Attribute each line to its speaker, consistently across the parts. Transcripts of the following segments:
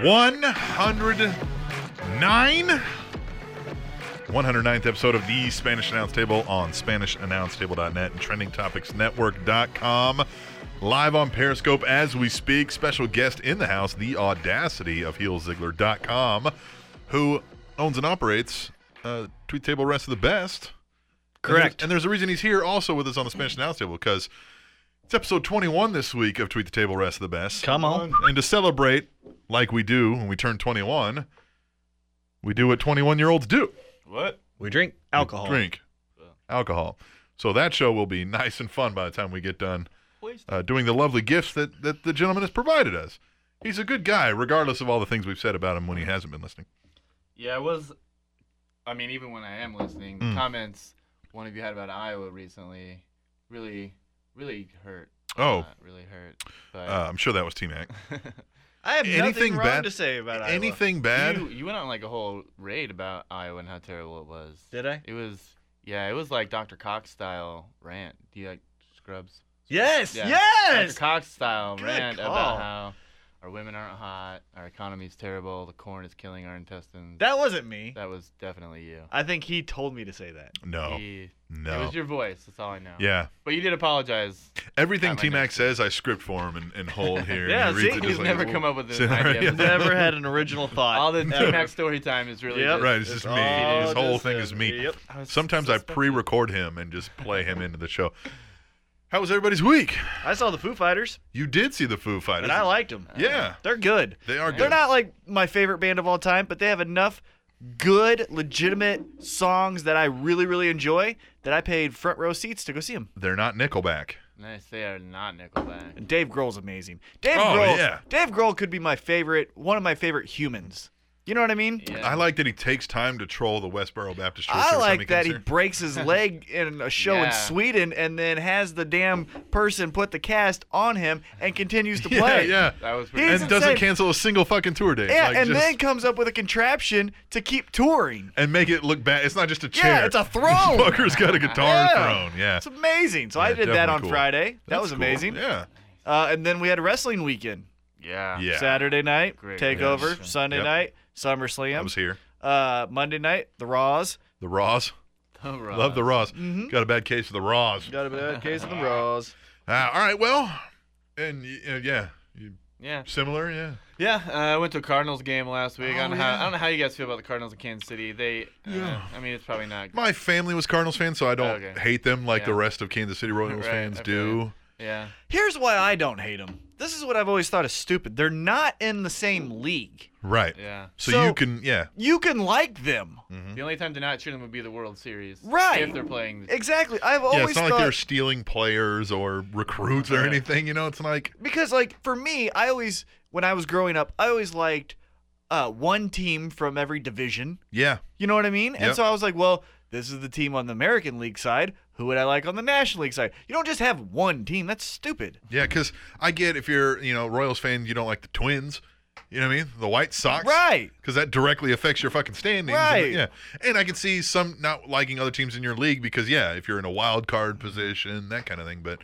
Speaker 1: One hundred nine. 109th episode of the Spanish Announce Table on SpanishAnnounceTable.net and TrendingTopicsNetwork.com. Live on Periscope as we speak. Special guest in the house, the audacity of HeelZiggler.com, who owns and operates uh, Tweet Table Rest of the Best.
Speaker 2: Correct.
Speaker 1: And there's, and there's a reason he's here also with us on the Spanish Announce Table because it's episode 21 this week of Tweet the Table Rest of the Best.
Speaker 2: Come on.
Speaker 1: And to celebrate, like we do when we turn 21, we do what 21 year olds do
Speaker 3: What?
Speaker 2: We drink alcohol.
Speaker 1: drink alcohol. So that show will be nice and fun by the time we get done uh, doing the lovely gifts that, that the gentleman has provided us. He's a good guy, regardless of all the things we've said about him when he hasn't been listening.
Speaker 3: Yeah, I was. I mean, even when I am listening,
Speaker 1: Hmm.
Speaker 3: the comments one of you had about Iowa recently really, really hurt.
Speaker 1: Oh.
Speaker 3: Uh, really hurt. But
Speaker 1: Uh, I'm sure that was T Mac.
Speaker 2: I have
Speaker 1: Anything
Speaker 2: nothing wrong
Speaker 1: bad-
Speaker 2: to say about Iowa.
Speaker 1: Anything bad?
Speaker 3: you, you went on like a whole raid about Iowa and how terrible it was.
Speaker 2: Did I?
Speaker 3: It was. Yeah, it was like Dr. Cox style rant. Do you like Scrubs?
Speaker 2: Yes,
Speaker 3: Yeah.
Speaker 2: yes.
Speaker 3: Dr. Cox style
Speaker 2: Good
Speaker 3: rant
Speaker 2: call.
Speaker 3: about how our women aren't hot, our economy's terrible, the corn is killing our intestines.
Speaker 2: That wasn't me.
Speaker 3: that was definitely you.
Speaker 2: I think he told me to say that.
Speaker 1: No.
Speaker 3: He- It
Speaker 1: No.
Speaker 3: was your voice. That's all I know.
Speaker 1: Yeah.
Speaker 3: But you did apologize.
Speaker 1: Everything
Speaker 3: Not my
Speaker 1: T Mac
Speaker 3: next-
Speaker 1: says, I script for him and, and hold here.
Speaker 2: Yeah,
Speaker 1: and he
Speaker 2: see,
Speaker 1: reads it
Speaker 2: he's
Speaker 1: just like-
Speaker 3: never come up with this
Speaker 1: Sit right
Speaker 3: idea.
Speaker 1: here.
Speaker 2: Never had an original thought.
Speaker 3: All the T-Mac story time is really
Speaker 2: Yep.
Speaker 3: just-
Speaker 1: Right, it's just me.
Speaker 2: all
Speaker 1: This whole
Speaker 2: just
Speaker 1: thing
Speaker 2: him.
Speaker 1: is me.
Speaker 2: Yep.
Speaker 3: I was
Speaker 1: Sometimes I
Speaker 3: suspect-
Speaker 1: pre-record him and just play him into the show. How was everybody's week?
Speaker 2: I saw the Foo Fighters
Speaker 1: You did see the Foo Fighters,
Speaker 2: and I liked them.
Speaker 1: Yeah,
Speaker 2: They're good.
Speaker 1: they are good.
Speaker 2: They're not like my favorite band of all time, but they have enough good, legitimate songs that I really, really enjoy that I paid front row seats to go see them.
Speaker 1: They're not Nickelback.
Speaker 3: Nice. They are not Nickelback.
Speaker 2: And Dave Grohl's amazing. Dave
Speaker 1: Oh,
Speaker 2: Grohl,
Speaker 1: yeah.
Speaker 2: Dave Grohl could be my favorite, one of my favorite humans. You know what I mean?
Speaker 3: Yeah.
Speaker 1: I like that he takes time to troll the Westboro Baptist Church.
Speaker 2: I
Speaker 1: every time
Speaker 2: like that
Speaker 1: he
Speaker 2: he
Speaker 1: comes
Speaker 2: breaks his leg in a show
Speaker 3: Yeah.
Speaker 2: in Sweden and then has the damn person put the cast on him and continues to
Speaker 1: here.
Speaker 2: play.
Speaker 1: Yeah, yeah.
Speaker 3: That was pretty.
Speaker 2: He's
Speaker 1: And doesn't
Speaker 2: insane.
Speaker 1: cancel a single fucking tour date.
Speaker 2: Yeah,
Speaker 1: Like,
Speaker 2: and
Speaker 1: just-
Speaker 2: then comes up with a contraption to keep touring.
Speaker 1: and make it look bad. It's not just a
Speaker 2: Yeah,
Speaker 1: chair.
Speaker 2: it's a throne.
Speaker 1: Fucker's got a guitar
Speaker 2: Yeah.
Speaker 1: throne. Yeah,
Speaker 2: It's amazing. So I
Speaker 1: Yeah,
Speaker 2: did that
Speaker 1: definitely
Speaker 2: on
Speaker 1: cool.
Speaker 2: Friday. that
Speaker 1: That's
Speaker 2: was
Speaker 1: cool.
Speaker 2: amazing.
Speaker 1: Yeah,
Speaker 2: Uh, and then we had a wrestling weekend.
Speaker 3: yeah.
Speaker 1: yeah.
Speaker 2: Saturday night,
Speaker 3: Great
Speaker 2: Takeover.
Speaker 3: weekend.
Speaker 2: Sunday
Speaker 1: Yep.
Speaker 2: night, SummerSlam.
Speaker 1: I was here.
Speaker 2: Uh, Monday night, the Raws.
Speaker 1: The Raws.
Speaker 3: The Raw.
Speaker 1: Love the Raws.
Speaker 2: Mm-hmm.
Speaker 1: Got a bad case of the Raws.
Speaker 2: Got a bad case of the Raws.
Speaker 1: Uh, all right. Well, and y- uh, yeah, you,
Speaker 3: Yeah.
Speaker 1: similar. Yeah.
Speaker 3: Yeah. Uh, I went to a Cardinals game last week. I, don't know
Speaker 1: Oh, yeah.
Speaker 3: how, I don't know how you guys feel about the Cardinals in Kansas City. They.
Speaker 1: Yeah.
Speaker 3: Uh, I mean, it's probably not.
Speaker 1: My family was Cardinals fans, so I don't
Speaker 3: Okay.
Speaker 1: hate them like
Speaker 3: Yeah.
Speaker 1: the rest of Kansas City Royals
Speaker 3: Right,
Speaker 1: fans
Speaker 3: I feel
Speaker 1: do.
Speaker 3: Yeah.
Speaker 2: Here's why I don't hate them. This is what I've always thought is stupid. They're not in the same league.
Speaker 1: Right.
Speaker 3: Yeah.
Speaker 1: So,
Speaker 2: So-
Speaker 1: you Hmm. can, yeah.
Speaker 2: You can like them.
Speaker 1: Mm-hmm.
Speaker 3: The only time to not cheer them would be the World Series.
Speaker 2: Right.
Speaker 3: If they're playing. The,
Speaker 2: Exactly. I've
Speaker 1: Yeah,
Speaker 2: always
Speaker 1: it's not
Speaker 2: thought
Speaker 1: like they're stealing players or recruits or anything. You know, it's like
Speaker 2: because like for me, I always when I was growing up, I always liked uh, one team from every division.
Speaker 1: yeah,
Speaker 2: You know what I mean? And
Speaker 1: Yep.
Speaker 2: so I was like, well, this is the team on the American League side. Who would I like on the National League side? You don't just have one team. That's stupid.
Speaker 1: yeah. Because I get if you're you know Royals fan, you don't like the Twins. You know what I mean? The White Sox,
Speaker 2: Right.
Speaker 1: Because that directly affects your fucking standings.
Speaker 2: Right.
Speaker 1: Yeah. And I can see some not liking other teams in your league because yeah, if you're in a wild card position, that kind of thing. But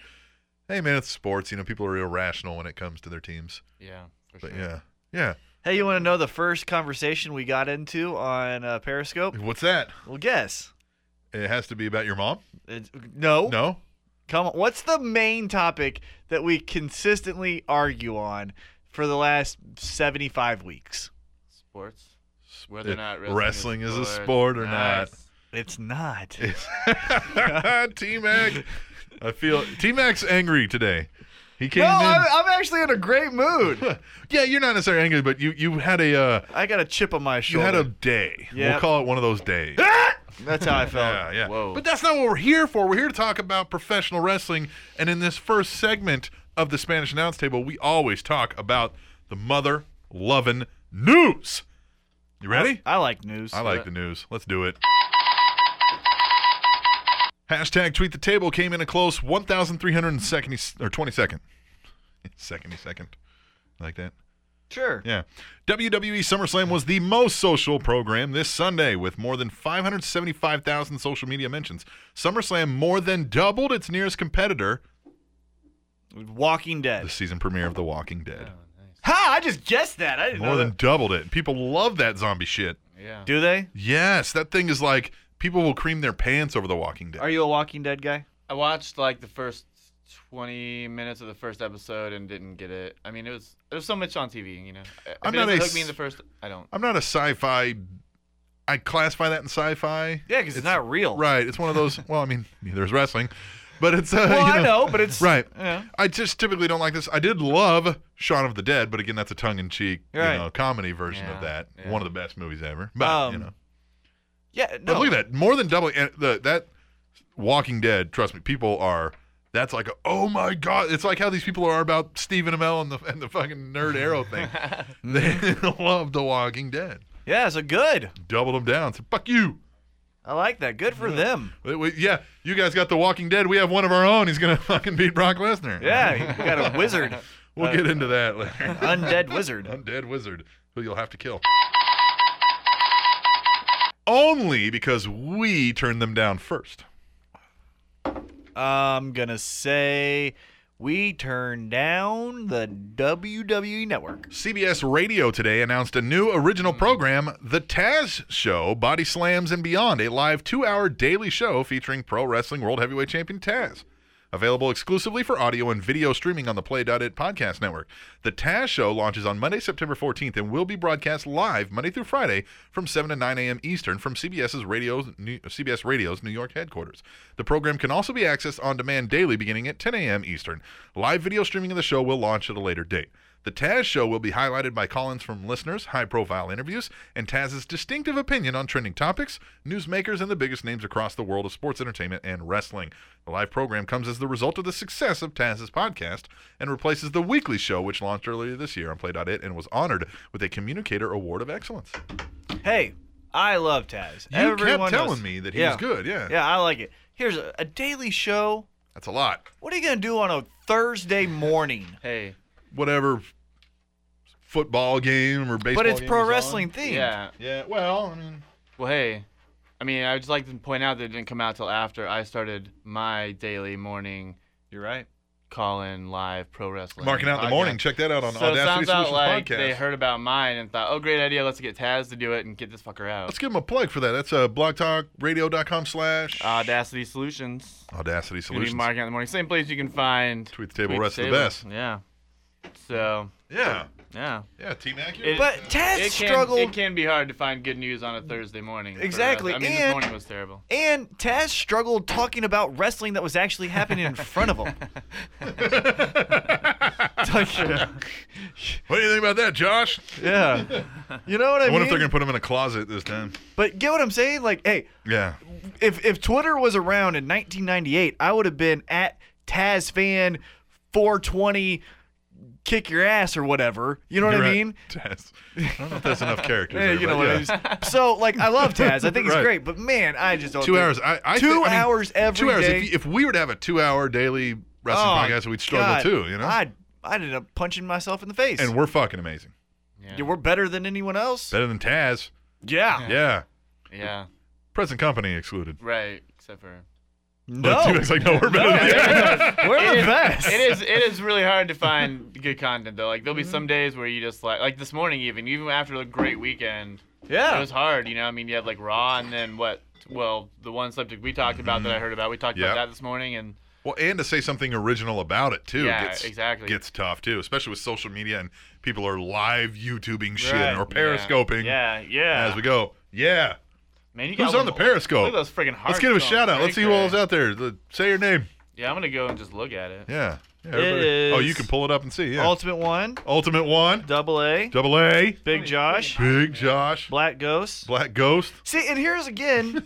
Speaker 1: hey, man, it's sports. You know, people are irrational when it comes to their teams.
Speaker 3: yeah. For
Speaker 1: But
Speaker 3: sure.
Speaker 1: yeah, yeah.
Speaker 2: Hey, you want to know the first conversation we got into on uh, Periscope?
Speaker 1: What's that?
Speaker 2: Well, guess.
Speaker 1: It has to be about your mom.
Speaker 2: It's, no.
Speaker 1: No.
Speaker 2: Come on. What's the main topic that we consistently argue on for the last 75 weeks?
Speaker 3: Sports. Whether
Speaker 1: It-
Speaker 3: or not
Speaker 1: wrestling is a sport or not.
Speaker 3: Nice.
Speaker 2: It's not.
Speaker 1: T Mac. I feel T Mac's angry today. He
Speaker 2: No,
Speaker 1: came
Speaker 2: I'm,
Speaker 1: in.
Speaker 2: I'm actually in a great mood.
Speaker 1: yeah, you're not necessarily angry, but you you had a uh,
Speaker 2: I got a chip on my
Speaker 1: you
Speaker 2: shoulder.
Speaker 1: had a day. We'll
Speaker 2: Yep.
Speaker 1: call it one of those days.
Speaker 2: That's how I felt.
Speaker 1: Yeah, yeah.
Speaker 3: Whoa.
Speaker 1: But that's not what we're here for. We're here to talk about professional wrestling. And in this first segment of the Spanish announce table, we always talk about the mother loving news. You ready?
Speaker 2: I like news.
Speaker 1: I like the news. Let's do it. Hashtag tweet the table came in a close 1,370 or 22nd. 70 second. Like that.
Speaker 2: Sure.
Speaker 1: Yeah. WWE SummerSlam was the most social program this Sunday with more than 575,000 social media mentions. SummerSlam more than doubled its nearest competitor,
Speaker 2: Walking
Speaker 1: the
Speaker 2: Dead.
Speaker 1: season premiere of The Walking Dead.
Speaker 2: Ha! I just guessed that. I didn't
Speaker 1: More
Speaker 2: know
Speaker 1: than
Speaker 2: that.
Speaker 1: doubled it. People love that zombie shit.
Speaker 3: Yeah.
Speaker 2: Do they?
Speaker 1: Yes, that thing is like people will cream their pants over The Walking Dead.
Speaker 2: Are you a Walking Dead guy?
Speaker 3: I watched like the first 20 minutes of the first episode and didn't get it. I mean, it was there's so much on TV, you know. If
Speaker 1: I'm
Speaker 3: it
Speaker 1: not
Speaker 3: doesn't
Speaker 1: a
Speaker 3: hook me in
Speaker 1: s-
Speaker 3: the first. I don't.
Speaker 1: I'm not a sci-fi I classify that in sci-fi.
Speaker 2: Yeah, because it's, not real.
Speaker 1: Right, it's one of those well, I mean, neither is wrestling, but it's uh,
Speaker 2: Well,
Speaker 1: you
Speaker 2: I know, but it's
Speaker 1: Right.
Speaker 2: Yeah.
Speaker 1: I just typically don't like this. I did love Shaun of the Dead, but again, that's a tongue-in-cheek,
Speaker 2: Right.
Speaker 1: you know, comedy version of
Speaker 3: Yeah,
Speaker 1: that.
Speaker 3: yeah.
Speaker 1: One of the best movies ever. But you
Speaker 2: Um,
Speaker 1: know,
Speaker 2: Yeah. No.
Speaker 1: but look at that, more than doubling and the, that Walking Dead. Trust me, people are. That's like, a, oh my god! It's like how these people are about Stephen Amell and the and the fucking nerd arrow thing. they love The Walking Dead.
Speaker 2: Yeah. So good.
Speaker 1: Doubled them down. So fuck you.
Speaker 2: I like that. Good for them.
Speaker 1: Wait, wait, yeah, you guys got The Walking Dead. We have one of our own. He's gonna fucking beat Brock Lesnar.
Speaker 2: Yeah. You got a wizard,
Speaker 1: we'll get into that later.
Speaker 2: undead wizard.
Speaker 1: undead wizard who you'll have to kill. Only because we turned them down first.
Speaker 2: I'm gonna say we turned down the WWE network.
Speaker 1: CBS Radio today announced a new original program, The Taz Show Body Slams and Beyond, a live two hour daily show featuring pro wrestling world heavyweight champion Taz. Available exclusively for audio and video streaming on the Play.it podcast network. The Taz Show launches on Monday, September 14th, and will be broadcast live Monday through Friday from 7 to 9 a.m. Eastern from CBS's Radio's, New, CBS Radio's New York headquarters. The program can also be accessed on demand daily beginning at 10 a.m. Eastern. Live video streaming of the show will launch at a later date. The Taz Show will be highlighted by call-ins from listeners, high-profile interviews, and Taz's distinctive opinion on trending topics, newsmakers, and the biggest names across the world of sports entertainment and wrestling. The live program comes as the result of the success of Taz's podcast and replaces the weekly show, which launched earlier this year on Play.it and was honored with a Communicator Award of Excellence.
Speaker 2: Hey, I love Taz.
Speaker 1: You
Speaker 2: Everyone
Speaker 1: kept telling
Speaker 2: knows-
Speaker 1: me that he
Speaker 2: Yeah.
Speaker 1: was good. Yeah,
Speaker 2: Yeah, I like it. Here's a, a daily show.
Speaker 1: that's a lot.
Speaker 2: What are you gonna do on a Thursday morning?
Speaker 3: Hey.
Speaker 1: Whatever football game or baseball.
Speaker 2: but it's
Speaker 1: game
Speaker 2: pro
Speaker 1: was on.
Speaker 2: wrestling themed.
Speaker 3: Yeah.
Speaker 1: Yeah. Well, I mean,
Speaker 3: Well, hey. I mean, I would just like to point out that it didn't come out till after I started my daily morning
Speaker 2: You're right.
Speaker 3: call-in live pro wrestling.
Speaker 1: marking out in the
Speaker 3: podcast.
Speaker 1: morning. Check that out on
Speaker 3: so it
Speaker 1: Audacity
Speaker 3: sounds out
Speaker 1: Solutions
Speaker 3: like
Speaker 1: podcast.
Speaker 3: they heard about mine and thought, oh, great idea. Let's get Taz to do it and get this fucker out.
Speaker 1: Let's give him a plug for that. That's uh, blogtalkradio.com slash
Speaker 2: Uh,
Speaker 3: Audacity Solutions.
Speaker 1: Audacity
Speaker 3: Gonna be
Speaker 1: Solutions.
Speaker 3: marking out in the morning. Same place you can find
Speaker 1: Tweet the table,
Speaker 3: Tweet
Speaker 1: rest of the
Speaker 3: Table.
Speaker 1: best.
Speaker 3: Yeah. So
Speaker 1: Yeah.
Speaker 3: yeah.
Speaker 1: Yeah, T Mac.
Speaker 3: It-
Speaker 2: But Taz
Speaker 3: it can,
Speaker 2: struggled,
Speaker 3: It can be hard to find good news on a Thursday morning. for us.
Speaker 2: Exactly,
Speaker 3: I mean, this
Speaker 2: and-
Speaker 3: morning was terrible.
Speaker 2: and Taz struggled talking about wrestling that was actually happening in front of him. It's like,
Speaker 1: What do you think about that, Josh?
Speaker 2: yeah, you know what I,
Speaker 1: I wonder
Speaker 2: mean.
Speaker 1: if they're going to put him in a closet this time.
Speaker 2: but get what I'm saying? Like, hey,
Speaker 1: Yeah.
Speaker 2: if if Twitter was around in 1998, I would have been at TazFan 420, kick your ass or whatever. You know what
Speaker 1: You're
Speaker 2: I
Speaker 1: right.
Speaker 2: mean?
Speaker 1: Taz. I don't know if that's enough characters.
Speaker 2: Yeah,
Speaker 1: there,
Speaker 2: you know
Speaker 1: but
Speaker 2: what
Speaker 1: yeah.
Speaker 2: I mean? So, like, I love Taz. I think he's
Speaker 1: Right.
Speaker 2: great, but man, I just don't.
Speaker 1: Two
Speaker 2: think-
Speaker 1: hours. I, I
Speaker 2: Two
Speaker 1: think- I mean,
Speaker 2: hours every
Speaker 1: Two hours.
Speaker 2: day.
Speaker 1: If, if we were to have a two hour daily wrestling
Speaker 2: Oh,
Speaker 1: podcast, we'd struggle
Speaker 2: God.
Speaker 1: too, you know?
Speaker 2: I I ended up punching myself in the face.
Speaker 1: and we're fucking amazing.
Speaker 3: Yeah.
Speaker 2: Yeah, we're better than anyone else.
Speaker 1: Better than Taz.
Speaker 2: Yeah.
Speaker 1: Yeah.
Speaker 3: yeah.
Speaker 1: Present company excluded.
Speaker 3: Right. Except for
Speaker 2: No,
Speaker 1: But T-Mac's like, no, we're better than Taz.
Speaker 2: we're the
Speaker 3: It-
Speaker 2: best.
Speaker 3: it is it is really hard to find good content though. Like there'll be
Speaker 1: Mm-hmm.
Speaker 3: some days where you just like like this morning even even after a great weekend, it
Speaker 2: Yeah.
Speaker 3: was hard. You know, I mean you had like Raw and then what? Well, the one subject we talked about
Speaker 1: Mm-hmm.
Speaker 3: that I heard about, we talked
Speaker 1: Yeah.
Speaker 3: about that this morning and
Speaker 1: Well, and to say something original about it too
Speaker 3: Yeah,
Speaker 1: gets
Speaker 3: exactly.
Speaker 1: gets tough too, especially with social media and people are live YouTubing shit
Speaker 2: Right.
Speaker 1: or periscoping
Speaker 3: yeah yeah.
Speaker 1: as we go. Yeah,
Speaker 3: Man, you
Speaker 1: Who's
Speaker 3: got one-
Speaker 1: on the Periscope?
Speaker 3: Look at those friggin' hearts
Speaker 1: let's give him a
Speaker 3: going
Speaker 1: shout out. Let's see who
Speaker 3: cray-cray.
Speaker 1: all's out there. The- say your name.
Speaker 3: Yeah, I'm gonna go and just look at it.
Speaker 1: Yeah, Yeah, everybody- Oh,
Speaker 2: is-
Speaker 1: you can pull it up and see. Yeah.
Speaker 2: Ultimate One,
Speaker 1: Ultimate One,
Speaker 2: Double A,
Speaker 1: Double A,
Speaker 2: Big Josh,
Speaker 1: Big Josh,
Speaker 2: Black Ghost.
Speaker 1: Black Ghost.
Speaker 2: See, and here's again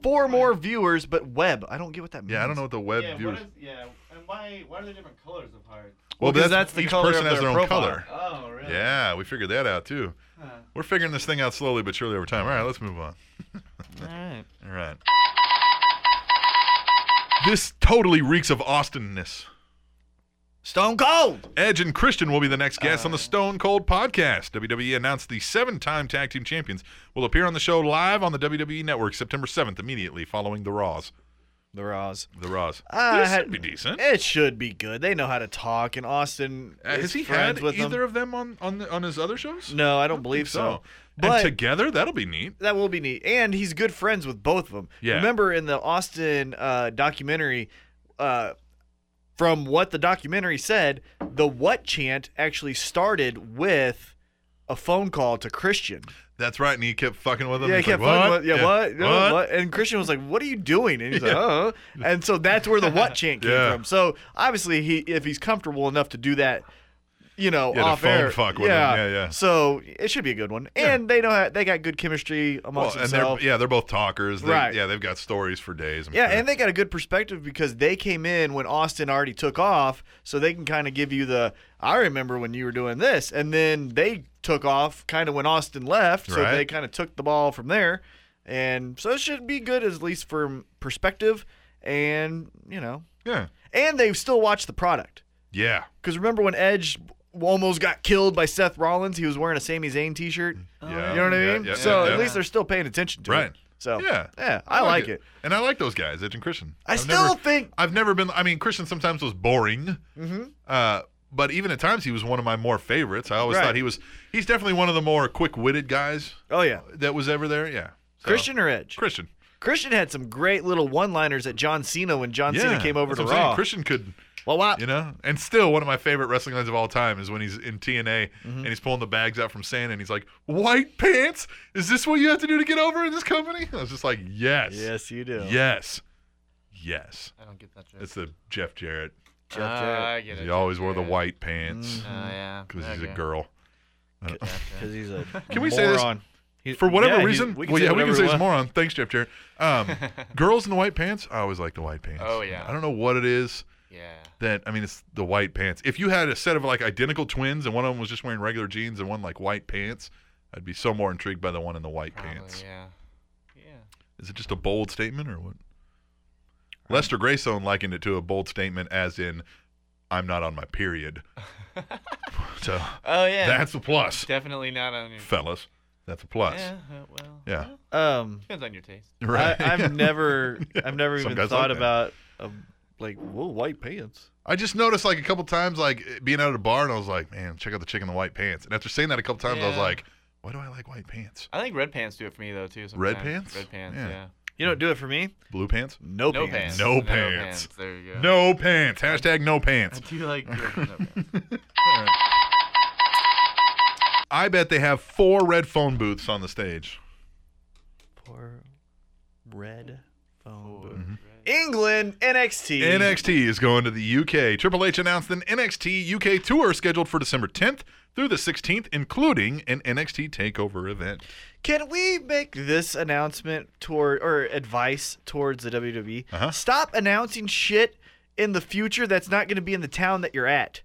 Speaker 2: four more viewers, but web. I don't get what that means.
Speaker 1: Yeah, I don't know what the web
Speaker 4: Yeah,
Speaker 1: viewers.
Speaker 4: what is, yeah, and why why are there different colors of hearts?
Speaker 2: Well, 'cause that's the
Speaker 1: each
Speaker 2: color
Speaker 1: person
Speaker 2: of
Speaker 1: has
Speaker 2: their
Speaker 1: their, own
Speaker 2: profile.
Speaker 1: color.
Speaker 4: Oh, really?
Speaker 1: Yeah, we figured that out too.
Speaker 4: Huh.
Speaker 1: We're figuring this thing out slowly but surely over time. All right, let's move on.
Speaker 2: All right.
Speaker 1: All right. This totally reeks of Austinness.
Speaker 2: Stone Cold.
Speaker 1: Edge and Christian will be the next guests on
Speaker 2: Uh.
Speaker 1: the Stone Cold podcast. WWE announced the seven time tag team champions will appear on the show live on the WWE network September 7th, immediately following the Raws.
Speaker 2: The Raws.
Speaker 1: The Raws.
Speaker 2: Uh,
Speaker 1: this
Speaker 2: had-
Speaker 1: should be decent.
Speaker 2: It should be good. They know how to talk, and Austin
Speaker 1: Uh,
Speaker 2: is
Speaker 1: has he
Speaker 2: friends
Speaker 1: had
Speaker 2: with
Speaker 1: either
Speaker 2: them.
Speaker 1: of them on on, the, on his other shows?
Speaker 2: No, I don't believe so. But
Speaker 1: and together, that'll be neat.
Speaker 2: that will be neat, and he's good friends with both of them.
Speaker 1: Yeah.
Speaker 2: Remember in the Austin uh, documentary, uh, from what the documentary said, the "what" chant actually started with a phone call to Christian.
Speaker 1: That's right, and he kept fucking with him.
Speaker 2: Yeah, he
Speaker 1: He's
Speaker 2: kept
Speaker 1: like,
Speaker 2: fucking
Speaker 1: what?
Speaker 2: with- yeah, what? No, what? And Christian was like, "What are you doing?" And he's like, "Oh." And so that's where the what chant came
Speaker 1: Yeah.
Speaker 2: from. So obviously, he if he's comfortable enough to do that, you know,
Speaker 1: Yeah, to
Speaker 2: off
Speaker 1: phone
Speaker 2: air,
Speaker 1: fuck with him. Yeah, yeah.
Speaker 2: So it should be a good one, and they know how, they got good chemistry
Speaker 1: Well,
Speaker 2: amongst
Speaker 1: and they're
Speaker 2: themselves.
Speaker 1: yeah, they're both talkers. They,
Speaker 2: Right.
Speaker 1: Yeah, they've got stories for days. I'm
Speaker 2: Yeah,
Speaker 1: sure.
Speaker 2: and they got a good perspective because they came in when Austin already took off, so they can kind of give you the I remember when you were doing this, and then they took off kind of when Austin left, so
Speaker 1: Right.
Speaker 2: they kind of took the ball from there, and so it should be good at least from perspective, and you know,
Speaker 1: yeah,
Speaker 2: and they still watch the product
Speaker 1: yeah.
Speaker 2: because remember when Edge almost got killed by Seth Rollins, he was wearing a Sami Zayn T-shirt.
Speaker 1: yeah.
Speaker 2: Oh, You know what I
Speaker 1: yeah,
Speaker 2: mean?
Speaker 1: yeah,
Speaker 2: so
Speaker 1: yeah,
Speaker 2: at
Speaker 1: yeah.
Speaker 2: least they're still paying attention to it.
Speaker 1: Right.
Speaker 2: So
Speaker 1: Yeah.
Speaker 2: yeah, I, like it.
Speaker 1: and I like those guys, Edge and Christian.
Speaker 2: I
Speaker 1: I've
Speaker 2: still
Speaker 1: never-
Speaker 2: think
Speaker 1: I've never been. I mean, Christian sometimes was boring,
Speaker 2: Mm-hmm.
Speaker 1: uh, but even at times he was one of my more favorites. I always
Speaker 2: Right.
Speaker 1: thought he was. He's definitely one of the more quick-witted guys
Speaker 2: Oh yeah.
Speaker 1: that was ever there. Yeah, So,
Speaker 2: Christian or Edge?
Speaker 1: Christian.
Speaker 2: Christian had some great little one-liners at John Cena when John
Speaker 1: Yeah,
Speaker 2: Cena came over
Speaker 1: that's
Speaker 2: to
Speaker 1: what I'm saying.
Speaker 2: Raw.
Speaker 1: Christian could,
Speaker 2: Well, wow.
Speaker 1: you know, and still one of my favorite wrestling lines of all time is when he's in TNA
Speaker 2: Mm-hmm.
Speaker 1: and he's pulling the bags out from Santa and he's like, "White pants? Is this what you have to do to get over in this company?" I was just like, "Yes,
Speaker 2: Yes, you do.
Speaker 1: yes, yes."
Speaker 4: I don't get that joke.
Speaker 1: It's the Jeff Jarrett.
Speaker 4: Uh, I get it.
Speaker 1: He always wore the
Speaker 4: Yeah.
Speaker 1: white pants.
Speaker 2: Mm-hmm.
Speaker 4: Oh, yeah.
Speaker 1: because he's
Speaker 4: Okay.
Speaker 1: a girl.
Speaker 4: Gotcha.
Speaker 2: Because he's a
Speaker 1: Can we say this?
Speaker 2: moron. He-
Speaker 1: For whatever
Speaker 2: yeah, he's-
Speaker 1: reason,
Speaker 2: we can
Speaker 1: well,
Speaker 2: say
Speaker 1: yeah, we
Speaker 2: whatever
Speaker 1: can say
Speaker 2: we
Speaker 1: it's
Speaker 2: want.
Speaker 1: moron. Thanks, Jeff Jarrett. Um, girls in the white pants. I always like the white pants.
Speaker 4: Oh, yeah.
Speaker 1: I don't know what it is
Speaker 4: Yeah.
Speaker 1: that I mean. It's the white pants. If you had a set of like identical twins and one of them was just wearing regular jeans and one like white pants, I'd be so more intrigued by the one in the white
Speaker 4: Probably,
Speaker 1: pants.
Speaker 4: yeah. Yeah.
Speaker 1: Is it just a bold statement or what? Lester Greystone likened it to a bold statement, as in, "I'm not on my period." so
Speaker 4: Oh yeah.
Speaker 1: that's a plus,
Speaker 4: definitely not on your.
Speaker 1: fellas. That's a plus.
Speaker 4: Yeah. uh, well.
Speaker 1: Yeah.
Speaker 4: well,
Speaker 2: Um,
Speaker 4: depends on your taste.
Speaker 1: Right.
Speaker 2: I, I've never, I've never
Speaker 1: Some
Speaker 2: even
Speaker 1: guys
Speaker 2: thought
Speaker 1: like that.
Speaker 2: about a, like, whoa, white pants.
Speaker 1: I just noticed like a couple times like it being out at a bar and I was like, man, check out the chick in the white pants. And after saying that a couple times, I was
Speaker 4: Yeah.
Speaker 1: like, why do I like white pants?
Speaker 4: I think red pants do it for me though too. Sometimes.
Speaker 1: Red pants?
Speaker 4: Red pants.
Speaker 1: Yeah.
Speaker 4: Yeah.
Speaker 2: You don't do it for me.
Speaker 1: Blue pants?
Speaker 2: No,
Speaker 4: No
Speaker 2: pants.
Speaker 4: pants.
Speaker 1: No
Speaker 4: No
Speaker 1: pants.
Speaker 4: pants. There you go.
Speaker 1: No pants. Hashtag no
Speaker 4: I
Speaker 1: pants.
Speaker 4: do like. no pants.
Speaker 1: I bet they have four red phone booths on the stage.
Speaker 2: Poor red phone.
Speaker 4: Or
Speaker 2: booth.
Speaker 4: red.
Speaker 2: England NXT.
Speaker 1: NXT is going to the UK. Triple H announced an NXT UK tour scheduled for December 10th through the 16th, including an NXT takeover event.
Speaker 2: Can we make this announcement toward or advice towards the WWE?
Speaker 1: Uh-huh.
Speaker 2: Stop announcing shit in the future that's not going to be in the town that you're at.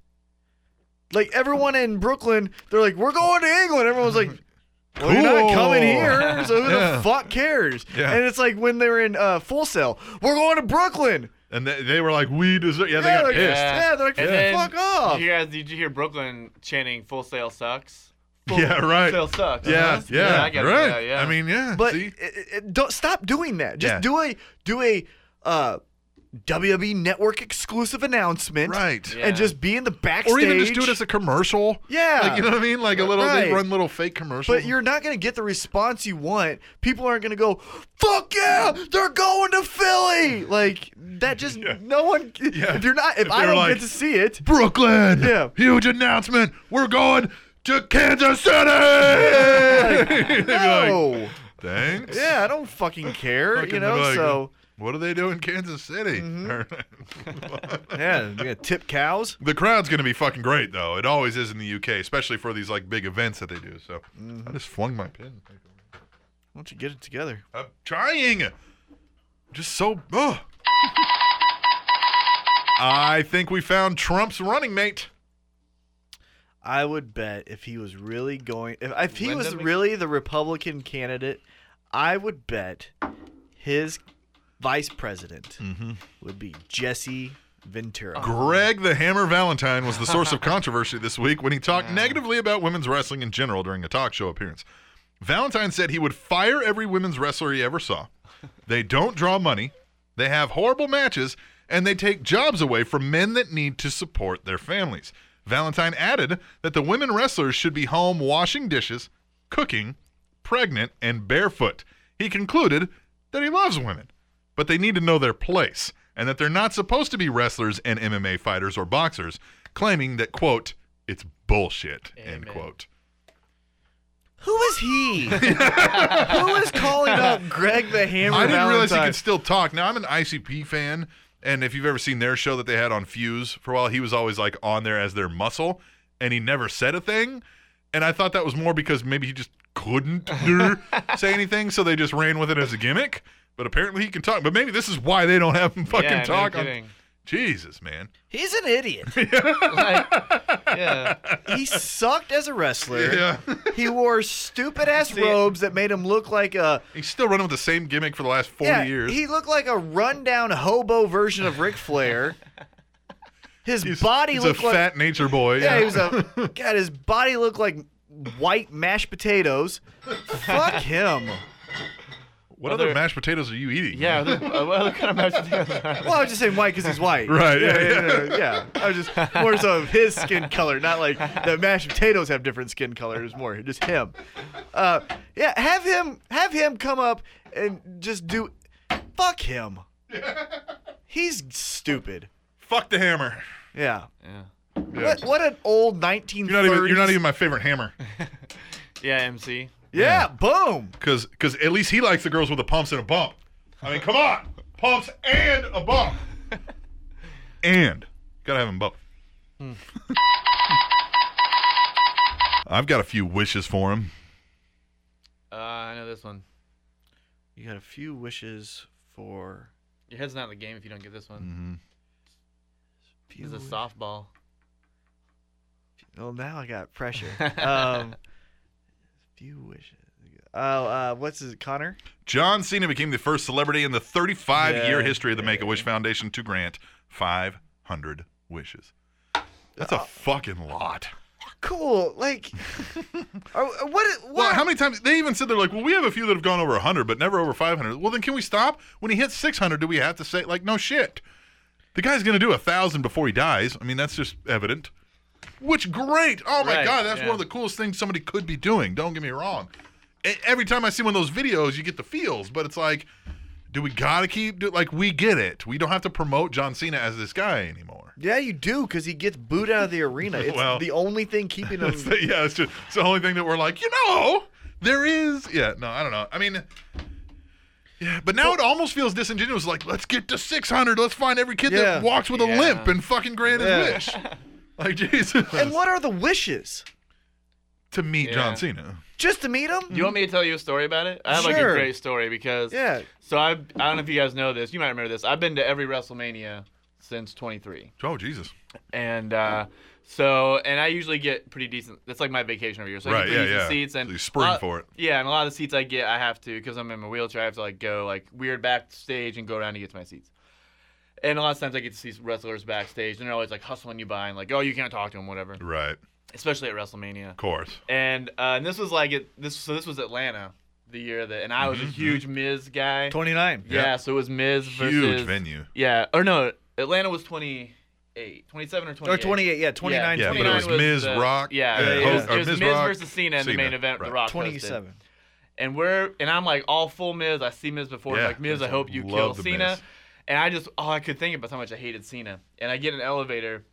Speaker 2: Like everyone in Brooklyn, they're like, "We're going to England." Everyone's like, well, "You're
Speaker 1: Cool.
Speaker 2: not coming here, so who
Speaker 1: Yeah.
Speaker 2: the fuck cares?"
Speaker 1: Yeah.
Speaker 2: And it's like when they were in uh, Full Sail, "We're going to Brooklyn."
Speaker 1: And they, they were like, we deserve. Yeah, they
Speaker 2: Yeah,
Speaker 1: got
Speaker 2: like-
Speaker 1: pissed.
Speaker 2: Yeah, they're like,
Speaker 4: And
Speaker 2: "Fuck
Speaker 4: then
Speaker 2: off."
Speaker 4: Did you, guys, did you hear Brooklyn chanting "Full sale sucks"? Full
Speaker 1: Yeah, right.
Speaker 4: Sale sucks.
Speaker 1: Yeah,
Speaker 4: Uh-huh.
Speaker 1: yeah,
Speaker 4: I get it.
Speaker 1: right.
Speaker 4: Yeah, yeah.
Speaker 1: I mean, yeah.
Speaker 2: But
Speaker 1: see?
Speaker 2: it- it- don't stop doing that. Just
Speaker 1: Yeah.
Speaker 2: do a do a uh, WWE Network exclusive announcement,
Speaker 1: right.
Speaker 4: Yeah.
Speaker 2: And just be in the backstage,
Speaker 1: Or even just do it as a commercial.
Speaker 2: yeah.
Speaker 1: Like, you know what I mean? Like a little, they
Speaker 2: Right.
Speaker 1: run little fake commercials.
Speaker 2: but you're not gonna get the response you want. People aren't gonna go, "Fuck yeah, they're going to Philly!" Like that. Just
Speaker 1: Yeah.
Speaker 2: no one.
Speaker 1: Yeah.
Speaker 2: If you're not, if
Speaker 1: If
Speaker 2: I
Speaker 1: they're
Speaker 2: don't
Speaker 1: like-
Speaker 2: get to see it,
Speaker 1: Brooklyn.
Speaker 2: Yeah.
Speaker 1: Huge announcement. We're going to Kansas City. They'd be like,
Speaker 2: no.
Speaker 1: Thanks.
Speaker 2: yeah, I don't fucking care.
Speaker 1: Fucking
Speaker 2: you know.
Speaker 1: like-
Speaker 2: so
Speaker 1: What do they do in Kansas City?
Speaker 2: Yeah, you gonna tip cows.
Speaker 1: the crowd's going to be fucking great, though. It always is in the UK, especially for these like big events that they do. So I just flung my pin.
Speaker 2: Why don't you get it together?
Speaker 1: I'm trying. Just so. Ugh. I think we found Trump's running mate.
Speaker 2: I would bet if he was really going, if, if he
Speaker 3: Linda
Speaker 2: was
Speaker 3: Mc-
Speaker 2: really the Republican candidate, I would bet his vice president
Speaker 1: Mm-hmm.
Speaker 2: would be Jesse Ventura.
Speaker 1: Greg the Hammer Valentine was the source of controversy this week when he talked negatively about women's wrestling in general during a talk show appearance. Valentine said he would fire every women's wrestler he ever saw. They don't draw money, they have horrible matches, and they take jobs away from men that need to support their families. Valentine added that the women wrestlers should be home washing dishes, cooking, pregnant, and barefoot. He concluded that he loves women, but they need to know their place and that they're not supposed to be wrestlers and MMA fighters or boxers, claiming that, quote, it's bullshit, end
Speaker 3: Amen.
Speaker 1: quote.
Speaker 2: Who is he? Who is calling up Greg the Hammer?
Speaker 1: I didn't realize he
Speaker 2: Valentine?
Speaker 1: could still talk. Now I'm an ICP fan, and if you've ever seen their show that they had on Fuse for a while, he was always like on there as their muscle, and he never said a thing. And I thought that was more because maybe he just couldn't do- say anything, so they just ran with it as a gimmick. But apparently he can talk. But maybe this is why they don't have him fucking
Speaker 3: yeah,
Speaker 1: talk.
Speaker 3: No
Speaker 1: on-
Speaker 3: kidding.
Speaker 1: Jesus, man.
Speaker 2: He's an idiot.
Speaker 3: like, yeah.
Speaker 2: He sucked as a wrestler.
Speaker 1: Yeah.
Speaker 2: He wore stupid ass
Speaker 3: See-
Speaker 2: robes that made him look like a
Speaker 1: He's still running with the same gimmick for the last 40
Speaker 2: yeah,
Speaker 1: years.
Speaker 2: He looked like a rundown hobo version of Ric Flair. His
Speaker 1: he's,
Speaker 2: body
Speaker 1: he's a
Speaker 2: looked like
Speaker 1: fat nature boy.
Speaker 2: yeah, he was a god. His body looked like white mashed potatoes. Fuck him.
Speaker 1: what other
Speaker 3: Other-
Speaker 1: mashed potatoes are you eating?
Speaker 3: Yeah. the- uh, What other kind of match do you have?
Speaker 2: Well, I was just saying white because he's white.
Speaker 1: Right,
Speaker 2: Yeah,
Speaker 1: yeah,
Speaker 2: yeah, yeah, yeah, yeah. I was just more so of his skin color, not like the mashed potatoes have different skin colors. More just him. Uh, yeah, have him have him come up and just do. Fuck him. He's stupid.
Speaker 1: Fuck the hammer.
Speaker 2: Yeah.
Speaker 3: Yeah.
Speaker 1: Yeah.
Speaker 2: What what an old 1930s.
Speaker 1: You're not even. You're not even my favorite hammer,
Speaker 3: Yeah, MC.
Speaker 2: Yeah, boom.
Speaker 1: because because at least he likes the girls with the pumps and a bump. I mean, come on, pumps and a bump, and gotta have them both.
Speaker 2: Hmm.
Speaker 1: I've got a few wishes for him.
Speaker 3: Uh, I know this one.
Speaker 2: You got a few wishes for.
Speaker 3: Your head's not in the game if you don't get this
Speaker 1: Mm.
Speaker 3: one.
Speaker 2: Few
Speaker 3: It's a
Speaker 2: wi-
Speaker 3: softball.
Speaker 2: Well, now I got pressure. Um, few wishes. Oh, uh, what's his Connor?
Speaker 1: John Cena became the first celebrity in the 35 year
Speaker 2: Yeah.
Speaker 1: history of the Make a Wish Foundation to grant 500 wishes. That's
Speaker 2: Uh,
Speaker 1: a fucking lot.
Speaker 2: Cool. Like, are, what? What?
Speaker 1: Well, how many times they even said they're like, well, we have a few that have gone over 100, but never over 500. Well, then can we stop? When he hits 600, do we have to say like, no shit? The guy's gonna do a thousand before he dies. I mean, that's just evident. Which great! Oh my
Speaker 3: Right,
Speaker 1: god, that's
Speaker 3: yeah.
Speaker 1: one of the coolest things somebody could be doing. Don't get me wrong. E- Every time I see one of those videos, you get the feels, but it's like, do we gotta keep do, like we get it? We don't have to promote John Cena as this guy anymore.
Speaker 2: yeah, you do because he gets booed out of the arena. It's
Speaker 1: Well-
Speaker 2: the only thing keeping him.
Speaker 1: That's the, yeah, it's just it's the only thing that we're like, you know, there is. Yeah, no, I don't know. I mean, yeah, but now it almost feels disingenuous. Like, let's get to 600. Let's find every kid
Speaker 2: Yeah.
Speaker 1: that walks with a
Speaker 3: Yeah.
Speaker 1: limp and fucking grant his
Speaker 2: Yeah.
Speaker 1: wish. Like Jesus.
Speaker 2: and what are the wishes?
Speaker 1: to meet
Speaker 3: Yeah.
Speaker 1: John Cena.
Speaker 2: Just to meet him?
Speaker 3: You want me to tell you a story about it? I have like
Speaker 2: Sure.
Speaker 3: a great story because
Speaker 2: yeah.
Speaker 3: So I I don't know if you guys know this. You might remember this. I've been to every WrestleMania since 23,
Speaker 1: Oh Jesus.
Speaker 3: and uh, so and I usually get pretty decent. That's like my vacation every year. So I
Speaker 1: Right,
Speaker 3: get pretty
Speaker 1: yeah,
Speaker 3: decent
Speaker 1: yeah.
Speaker 3: seats and
Speaker 1: So you spring
Speaker 3: lot-
Speaker 1: for it.
Speaker 3: Yeah, and a lot of the seats I get, I have to because I'm in my wheelchair. I have to like go like weird backstage and go around to get to my seats. And a lot of times I get to see wrestlers backstage, and they're always like hustling you by and like, oh, you can't talk to them, whatever.
Speaker 1: Right. Of
Speaker 3: Especially at WrestleMania
Speaker 1: course.
Speaker 3: and uh, and this was like it, this so this was Atlanta the year that and I was a huge Miz guy.
Speaker 2: 29.
Speaker 3: yeah,
Speaker 1: yeah.
Speaker 3: so it was Miz versus
Speaker 1: Mm-hmm. Huge venue.
Speaker 3: Yeah, or no, Atlanta was 28, 27 or 28.
Speaker 2: Or 28. Yeah, 29.
Speaker 1: Yeah, but it
Speaker 3: 29
Speaker 1: was Miz,
Speaker 3: the-
Speaker 1: Rock,
Speaker 3: uh, Yeah,
Speaker 1: and
Speaker 3: it
Speaker 2: Hogan-
Speaker 3: was, it
Speaker 1: or
Speaker 3: was
Speaker 1: Miz
Speaker 3: Miz,
Speaker 1: Rock,
Speaker 3: versus Cena in the main
Speaker 1: Cena,
Speaker 3: event. The
Speaker 1: right.
Speaker 3: Rock hosted.
Speaker 2: 27.
Speaker 3: And we're and I'm like all full Miz. I see Miz before.
Speaker 1: Yeah,
Speaker 3: like Miz, I hope you kill
Speaker 1: love the
Speaker 3: Cena.
Speaker 1: Miz.
Speaker 3: And I just all I could think about was how much I hated Cena. And I get in an elevator.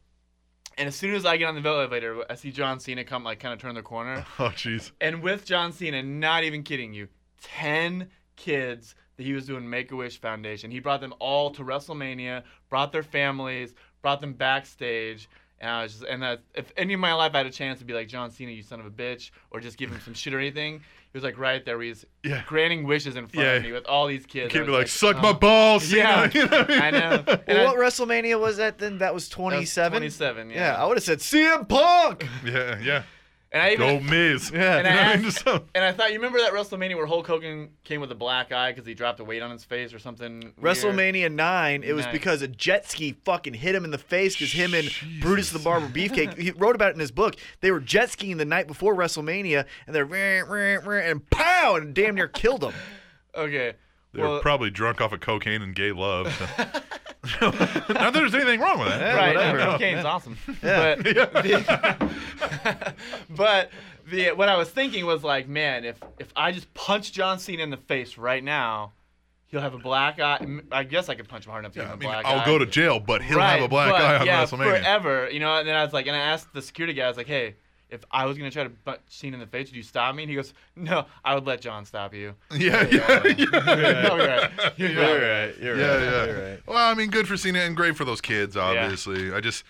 Speaker 3: And as soon as I get on the elevator, I see John Cena come, like, kind of turn the corner.
Speaker 1: Oh jeez.
Speaker 3: And with John Cena, not even kidding you, 10 kids that he was doing Make a Wish Foundation. He brought them all to WrestleMania, brought their families, brought them backstage. And I was just, and that if any of my life I had a chance to be like John Cena, you son of a bitch, or just give him some shit or anything, he was like right there. where He's
Speaker 1: Yeah.
Speaker 3: granting wishes in front
Speaker 1: Yeah.
Speaker 3: of me with all these kids.
Speaker 1: You can't
Speaker 3: I
Speaker 1: be
Speaker 3: was
Speaker 1: like, suck my
Speaker 3: "Oh."
Speaker 1: balls.
Speaker 3: Yeah,
Speaker 1: Cena." You know what I
Speaker 3: I
Speaker 1: mean?
Speaker 3: know. And
Speaker 2: Well,
Speaker 3: I-
Speaker 2: what WrestleMania was that then? That was
Speaker 3: that was
Speaker 2: 27?
Speaker 3: 27. Yeah.
Speaker 2: Yeah, I would have said CM Punk.
Speaker 1: Yeah, yeah.
Speaker 3: and I even
Speaker 1: Go Miz. Yeah.
Speaker 3: And I asked-
Speaker 1: so,
Speaker 3: And I thought you remember that WrestleMania where Hulk Hogan came with a black eye because he dropped a weight on his face or something. weird?
Speaker 2: WrestleMania 9, it was
Speaker 3: Nine.
Speaker 2: because a jet ski fucking hit him in the face because him and Brutus the Barber Beefcake, he wrote about it in his book. They were jet skiing the night before WrestleMania and they're "Rah, rah, rah," and pow and damn near killed him.
Speaker 3: Okay.
Speaker 1: They're
Speaker 3: well,
Speaker 1: probably drunk off of cocaine and gay love. so. Not that there's anything wrong with that.
Speaker 3: right.
Speaker 2: whatever.
Speaker 3: no, Cocaine's awesome.
Speaker 2: Yeah.
Speaker 3: But, the, but the what I was thinking was like, man, if if I just punch John Cena in the face right now, he'll have a black eye. I guess I could punch him hard enough to give
Speaker 1: Yeah, I
Speaker 3: him a
Speaker 1: mean,
Speaker 3: black
Speaker 1: I'll
Speaker 3: eye.
Speaker 1: go to jail, but he'll have a black
Speaker 3: but,
Speaker 1: eye on
Speaker 3: yeah,
Speaker 1: WrestleMania.
Speaker 3: forever. You know, and then I was like, and I asked the security guy, I was like, hey, if I was gonna try to butt Cena in the face, would you stop me? And he goes, no, I would let John stop you.
Speaker 1: Yeah, yeah, yeah.
Speaker 3: No, you're right. You're right.
Speaker 2: right. You're
Speaker 1: Yeah, yeah. Well, I mean, good for Cena and great for those kids, obviously. I just,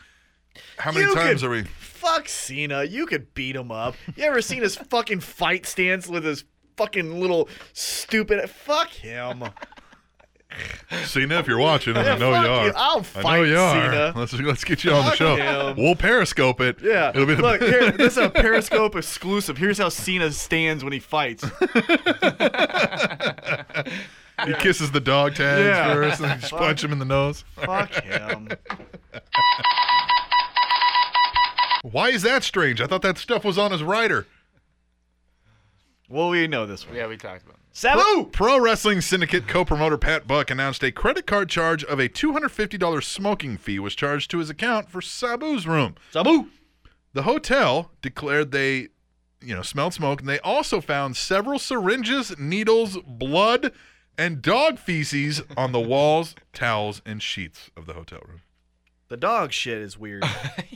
Speaker 1: how many
Speaker 2: You
Speaker 1: times
Speaker 2: could-
Speaker 1: are we?
Speaker 2: Fuck Cena. You could beat him up. You ever seen his fucking fight stance with his fucking little stupid. Fuck him.
Speaker 1: Cena, if you're watching, and I
Speaker 2: Yeah,
Speaker 1: know you
Speaker 2: fuck
Speaker 1: are.
Speaker 2: you.
Speaker 1: I
Speaker 2: I'll
Speaker 1: know
Speaker 2: fight
Speaker 1: you are.
Speaker 2: Cena.
Speaker 1: Let's let's get you on the
Speaker 2: Fuck
Speaker 1: show.
Speaker 2: him.
Speaker 1: We'll periscope it.
Speaker 2: Yeah.
Speaker 1: it'll be the
Speaker 2: Look, here, this is a Periscope exclusive. Here's how Cena stands when he fights.
Speaker 1: he kisses the dog tags
Speaker 2: Yeah.
Speaker 1: first, and just punch him in the nose.
Speaker 2: Fuck him.
Speaker 1: Why is that strange? I thought that stuff was on his rider.
Speaker 2: Well, we know this one.
Speaker 3: Yeah, we talked about. it.
Speaker 2: Seven.
Speaker 1: Pro, Pro Wrestling Syndicate co-promoter Pat Buck announced a credit card charge of a $250 smoking fee was charged to his account for Sabu's room.
Speaker 2: Sabu.
Speaker 1: The hotel declared they, you know, smelled smoke, and they also found several syringes, needles, blood, and dog feces on the walls, towels, and sheets of the hotel room.
Speaker 2: The dog shit is weird.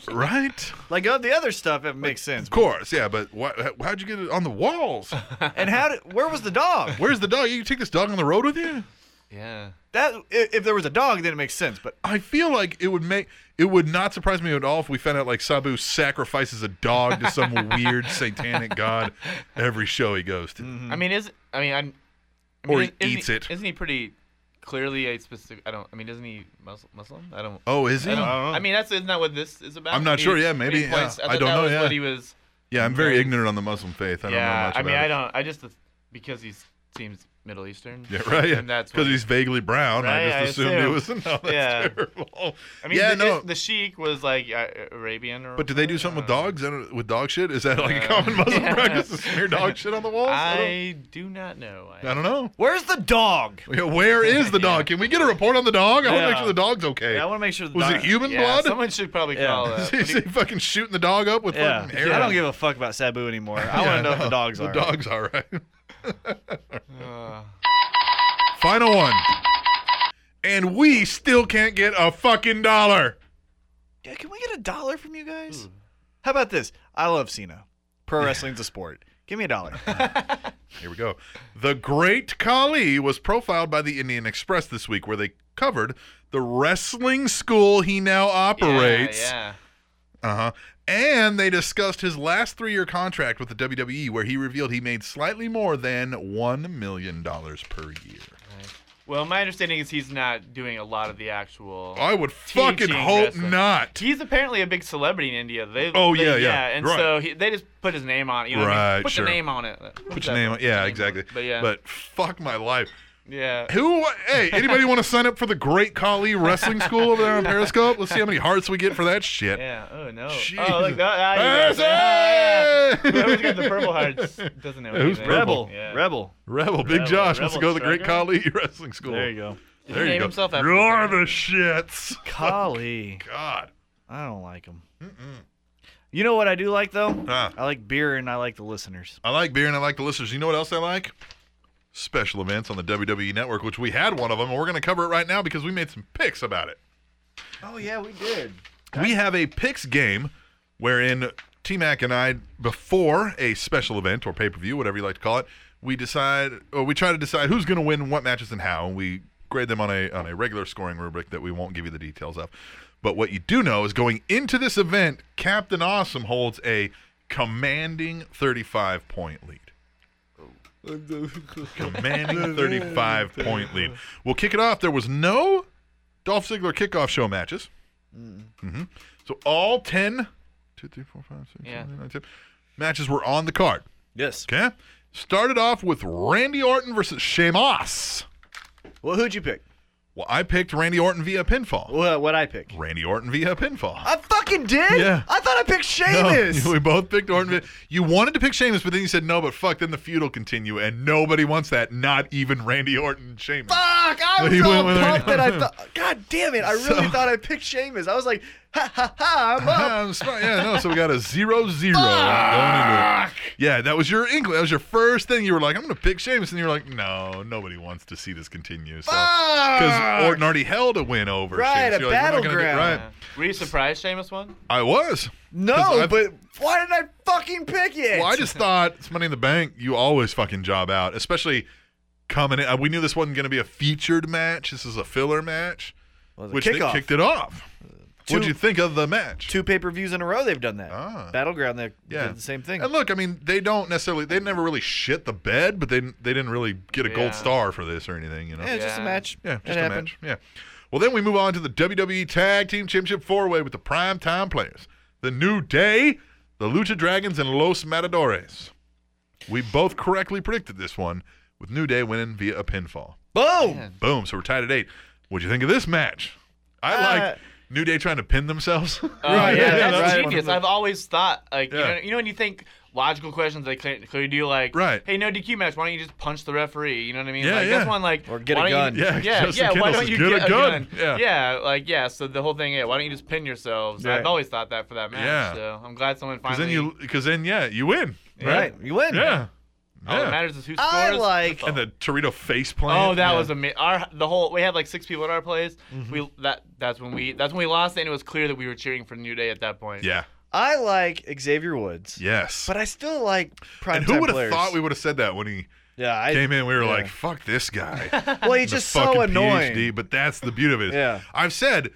Speaker 1: Right?
Speaker 2: like uh, the other stuff, it makes sense.
Speaker 1: Of course, yeah. But why, how'd you get it on the walls?
Speaker 2: And how? Did, where was the dog?
Speaker 1: Where's the dog? You take this dog on the road with you?
Speaker 3: Yeah.
Speaker 2: That i- if there was a dog, then it makes sense. But
Speaker 1: I feel like it would make it would not surprise me at all if we found out like Sabu sacrifices a dog to some weird satanic god every show he goes to.
Speaker 3: I mean, is I mean, I'm, I mean,
Speaker 1: Or he
Speaker 3: isn't
Speaker 1: eats it.
Speaker 3: Isn't he pretty clearly a specific? I don't. I mean, isn't he Mus- Muslim? I don't.
Speaker 1: Oh, is he?
Speaker 3: I, don't,
Speaker 2: don't know.
Speaker 3: I mean, that's isn't that what this is about?
Speaker 1: I'm not
Speaker 3: He-
Speaker 1: sure, yeah,
Speaker 3: he
Speaker 1: maybe, yeah.
Speaker 3: points-
Speaker 1: I
Speaker 3: thought
Speaker 1: don't
Speaker 3: that
Speaker 1: know,
Speaker 3: was
Speaker 1: yeah.
Speaker 3: What he was.
Speaker 1: Yeah, I'm very ignorant on the Muslim faith. I
Speaker 3: yeah. I
Speaker 1: don't know
Speaker 3: mean,
Speaker 1: much
Speaker 3: I
Speaker 1: about
Speaker 3: don't. I just because he seems Middle Eastern.
Speaker 1: it. Yeah, right. Yeah,
Speaker 3: And that's
Speaker 1: because
Speaker 3: what-
Speaker 1: he's vaguely brown.
Speaker 3: Right,
Speaker 1: I
Speaker 3: I
Speaker 1: just assumed it
Speaker 3: assume.
Speaker 1: was. No, that's
Speaker 3: Yeah.
Speaker 1: terrible.
Speaker 3: I mean,
Speaker 1: yeah,
Speaker 3: the,
Speaker 1: no.
Speaker 3: the sheik was like uh, Arabian or.
Speaker 1: but do they do something with
Speaker 3: uh,
Speaker 1: dogs? I don't- With dog shit? Is that like a
Speaker 3: Uh,
Speaker 1: common Muslim
Speaker 3: yeah.
Speaker 1: practice to smear dog shit on the walls? I
Speaker 3: I do not know.
Speaker 1: don't, I don't know.
Speaker 2: where's the dog?
Speaker 1: Yeah, Where is the
Speaker 3: Yeah.
Speaker 1: dog? Can we get a report on the dog? I want to
Speaker 2: Yeah.
Speaker 1: make sure the dog's okay.
Speaker 2: Yeah, I want to make sure the
Speaker 1: was
Speaker 2: dog.
Speaker 1: it human
Speaker 3: yeah,
Speaker 1: blood?
Speaker 3: Someone should probably
Speaker 2: Yeah.
Speaker 3: call. Uh,
Speaker 1: Is he fucking shooting the dog up with
Speaker 2: Yeah.
Speaker 1: fucking
Speaker 2: I don't give a fuck about Sabu anymore. I want to know if the dog's
Speaker 1: The
Speaker 2: all right.
Speaker 1: dog's all right.
Speaker 3: uh,
Speaker 1: Final one. And we still can't get a fucking dollar.
Speaker 2: Yeah, can we get a dollar from you guys? How about this? I love Cena. Pro wrestling's a sport. Give me a dollar.
Speaker 1: Here we go. The Great Khali was profiled by the Indian Express this week, where they covered the wrestling school he now operates.
Speaker 3: Yeah,
Speaker 1: Uh huh. And they discussed his last three year contract with the WWE, where he revealed he made slightly more than $1 million per year.
Speaker 3: yeah. Right. Well, my understanding is he's not doing a lot of the actual.
Speaker 1: I would fucking
Speaker 3: Teaching
Speaker 1: hope
Speaker 3: wrestling.
Speaker 1: not.
Speaker 3: He's apparently a big celebrity in India. They,
Speaker 1: Oh,
Speaker 3: they-
Speaker 1: yeah, yeah,
Speaker 3: and
Speaker 1: right.
Speaker 3: so he, they just put his name on it. You know what I mean?
Speaker 1: Right,
Speaker 3: Put
Speaker 1: sure.
Speaker 3: your name on it.
Speaker 1: Put your name on. Yeah, exactly.
Speaker 3: But yeah,
Speaker 1: But fuck my life.
Speaker 3: yeah.
Speaker 1: Who? Hey, anybody want to sign up for the Great Khali Wrestling School over there on Periscope? Let's see how many hearts we get for that shit.
Speaker 3: Yeah. Oh no.
Speaker 1: Jeez.
Speaker 3: Oh look that. Ah, you
Speaker 1: Yes,
Speaker 3: guys- ah,
Speaker 1: hey!
Speaker 3: yeah. Whoever's got the purple hearts doesn't know.
Speaker 1: Who's
Speaker 3: anything.
Speaker 1: purple?
Speaker 2: Rebel.
Speaker 3: Yeah.
Speaker 2: Rebel.
Speaker 1: Rebel, Big
Speaker 3: Rebel-
Speaker 1: Josh wants to go to the Great
Speaker 3: Rebel
Speaker 1: Khali Wrestling School.
Speaker 2: There you go.
Speaker 3: He
Speaker 1: There you
Speaker 3: named
Speaker 1: go.
Speaker 3: himself after
Speaker 1: You're
Speaker 3: himself.
Speaker 1: the shits.
Speaker 2: Kali.
Speaker 1: God.
Speaker 2: I don't like him. You know what I do like though?
Speaker 1: Ah.
Speaker 2: I like beer and I like the listeners.
Speaker 1: I like beer and I like the listeners. You know what else I like? Special events on the WWE Network, which we had one of them, and we're going to cover it right now because we made some picks about it.
Speaker 2: Oh yeah, we did.
Speaker 1: We have a picks game wherein T Mac and I, before a special event or pay per view, whatever you like to call it, we decide or we try to decide who's going to win what matches and how, and we grade them on a on a regular scoring rubric that we won't give you the details of. But what you do know is going into this event, Captain Awesome holds a commanding 35 point lead. Commanding 35 point lead. We'll kick it off. There was no Dolph Ziggler kickoff show matches. hmm So all 10, 2, 3, 4, 5, 6,
Speaker 3: Yeah.
Speaker 1: 7, 8, 9, 10 matches were on the card.
Speaker 2: Yes.
Speaker 1: Okay. Started off with Randy Orton versus Sheamus.
Speaker 2: Well, who'd you pick?
Speaker 1: Well, I picked Randy Orton via pinfall.
Speaker 2: Well, what I pick?
Speaker 1: Randy Orton via pinfall.
Speaker 2: I fucking did.
Speaker 1: Yeah.
Speaker 2: I thought I picked
Speaker 1: No,
Speaker 2: Sheamus.
Speaker 1: we both picked Orton. via- You wanted to pick Sheamus, but then you said no. But fuck, then the feud will continue, and nobody wants that. Not even Randy Orton and Sheamus.
Speaker 2: Fuck! I
Speaker 1: But
Speaker 2: was
Speaker 1: he
Speaker 2: so
Speaker 1: went with Randy
Speaker 2: pumped that I
Speaker 1: Orton.
Speaker 2: thought. God damn it! I really
Speaker 1: So-
Speaker 2: thought I picked Sheamus. I was like, ha ha ha! I'm up.
Speaker 1: Um, smart- yeah, no. So we got a zero zero going into it. Yeah, that was your inkling. That was your first thing. You were like, I'm going to pick Sheamus, and you were like, no, nobody wants to see this continue. So because
Speaker 2: Ah!
Speaker 1: Orton already held a win over.
Speaker 2: Right,
Speaker 1: Sheamus.
Speaker 2: a
Speaker 1: You're like, "We're not gonna do-
Speaker 2: battleground.
Speaker 1: right.
Speaker 3: Yeah. Were you surprised Seamus won?
Speaker 1: I was.
Speaker 2: no,
Speaker 1: 'cause I-
Speaker 2: but why did I fucking pick it?
Speaker 1: Well, I just thought it's Money in the Bank. You always fucking job out, especially coming in. uh, We knew this wasn't going to be a featured match. This is a filler match,
Speaker 2: Well, the
Speaker 1: which they
Speaker 2: kickoff.
Speaker 1: kicked it off. What'd
Speaker 2: two-
Speaker 1: you think of the match?
Speaker 2: Two pay per views in a row, they've done that.
Speaker 1: Ah.
Speaker 2: Battleground, they
Speaker 1: Yeah.
Speaker 2: did the same thing.
Speaker 1: And look, I mean, they don't necessarily. They never really shit the bed, but they they didn't really get a
Speaker 3: Yeah.
Speaker 1: gold star for this or anything. You know.
Speaker 2: yeah, it's just a
Speaker 3: Yeah.
Speaker 2: match.
Speaker 1: Yeah,
Speaker 2: It
Speaker 1: just a
Speaker 2: happened.
Speaker 1: match. Yeah. Well, then we move on to the WWE Tag Team Championship four way with the prime time players. The New Day, the Lucha Dragons, and Los Matadores. We both correctly predicted this one with New Day winning via a pinfall.
Speaker 2: Boom!
Speaker 1: Boom. So we're tied at eight. What'd you think of this match? I
Speaker 2: Uh,
Speaker 1: like New Day trying to pin themselves.
Speaker 3: Oh,
Speaker 2: Right,
Speaker 3: yeah,
Speaker 2: yeah,
Speaker 3: that's
Speaker 2: that's right.
Speaker 3: genius. I've always thought, like,
Speaker 1: Yeah.
Speaker 3: you, know, you know, when you think logical questions, they cl- clearly do, like,
Speaker 1: Right.
Speaker 3: hey, no DQ match, why don't you just punch the referee? You know what I mean?
Speaker 1: Yeah,
Speaker 3: like,
Speaker 1: yeah.
Speaker 3: That's one, like,
Speaker 2: Or get a
Speaker 3: why don't you-
Speaker 1: gun. Yeah,
Speaker 3: yeah,
Speaker 1: Justin
Speaker 3: yeah. Why
Speaker 1: Kendall
Speaker 3: don't
Speaker 1: says,
Speaker 3: you
Speaker 1: "Get
Speaker 3: get,
Speaker 1: a
Speaker 3: a
Speaker 1: gun."
Speaker 3: gun?
Speaker 1: Yeah.
Speaker 3: yeah, like, yeah. So the whole thing, yeah, why don't you just pin yourselves?
Speaker 2: Yeah.
Speaker 3: I've always thought that for that match.
Speaker 1: Yeah.
Speaker 3: So I'm glad someone
Speaker 1: Because
Speaker 3: finally.
Speaker 1: then you, because then yeah, you win. Right.
Speaker 2: Right. You win.
Speaker 1: Yeah.
Speaker 3: all that
Speaker 1: yeah.
Speaker 3: matters is who scores.
Speaker 2: I like-
Speaker 1: And the Torito face plant.
Speaker 3: Oh, that was amazing. Our the whole we had like six people at our place.
Speaker 2: Mm-hmm.
Speaker 3: We that that's when we that's when we lost, and it was clear that we were cheering for New Day at that point.
Speaker 1: Yeah.
Speaker 2: I like Xavier Woods.
Speaker 1: Yes.
Speaker 2: But I still like prime
Speaker 1: and who
Speaker 2: time
Speaker 1: would have
Speaker 2: players.
Speaker 1: thought we would have said that when he
Speaker 2: yeah, I,
Speaker 1: came in, we were
Speaker 2: yeah.
Speaker 1: like, "Fuck this guy."
Speaker 2: well, he's
Speaker 1: The
Speaker 2: just so
Speaker 1: fucking
Speaker 2: annoying.
Speaker 1: PhD, but that's the beauty of it.
Speaker 2: Yeah.
Speaker 1: I've said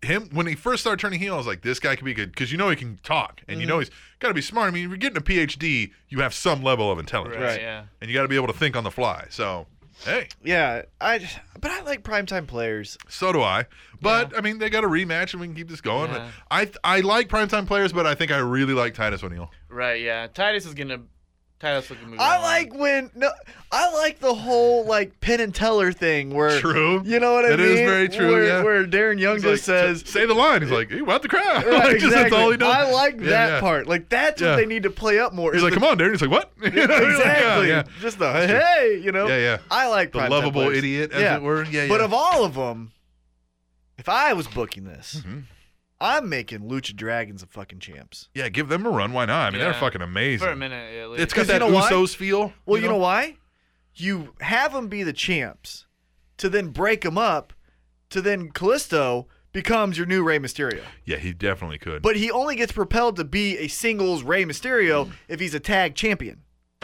Speaker 1: him when he first started turning heel. I was like, "This guy could be good," because you know he can talk, and
Speaker 2: Mm-hmm.
Speaker 1: you know he's got to be smart. I mean, if you're getting a PhD, you have some level of intelligence,
Speaker 3: Right.
Speaker 2: Right.
Speaker 3: Yeah.
Speaker 1: and you got to be able to think on the fly. So, hey,
Speaker 2: Yeah, I. But I like primetime players.
Speaker 1: so do I. But I mean, they got a rematch, and we can keep this going.
Speaker 3: Yeah.
Speaker 1: I I like primetime players, but I think I really like Titus O'Neil.
Speaker 3: Right. Yeah. Titus is gonna. Titus looking move.
Speaker 2: I
Speaker 3: on.
Speaker 2: like when no, I like the whole like Penn and Teller thing where
Speaker 1: True.
Speaker 2: You know what I
Speaker 1: That
Speaker 2: mean?
Speaker 1: is very true,
Speaker 2: Where,
Speaker 1: yeah.
Speaker 2: where Darren Young
Speaker 1: He's
Speaker 2: just
Speaker 1: like,
Speaker 2: says.
Speaker 1: "Say the line." He's like, "You out the crowd."
Speaker 2: Right,
Speaker 1: Like, just that's
Speaker 2: exactly.
Speaker 1: all he does.
Speaker 2: I like
Speaker 1: Yeah,
Speaker 2: that
Speaker 1: yeah.
Speaker 2: part. Like that's
Speaker 1: Yeah.
Speaker 2: what they need to play up more.
Speaker 1: He's
Speaker 2: is
Speaker 1: like,
Speaker 2: the-
Speaker 1: "Come on, Darren." He's like, "What?" You know, he's like, "Yeah,
Speaker 2: Exactly.
Speaker 1: yeah.
Speaker 2: Just the hey, you know.
Speaker 1: Yeah, yeah.
Speaker 2: I like
Speaker 1: The
Speaker 2: primetime
Speaker 1: lovable
Speaker 2: players.
Speaker 1: idiot, as
Speaker 2: yeah.
Speaker 1: it were. Yeah,
Speaker 2: But
Speaker 1: yeah.
Speaker 2: of all of them, if I was booking this,
Speaker 1: Mm-hmm.
Speaker 2: I'm making Lucha Dragons the fucking champs.
Speaker 1: Yeah, give them a run. Why not? I mean, they're
Speaker 3: Yeah.
Speaker 1: fucking amazing.
Speaker 3: For a minute, at least.
Speaker 1: It's got
Speaker 2: 'Cause you
Speaker 1: that
Speaker 2: know why?
Speaker 1: Usos feel.
Speaker 2: Well, you know? why? You have them be the champs, to then break them up, to then Callisto becomes your new Rey Mysterio.
Speaker 1: Yeah, he definitely could.
Speaker 2: But he only gets propelled to be a singles Rey Mysterio if he's a tag champion.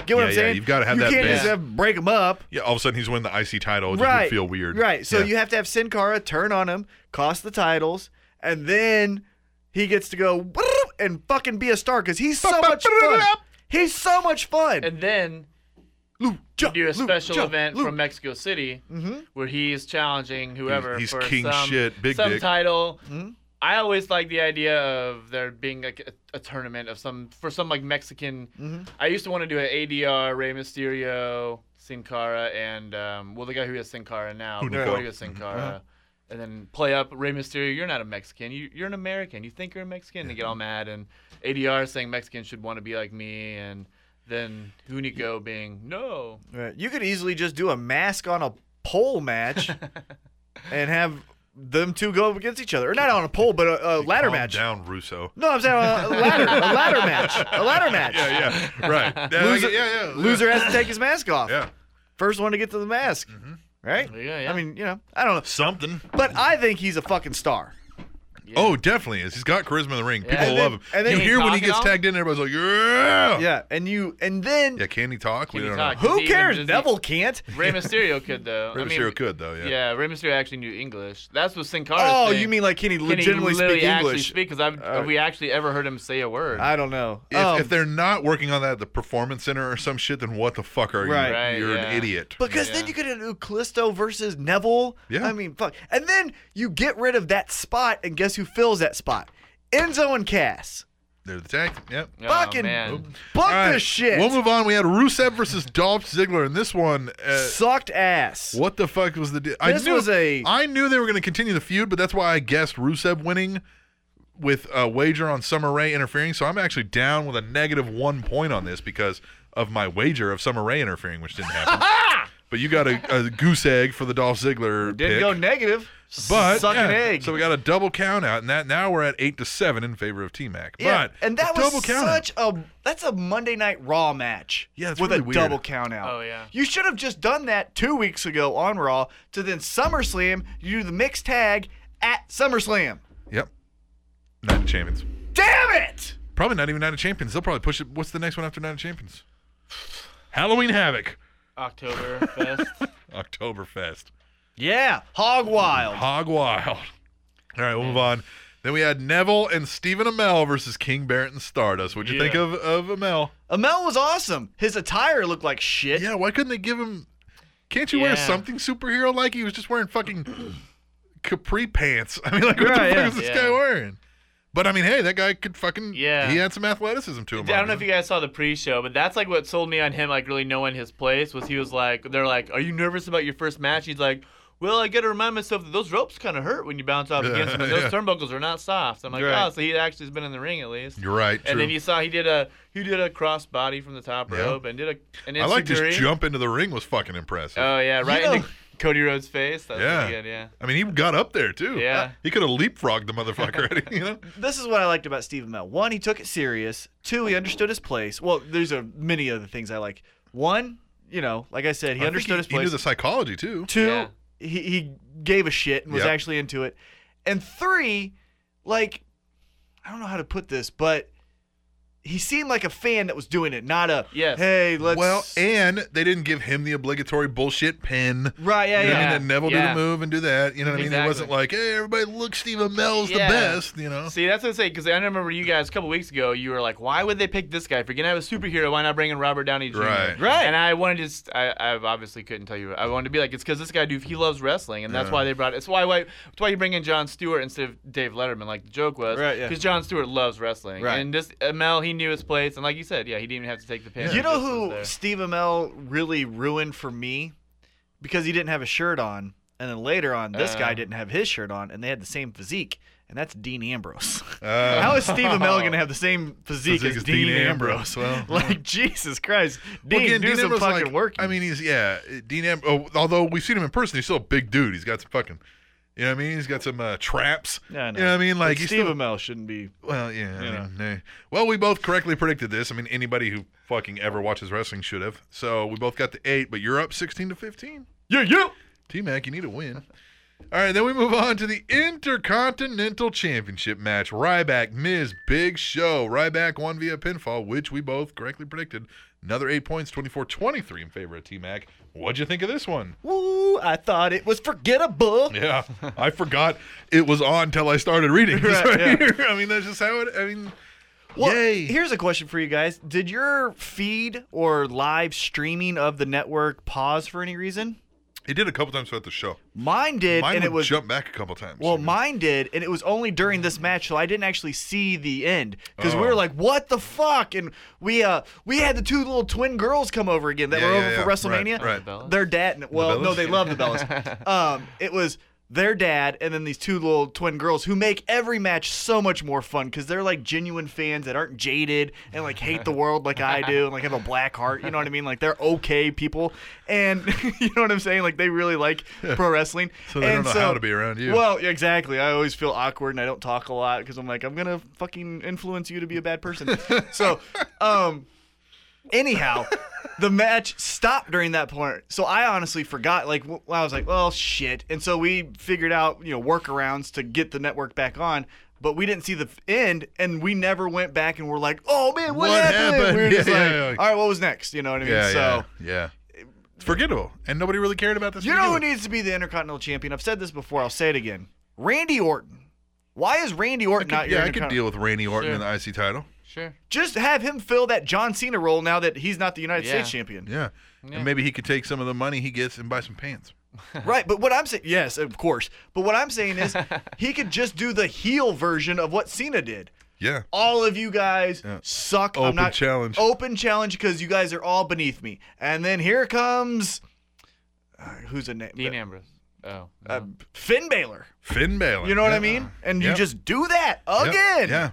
Speaker 2: Get what
Speaker 1: Yeah,
Speaker 2: I'm
Speaker 1: yeah,
Speaker 2: saying?
Speaker 1: you've gotta have
Speaker 2: you
Speaker 1: that
Speaker 2: can't
Speaker 3: base.
Speaker 2: just have break them up.
Speaker 1: yeah, all of a sudden he's winning the IC title. It just would
Speaker 2: right.
Speaker 1: feel weird.
Speaker 2: Right. So
Speaker 1: Yeah.
Speaker 2: you have to have Sin Cara turn on him, cost the titles, and then he gets to go "Whoop," and fucking be a star because he's so much fun. He's so much fun.
Speaker 3: And then
Speaker 2: Lucha,
Speaker 3: do a special
Speaker 2: Lucha,
Speaker 3: event
Speaker 2: Lucha.
Speaker 3: from Mexico City where he's challenging whoever
Speaker 1: Mm-hmm. He's- he's
Speaker 3: for
Speaker 1: king
Speaker 3: some,
Speaker 1: shit, big
Speaker 3: some
Speaker 1: dick. Mm-hmm.
Speaker 3: title. I always like the idea of there being like a, a tournament of some for some like Mexican.
Speaker 1: Mm-hmm.
Speaker 3: I used to want to do an ADR Rey Mysterio, Sin Cara, and um, well the guy who is Sin Cara now
Speaker 1: Unico.
Speaker 3: before he was
Speaker 1: Mm-hmm.
Speaker 3: Sin Cara.
Speaker 1: Uh-huh.
Speaker 3: And then play up Rey Mysterio. You're not a Mexican. You, you're an American. You think you're a Mexican. And they get all mad. And ADR saying Mexicans should want to be like me. And then Hunico being no.
Speaker 2: Right. You could easily just do a mask on a pole match and have them two go up against each other. Or not on a pole, but a, a ladder
Speaker 1: Calm
Speaker 2: match.
Speaker 1: down, Russo.
Speaker 2: No, I'm saying a ladder, a ladder match. A ladder match.
Speaker 1: Yeah, yeah, right. Yeah,
Speaker 2: Loser,
Speaker 1: like, yeah, yeah.
Speaker 2: loser has to take his mask off.
Speaker 1: Yeah, Mm-hmm.
Speaker 2: First one to get to the mask. Right?
Speaker 3: Yeah, yeah.
Speaker 2: I mean, you know, I don't know.
Speaker 1: something.
Speaker 2: But I think he's a fucking star.
Speaker 1: Oh, definitely is. He's got charisma in the ring. People
Speaker 3: And
Speaker 1: love him.
Speaker 2: then- and then-
Speaker 1: you
Speaker 2: Can
Speaker 3: he
Speaker 1: hear when
Speaker 3: talk
Speaker 1: he
Speaker 3: at
Speaker 1: gets
Speaker 3: all?
Speaker 1: tagged in, everybody's like, yeah.
Speaker 2: Yeah, and you and then
Speaker 1: Oh. Yeah, can he talk?
Speaker 3: Can
Speaker 1: we
Speaker 3: he
Speaker 1: don't
Speaker 3: talk?
Speaker 1: know.
Speaker 2: who
Speaker 3: Does he even-
Speaker 2: cares?
Speaker 3: does he-
Speaker 2: Neville can't.
Speaker 3: Rey Mysterio could though.
Speaker 1: Rey
Speaker 3: I mean,
Speaker 1: Mysterio could though. Yeah.
Speaker 3: Yeah, Rey Mysterio actually knew English. That's what Sin Cara's
Speaker 2: Oh,
Speaker 3: thing.
Speaker 2: you mean like can he
Speaker 3: Can
Speaker 2: legitimately
Speaker 3: he literally
Speaker 2: speak
Speaker 3: actually
Speaker 2: English?
Speaker 3: speak? Because I've have we actually ever heard him say a word?
Speaker 2: I don't know.
Speaker 1: If,
Speaker 2: Um,
Speaker 1: if they're not working on that at the performance center or some shit, then what the fuck are you?
Speaker 2: Right.
Speaker 3: Right,
Speaker 1: You're
Speaker 3: yeah.
Speaker 1: an idiot.
Speaker 2: Because then
Speaker 3: Yeah.
Speaker 2: you could do Callisto versus Neville.
Speaker 1: Yeah.
Speaker 2: I mean, fuck. And then you get rid of that spot, and guess who fills that spot? Enzo and Cass.
Speaker 1: They're the tag. Yep.
Speaker 3: oh,
Speaker 2: fucking-
Speaker 3: man.
Speaker 2: Fuck
Speaker 1: All right,
Speaker 2: this shit.
Speaker 1: We'll move on. We had Rusev versus Dolph Ziggler, and this one, uh,
Speaker 2: Sucked ass.
Speaker 1: what the fuck was the? Di- I
Speaker 2: This
Speaker 1: knew
Speaker 2: was a-
Speaker 1: I knew they were going to continue the feud, but that's why I guessed Rusev winning with a wager on Summer Rae interfering. So I'm actually down with a negative one point on this because of my wager of Summer Rae interfering, which didn't happen. but you got a, a goose egg for the Dolph Ziggler.
Speaker 2: Didn't
Speaker 1: pick.
Speaker 2: go negative.
Speaker 1: But
Speaker 2: sucking
Speaker 1: yeah,
Speaker 2: egg.
Speaker 1: So we got a double count out, and that now we're at eight to seven in favor of T Mac.
Speaker 2: yeah,
Speaker 1: but
Speaker 2: and that
Speaker 1: a double
Speaker 2: was
Speaker 1: count out.
Speaker 2: such a that's a Monday Night Raw match.
Speaker 1: Yeah, it's
Speaker 2: with a
Speaker 1: really weird.
Speaker 2: double count out.
Speaker 3: Oh, yeah.
Speaker 2: You should have just done that two weeks ago on Raw. To then SummerSlam, you do the mixed tag at SummerSlam.
Speaker 1: Yep. Night of Champions.
Speaker 2: Damn it!
Speaker 1: Probably not even Night of Champions. They'll probably push it. What's the next one after Night of Champions? Halloween Havoc.
Speaker 3: October fest.
Speaker 1: Oktoberfest.
Speaker 2: Yeah, hog wild.
Speaker 1: Hog Wild. All right, we'll move on. Then we had Neville and Stephen Amell versus King Barrett and Stardust. What'd you think
Speaker 3: Yeah.
Speaker 1: of, of Amell?
Speaker 2: Amel was awesome. His attire looked like shit.
Speaker 1: Yeah, why couldn't they give him. Can't you wear
Speaker 3: Yeah.
Speaker 1: something superhero like? He was just wearing fucking capri pants. I mean, like, what
Speaker 2: Right,
Speaker 1: the fuck
Speaker 2: yeah.
Speaker 1: is this
Speaker 3: Yeah.
Speaker 1: guy wearing? But I mean, hey, that guy could fucking.
Speaker 3: Yeah.
Speaker 1: He had some athleticism to him.
Speaker 3: I don't know if
Speaker 1: obviously.
Speaker 3: you guys saw the pre-show, but that's like what sold me on him, like really knowing his place. Was he was like, they're like, "Are you nervous about your first match?" He's like, "Well, I got to remind myself that those ropes kind of hurt when you bounce off
Speaker 1: Yeah,
Speaker 3: against them. And those
Speaker 1: yeah.
Speaker 3: turnbuckles are not soft." I'm like,
Speaker 2: Right.
Speaker 3: "Oh, so he actually has been in the ring at least."
Speaker 1: You're right. True.
Speaker 3: And then you saw he did a he did a cross body from the top
Speaker 1: Yeah.
Speaker 3: rope and did a an
Speaker 1: I liked
Speaker 3: enziguri.
Speaker 1: his jump into the ring was fucking impressive.
Speaker 3: Oh yeah, right
Speaker 2: know-
Speaker 3: into Cody Rhodes' face. That was
Speaker 1: Yeah.
Speaker 3: pretty good. Yeah.
Speaker 1: I mean, he got up there too. Uh,
Speaker 3: Yeah.
Speaker 1: he could have leapfrogged the motherfucker. you know,
Speaker 2: This is what I liked about Steve Amell. One, he took it serious. Two, he understood his place. Well, there's a many other things I like. One, you know, like I said, he
Speaker 1: I
Speaker 2: understood
Speaker 1: think
Speaker 2: his
Speaker 1: he, he knew
Speaker 2: place.
Speaker 1: the psychology too.
Speaker 2: Two,
Speaker 3: Yeah.
Speaker 2: he, he gave a shit and was
Speaker 1: Yep.
Speaker 2: actually into it. And three, like, I don't know how to put this, but he seemed like a fan that was doing it, not a
Speaker 3: Yes.
Speaker 2: hey, let's
Speaker 1: Well, and they didn't give him the obligatory bullshit pin.
Speaker 2: right, yeah,
Speaker 1: You know what I
Speaker 2: yeah.
Speaker 3: Yeah.
Speaker 1: mean? That Neville do
Speaker 3: Yeah.
Speaker 1: the move and do that. You know what I mean? It
Speaker 3: Exactly.
Speaker 1: wasn't like, hey, everybody, look, Steve Amell's
Speaker 3: Yeah.
Speaker 1: the best. You know?
Speaker 3: See, that's what I say because I remember you guys a couple weeks ago. You were like, "Why would they pick this guy? If you're gonna have a superhero, why not bring in Robert Downey Jr.?"
Speaker 1: Right.
Speaker 2: Right.
Speaker 3: And I wanted to, s- I, I obviously couldn't tell you. I wanted to be like, "It's because this guy, dude, he loves wrestling, and that's
Speaker 1: Yeah.
Speaker 3: why they brought. It's why, why, it's why you bring in John Stewart instead of Dave Letterman, like the joke was,
Speaker 2: Right, yeah.
Speaker 3: Because John Stewart loves wrestling,
Speaker 2: Right.
Speaker 3: And this Mel, he knew his place, and like you said, yeah, he didn't even have to take the pin.
Speaker 2: You know
Speaker 3: It just was
Speaker 2: who
Speaker 3: there.
Speaker 2: Steve Amell really ruined for me? Because he didn't have a shirt on. And then later on, this
Speaker 3: Uh.
Speaker 1: Oh.
Speaker 2: guy didn't have his shirt on, and they had the same physique, and that's Dean Ambrose.
Speaker 1: Uh,
Speaker 2: How is Steve Amell going to have the same physique,
Speaker 1: Physique
Speaker 2: as
Speaker 1: as
Speaker 2: Dean,
Speaker 1: Dean
Speaker 2: Ambrose?
Speaker 1: Ambrose, well,
Speaker 2: like, Jesus Christ. Dean,
Speaker 1: well, again,
Speaker 2: do
Speaker 1: Dean
Speaker 2: some
Speaker 1: Ambrose,
Speaker 2: fucking
Speaker 1: like,
Speaker 2: work.
Speaker 1: I mean, he's yeah, Dean Ambrose. Oh, although we've seen him in person, he's still a big dude. He's got some fucking, you know what I mean? He's got some uh, traps.
Speaker 2: Yeah, I know.
Speaker 1: You know what I mean? Like
Speaker 2: But
Speaker 1: he's
Speaker 2: Steve
Speaker 1: still,
Speaker 2: Amell shouldn't be.
Speaker 1: Well, yeah.
Speaker 2: You
Speaker 1: I mean, eh. Well, we both correctly predicted this. I mean, anybody who fucking ever watches wrestling should have. So we both got the eight, but you're up 16 to 15.
Speaker 2: Yeah, yeah.
Speaker 1: T Mac, you need a win. All right, then we move on to the Intercontinental Championship match. Ryback, Miz, Big Show. Ryback won via pinfall, which we both correctly predicted. Another eight points, 24 23 in favor of T Mac. What'd you think of this one?
Speaker 2: Woo, I thought it was forgettable.
Speaker 1: Yeah, I forgot it was on till I started reading this
Speaker 2: Right,
Speaker 1: right,
Speaker 2: yeah.
Speaker 1: here. I mean, that's just how it, I mean,
Speaker 2: Well,
Speaker 1: yay.
Speaker 2: here's a question for you guys. Did your feed or live streaming of the network pause for any reason?
Speaker 1: It did a couple times throughout the show.
Speaker 2: Mine did,
Speaker 1: Mine
Speaker 2: and
Speaker 1: would
Speaker 2: it was
Speaker 1: jump back a couple times.
Speaker 2: well, mine did, and it was only during this match, so I didn't actually see the end because we
Speaker 1: Oh.
Speaker 2: were like, "What the fuck?" And we uh we had the two little twin girls come over again that
Speaker 1: Yeah,
Speaker 2: were
Speaker 1: yeah,
Speaker 2: over
Speaker 1: yeah.
Speaker 2: for WrestleMania.
Speaker 1: Right, right.
Speaker 3: The Bellas?
Speaker 2: Their dad, well, no,
Speaker 1: Bellas?
Speaker 2: they love the Bellas. um, it was their dad and then these two little twin girls who make every match so much more fun because they're like genuine fans that aren't jaded and like hate the world like I do and like have a black heart. You know what I mean? Like they're okay people, and you know what I'm saying? Like they really like pro wrestling.
Speaker 1: So they don't
Speaker 2: And
Speaker 1: know how to be around you.
Speaker 2: Well, yeah, exactly. I always feel awkward and I don't talk a lot because I'm like, I'm gonna fucking influence you to be a bad person. so, um, Anyhow, the match stopped during that point, so I honestly forgot. Like w- I was like, well, shit. And so we figured out you know workarounds to get the network back on. But we didn't see the f- end, and we never went back and were like, "Oh man, what,
Speaker 1: What
Speaker 2: happened?"
Speaker 1: happened?
Speaker 2: We were just
Speaker 1: Yeah,
Speaker 2: like,
Speaker 1: yeah, like-
Speaker 2: "All right, what was next?" You know what I mean?
Speaker 1: Yeah,
Speaker 2: so
Speaker 1: yeah, yeah. It's forgettable, and nobody really cared about this.
Speaker 2: you know who
Speaker 1: anyway.
Speaker 2: needs to be the Intercontinental Champion? I've said this before. I'll say it again. Randy Orton. Why is Randy Orton
Speaker 1: I
Speaker 2: not
Speaker 1: could,
Speaker 2: your
Speaker 1: yeah, I could
Speaker 2: Intercontinental-
Speaker 1: deal with Randy Orton
Speaker 3: Sure.
Speaker 1: in the IC title.
Speaker 3: Sure.
Speaker 2: Just have him fill that John Cena role now that he's not the United
Speaker 3: Yeah.
Speaker 2: States champion.
Speaker 1: Yeah.
Speaker 3: Yeah.
Speaker 1: and maybe he could take some of the money he gets and buy some pants.
Speaker 2: Right, but what I'm saying, yes, of course. But what I'm saying is he could just do the heel version of what Cena did.
Speaker 1: Yeah,
Speaker 2: All of you guys
Speaker 1: Yeah.
Speaker 2: suck. I'm
Speaker 1: Open
Speaker 2: not
Speaker 1: challenge.
Speaker 2: Open challenge because you guys are all beneath me. And then here comes uh, who's a name?
Speaker 3: Dean Ambrose. Oh. no.
Speaker 2: Uh, Finn Balor.
Speaker 1: Finn Balor.
Speaker 2: You know what
Speaker 1: Yeah.
Speaker 2: I mean? And
Speaker 1: Yeah.
Speaker 2: you just do that
Speaker 1: Yeah.
Speaker 2: again.
Speaker 1: Yeah,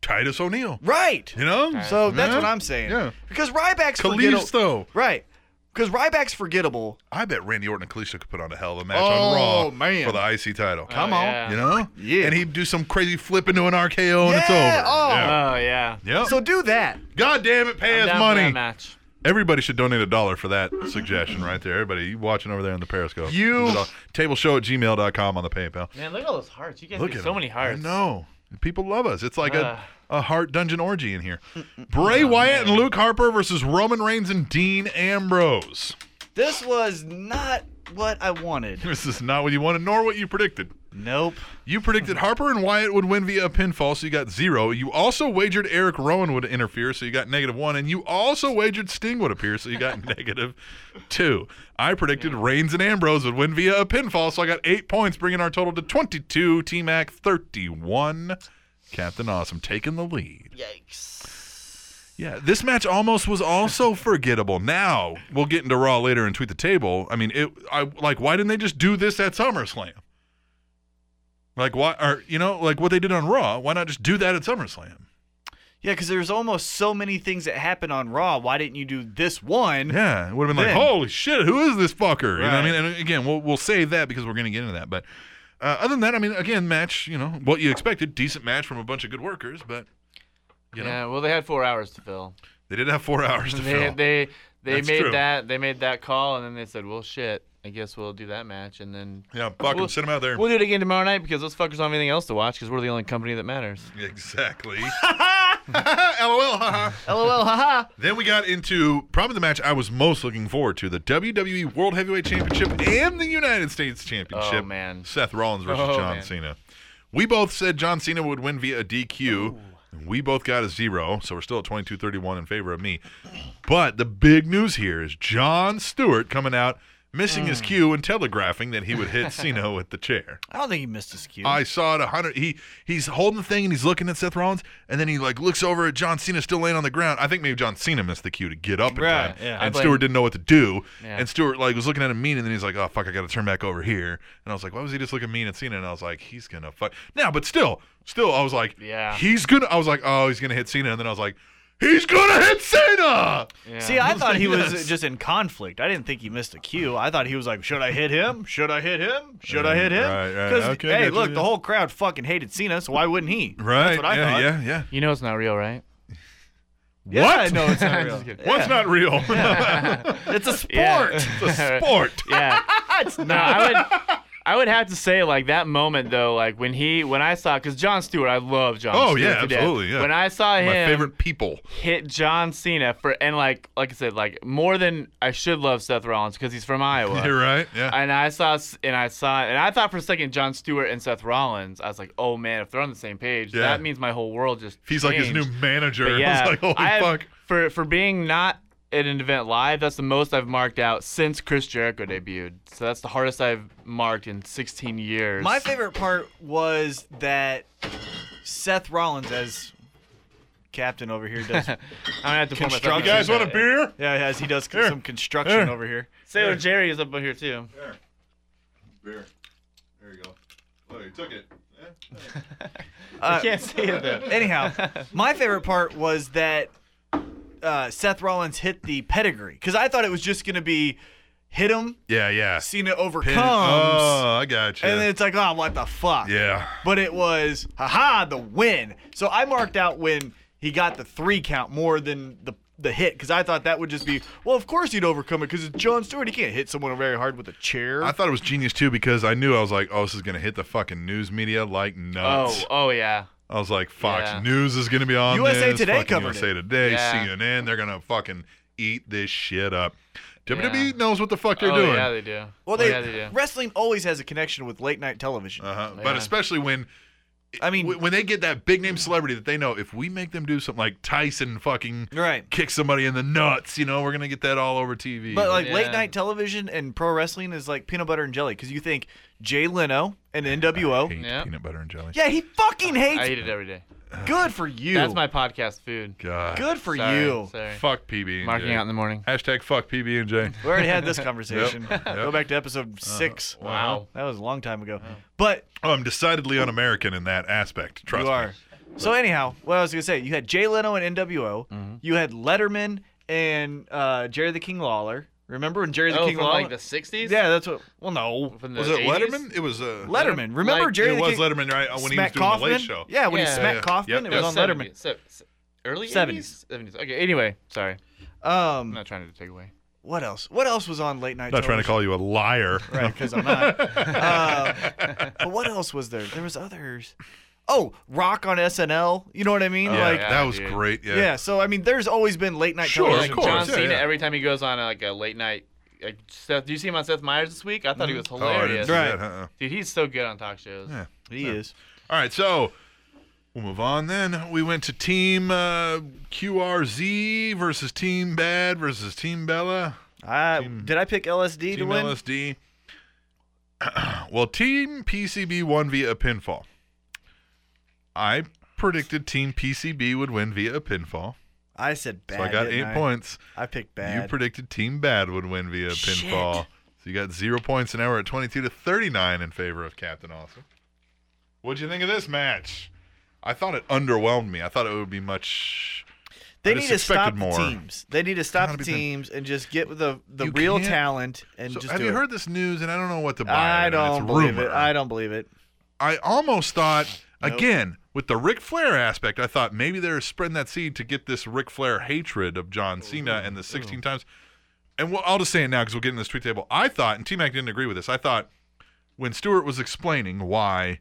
Speaker 1: Titus O'Neil.
Speaker 2: Right.
Speaker 1: You know,
Speaker 2: So that's
Speaker 1: Yeah.
Speaker 2: what I'm saying.
Speaker 1: Yeah.
Speaker 2: Because Ryback's forgettable.
Speaker 1: Kalisto.
Speaker 2: Right. Because Ryback's forgettable.
Speaker 1: I bet Randy Orton and Kalisto could put on a hell of a match
Speaker 2: Oh,
Speaker 1: on Raw
Speaker 2: man.
Speaker 1: for the IC title.
Speaker 3: come on. Oh, yeah.
Speaker 1: You know?
Speaker 2: Yeah.
Speaker 1: And he'd do some crazy flip into an RKO and it's over.
Speaker 2: Yeah, oh.
Speaker 1: Yeah.
Speaker 3: Oh yeah.
Speaker 1: Yep.
Speaker 2: So do that.
Speaker 1: God damn it, pay
Speaker 3: I'm
Speaker 1: us
Speaker 3: down for that
Speaker 1: money.
Speaker 3: match.
Speaker 1: Everybody should donate a dollar for that suggestion right there. Everybody, you watching over there on the Periscope.
Speaker 2: You-
Speaker 1: Tableshow at gmail.com on the PayPal.
Speaker 3: Man, look at all those hearts. You guys
Speaker 1: Look
Speaker 3: get
Speaker 1: at
Speaker 3: so
Speaker 1: them.
Speaker 3: many hearts.
Speaker 1: I know. People love us. It's like
Speaker 3: Ah.
Speaker 1: a, a heart dungeon orgy in here.
Speaker 3: Oh,
Speaker 1: Bray Wyatt and Luke Harper versus Roman Reigns and Dean Ambrose.
Speaker 2: This was not what I wanted.
Speaker 1: This is not what you wanted, nor what you predicted.
Speaker 2: Nope.
Speaker 1: You predicted Harper and Wyatt would win via a pinfall, so you got zero. You also wagered Eric Rowan would interfere, so you got negative one. And you also wagered Sting would appear, so you got negative two. I predicted Reigns and Ambrose would win via a pinfall, so I got eight points, bringing our total to 22. T Mac 31. Captain Awesome taking the lead.
Speaker 3: Yikes.
Speaker 1: Yeah, this match almost was also forgettable. Now we'll get into Raw later and tweet the table. I mean, it. I like. Why didn't they just do this at SummerSlam? Like why? Or you know, like what they did on Raw. Why not just do that at SummerSlam?
Speaker 2: Yeah, because there's almost so many things that happen on Raw. Why didn't you do this one?
Speaker 1: Yeah, it would have been
Speaker 2: Then-
Speaker 1: like, holy shit, who is this fucker? You know what I
Speaker 2: Right.
Speaker 1: mean? And again, we'll we'll save that because we're gonna get into that. But uh, other than that, I mean, again, match. You know what you expected? Decent match from a bunch of good workers, but you know
Speaker 3: Yeah. Well, they had four hours to fill.
Speaker 1: they did have four hours to
Speaker 3: they
Speaker 1: fill.
Speaker 3: they they
Speaker 1: That's
Speaker 3: made
Speaker 1: true.
Speaker 3: that they made that call and then they said, well, shit. I guess we'll do that match and then
Speaker 1: yeah, fuck 'em,
Speaker 3: Well-
Speaker 1: send them out there.
Speaker 3: we'll do it again tomorrow night because those fuckers don't have anything else to watch because we're the only company that matters.
Speaker 1: Exactly. LOL. haha.
Speaker 2: LOL, haha.
Speaker 1: Then we got into probably the match I was most looking forward to the WWE World Heavyweight Championship and the United States Championship.
Speaker 3: Oh, man.
Speaker 1: Seth Rollins versus
Speaker 3: Oh,
Speaker 1: John
Speaker 3: man.
Speaker 1: Cena. We both said John Cena would win via DQ. We both got a zero, so we're still at 22 31 in favor of me. But the big news here is John Stewart coming out, missing
Speaker 3: Mm.
Speaker 1: his cue, and telegraphing that he would hit Cena with the chair.
Speaker 2: I don't think he missed his cue.
Speaker 1: I saw it a hundred. He he's holding the thing and he's looking at Seth Rollins, and then he like looks over at John Cena still laying on the ground. I think maybe John Cena missed the cue to get up in time,
Speaker 2: Right, yeah. I
Speaker 1: and
Speaker 3: blame-
Speaker 1: Stewart didn't know what to do.
Speaker 3: Yeah.
Speaker 1: And Stewart like was looking at him mean, and then he's like, "Oh fuck, I got to turn back over here." And I was like, "Why was he just looking mean at Cena?" And I was like, "He's gonna fuck now." But still, still, I was like,
Speaker 3: Yeah.
Speaker 1: he's gonna." I was like, "Oh, he's gonna hit Cena," and then I was like, "He's gonna hit Cena."
Speaker 3: Yeah.
Speaker 2: See, I thought he was
Speaker 1: Yes.
Speaker 2: just in conflict. I didn't think he missed a cue. I thought he was like, should I hit him? Should I hit him? Should I hit him?
Speaker 1: Mm, Right, right. Okay,
Speaker 2: hey,
Speaker 1: gotcha,
Speaker 2: look,
Speaker 1: yeah.
Speaker 2: the whole crowd fucking hated Cena, so why wouldn't he?
Speaker 1: Right?
Speaker 2: That's what I
Speaker 1: yeah,
Speaker 2: thought.
Speaker 1: yeah, yeah.
Speaker 3: you know it's not real, right?
Speaker 2: Yeah,
Speaker 1: What?
Speaker 2: No, it's not
Speaker 3: I'm
Speaker 2: real.
Speaker 3: just kidding.
Speaker 1: What's not real?
Speaker 2: It's a sport.
Speaker 1: it's a sport.
Speaker 3: yeah. no, I would. I would have to say like that moment though, like when he when I saw because John Stewart, I love John.
Speaker 1: Oh,
Speaker 3: Stewart
Speaker 1: yeah,
Speaker 3: to death.
Speaker 1: absolutely, yeah.
Speaker 3: When I saw him
Speaker 1: My favorite people.
Speaker 3: hit John Cena for and like like I said, like more than I should love Seth Rollins because he's from Iowa.
Speaker 1: You're right. Yeah.
Speaker 3: And I saw s- and I saw and I thought for a second John Stewart and Seth Rollins. I was like, oh man, if they're on the same page,
Speaker 1: Yeah.
Speaker 3: that means my whole world just.
Speaker 1: If he's like his new
Speaker 3: changed.
Speaker 1: manager.
Speaker 3: But
Speaker 1: I
Speaker 3: yeah,
Speaker 1: was like, holy
Speaker 3: I have-
Speaker 1: fuck.
Speaker 3: for for being not at an event live, that's the most I've marked out since Chris Jericho debuted. So that's the hardest I've marked in 16 years.
Speaker 2: My favorite part was that Seth Rollins as captain over here does.
Speaker 3: I'm gonna have to pull my
Speaker 2: Construction.
Speaker 1: You guys want a
Speaker 3: to
Speaker 1: beer?
Speaker 2: yeah, as he does some construction
Speaker 1: Here.
Speaker 2: over here.
Speaker 3: Sailor Jerry is up here too.
Speaker 1: Beer. There you go. Oh, you took it.
Speaker 2: Uh,
Speaker 3: Can't see it though.
Speaker 2: Anyhow, my favorite part was that uh, Seth Rollins hit the pedigree because I thought it was just gonna be hit him,
Speaker 1: Yeah, yeah.
Speaker 2: Cena overcomes,
Speaker 1: Pin- oh, I got you.
Speaker 2: and then it's like, oh, what the fuck?
Speaker 1: yeah.
Speaker 2: But it was, haha, the win. So I marked out when he got the three count more than the the hit because I thought that would just be well, of course he'd overcome it because it's John Stewart. He can't hit someone very hard with a chair.
Speaker 1: I thought it was genius too because I knew I was like, oh, this is gonna hit the fucking news media like nuts.
Speaker 4: Oh, oh yeah.
Speaker 1: I was like, Fox
Speaker 4: Yeah.
Speaker 1: News is gonna be on
Speaker 2: USA
Speaker 1: this,
Speaker 2: Today
Speaker 1: fucking
Speaker 2: covered
Speaker 1: USA
Speaker 2: it.
Speaker 1: Today,
Speaker 4: Yeah.
Speaker 1: CNN. They're gonna fucking eat this shit up. WWE knows what the fuck they're
Speaker 4: oh
Speaker 1: doing.
Speaker 4: yeah, they do.
Speaker 2: well, they,
Speaker 4: Oh, yeah, they do.
Speaker 2: wrestling always has a connection with late night television.
Speaker 1: uh-huh.
Speaker 4: Yeah.
Speaker 1: But especially when
Speaker 2: I mean,
Speaker 1: when they get that big name celebrity that they know, if we make them do something like Tyson fucking
Speaker 2: right.
Speaker 1: kick somebody in the nuts, you know, we're gonna get that all over TV.
Speaker 2: But like late
Speaker 4: Yeah.
Speaker 2: night television and pro wrestling is like peanut butter and jelly because you think Jay Leno and NWO.
Speaker 1: hate
Speaker 4: Yeah.
Speaker 1: peanut butter and jelly.
Speaker 2: oh. yeah, he fucking hates.
Speaker 4: I eat it every day.
Speaker 2: Good for you.
Speaker 4: That's my podcast food.
Speaker 1: God.
Speaker 2: Good for
Speaker 4: Sorry,
Speaker 2: you.
Speaker 4: Sorry.
Speaker 1: Fuck PB. and
Speaker 4: Marking
Speaker 1: J.
Speaker 4: out in the morning.
Speaker 1: Hashtag fuck PB and J.
Speaker 2: We already had this conversation.
Speaker 1: Yep, Uh, yep.
Speaker 2: Go back to episode six.
Speaker 4: Wow.
Speaker 2: That was a long time ago. But
Speaker 1: Oh, I'm decidedly un-American in that aspect. Trust
Speaker 2: you are.
Speaker 1: me.
Speaker 2: So anyhow, what I was gonna say, you had Jay Leno and NWO.
Speaker 1: Mm-hmm.
Speaker 2: You had Letterman and uh, Jerry the King Lawler. Remember when Jerry the
Speaker 4: Oh,
Speaker 2: King
Speaker 4: from
Speaker 2: Lawler?
Speaker 4: like the '60s.
Speaker 2: yeah, that's what. Well, no.
Speaker 4: From the
Speaker 1: Was it
Speaker 4: 80s?
Speaker 1: Letterman? It was uh,
Speaker 2: Letterman. Remember
Speaker 4: like-
Speaker 2: Jerry
Speaker 1: It
Speaker 2: the
Speaker 1: was
Speaker 2: King?
Speaker 1: Letterman, right? When he was
Speaker 2: Smack
Speaker 1: doing
Speaker 2: Kaufman?
Speaker 1: the late show.
Speaker 2: Yeah, when
Speaker 4: Yeah.
Speaker 2: he smacked
Speaker 1: Yeah.
Speaker 2: Kaufman,
Speaker 1: Yep,
Speaker 2: it
Speaker 1: yep.
Speaker 2: was on
Speaker 4: 70s.
Speaker 2: Letterman.
Speaker 4: So, so- early
Speaker 2: 70s.
Speaker 4: 70s. 70s. Okay. Anyway, sorry. I'm
Speaker 2: Um,
Speaker 4: not trying to take away.
Speaker 2: what else? What else was on late night?
Speaker 1: I'm not trying to call you a liar.
Speaker 2: right because I'm not. Uh, but what else was there? There was others. Oh, Rock on SNL. You know what I mean?
Speaker 1: Yeah,
Speaker 2: like,
Speaker 4: yeah,
Speaker 1: that was
Speaker 4: dude.
Speaker 1: great. Yeah.
Speaker 2: yeah. So I mean, there's always been late night
Speaker 1: Sure,
Speaker 2: television.
Speaker 4: like
Speaker 1: of course,
Speaker 4: John
Speaker 1: yeah,
Speaker 4: Cena,
Speaker 1: yeah.
Speaker 4: every time he goes on a, like a late night. Like Seth, do you see him on Seth Meyers this week? I thought he was
Speaker 1: Oh, I
Speaker 4: hilarious.
Speaker 1: didn't see
Speaker 2: Right.
Speaker 1: that, uh-uh.
Speaker 4: Dude, he's so good on talk shows.
Speaker 1: Yeah.
Speaker 2: He is.
Speaker 1: All right, so we'll move on then. We went to Team uh, QRZ versus Team Bad versus Team Bella,
Speaker 2: I did I pick LSD to
Speaker 1: Team
Speaker 2: win?
Speaker 1: LSD. well, Team PCB won via a pinfall. I predicted Team PCB would win via a pinfall,
Speaker 2: I said bad.
Speaker 1: so I got
Speaker 2: didn't
Speaker 1: eight
Speaker 2: I?
Speaker 1: points.
Speaker 2: I picked
Speaker 1: You
Speaker 2: bad.
Speaker 1: predicted Team Bad would win via a
Speaker 2: Shit.
Speaker 1: pinfall, so you got zero points, and now we're at twenty-two to thirty-nine in favor of Captain Awesome. What'd you think of this match? I thought it underwhelmed me. I thought it would be much.
Speaker 2: they
Speaker 1: I
Speaker 2: need
Speaker 1: just
Speaker 2: to stop
Speaker 1: expected more.
Speaker 2: the teams. They need to stop
Speaker 1: Gotta
Speaker 2: the
Speaker 1: be the-
Speaker 2: teams and just get with the the
Speaker 1: You
Speaker 2: real
Speaker 1: can't-
Speaker 2: talent and
Speaker 1: So
Speaker 2: just
Speaker 1: have
Speaker 2: do
Speaker 1: you
Speaker 2: it.
Speaker 1: heard this news? And I don't know what to buy.
Speaker 2: I
Speaker 1: of it, and
Speaker 2: don't
Speaker 1: it's
Speaker 2: believe
Speaker 1: rumor.
Speaker 2: it. I don't believe it.
Speaker 1: I almost thought
Speaker 2: Nope.
Speaker 1: again with the Ric Flair aspect. I thought maybe they're spreading that seed to get this Ric Flair hatred of John Cena and the 16 times. And we'll, I'll just say it now because we'll get in this tweet table. I thought, and T Mac didn't agree with this. I thought when Stewart was explaining why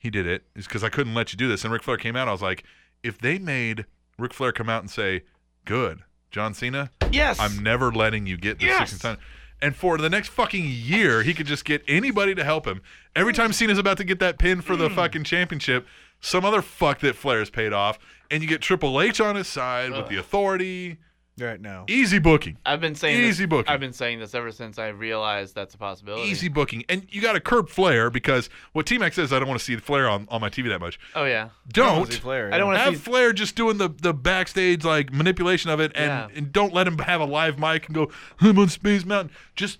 Speaker 1: he did it is because I couldn't let you do this. And Ric Flair came out. I was like, if they made Ric Flair come out and say, "Good, John Cena,
Speaker 4: Yes.
Speaker 1: I'm never letting you get the
Speaker 4: Yes!
Speaker 1: 16th time. And for the next fucking year, he could just get anybody to help him. Every time Cena's about to get that pin for
Speaker 4: Mm.
Speaker 1: the fucking championship, some other fuck that Flair's paid off, and you get Triple H on his side with the authority.
Speaker 2: Right now.
Speaker 1: Easy booking.
Speaker 4: I've been saying
Speaker 1: Easy
Speaker 4: this,
Speaker 1: booking.
Speaker 4: I've been saying this ever since I realized that's a possibility.
Speaker 1: Easy booking. And you got to curb Flair because what T Mac says, I don't want to see Flair on, on my TV that much.
Speaker 4: Oh yeah.
Speaker 1: Don't.
Speaker 2: Flair,
Speaker 4: I don't
Speaker 2: yeah.
Speaker 4: wanna
Speaker 1: Have
Speaker 4: see-
Speaker 1: Flair just doing the, the backstage like manipulation of it, and,
Speaker 4: Yeah.
Speaker 1: and don't let him have a live mic and go I'm on Space Mountain. Just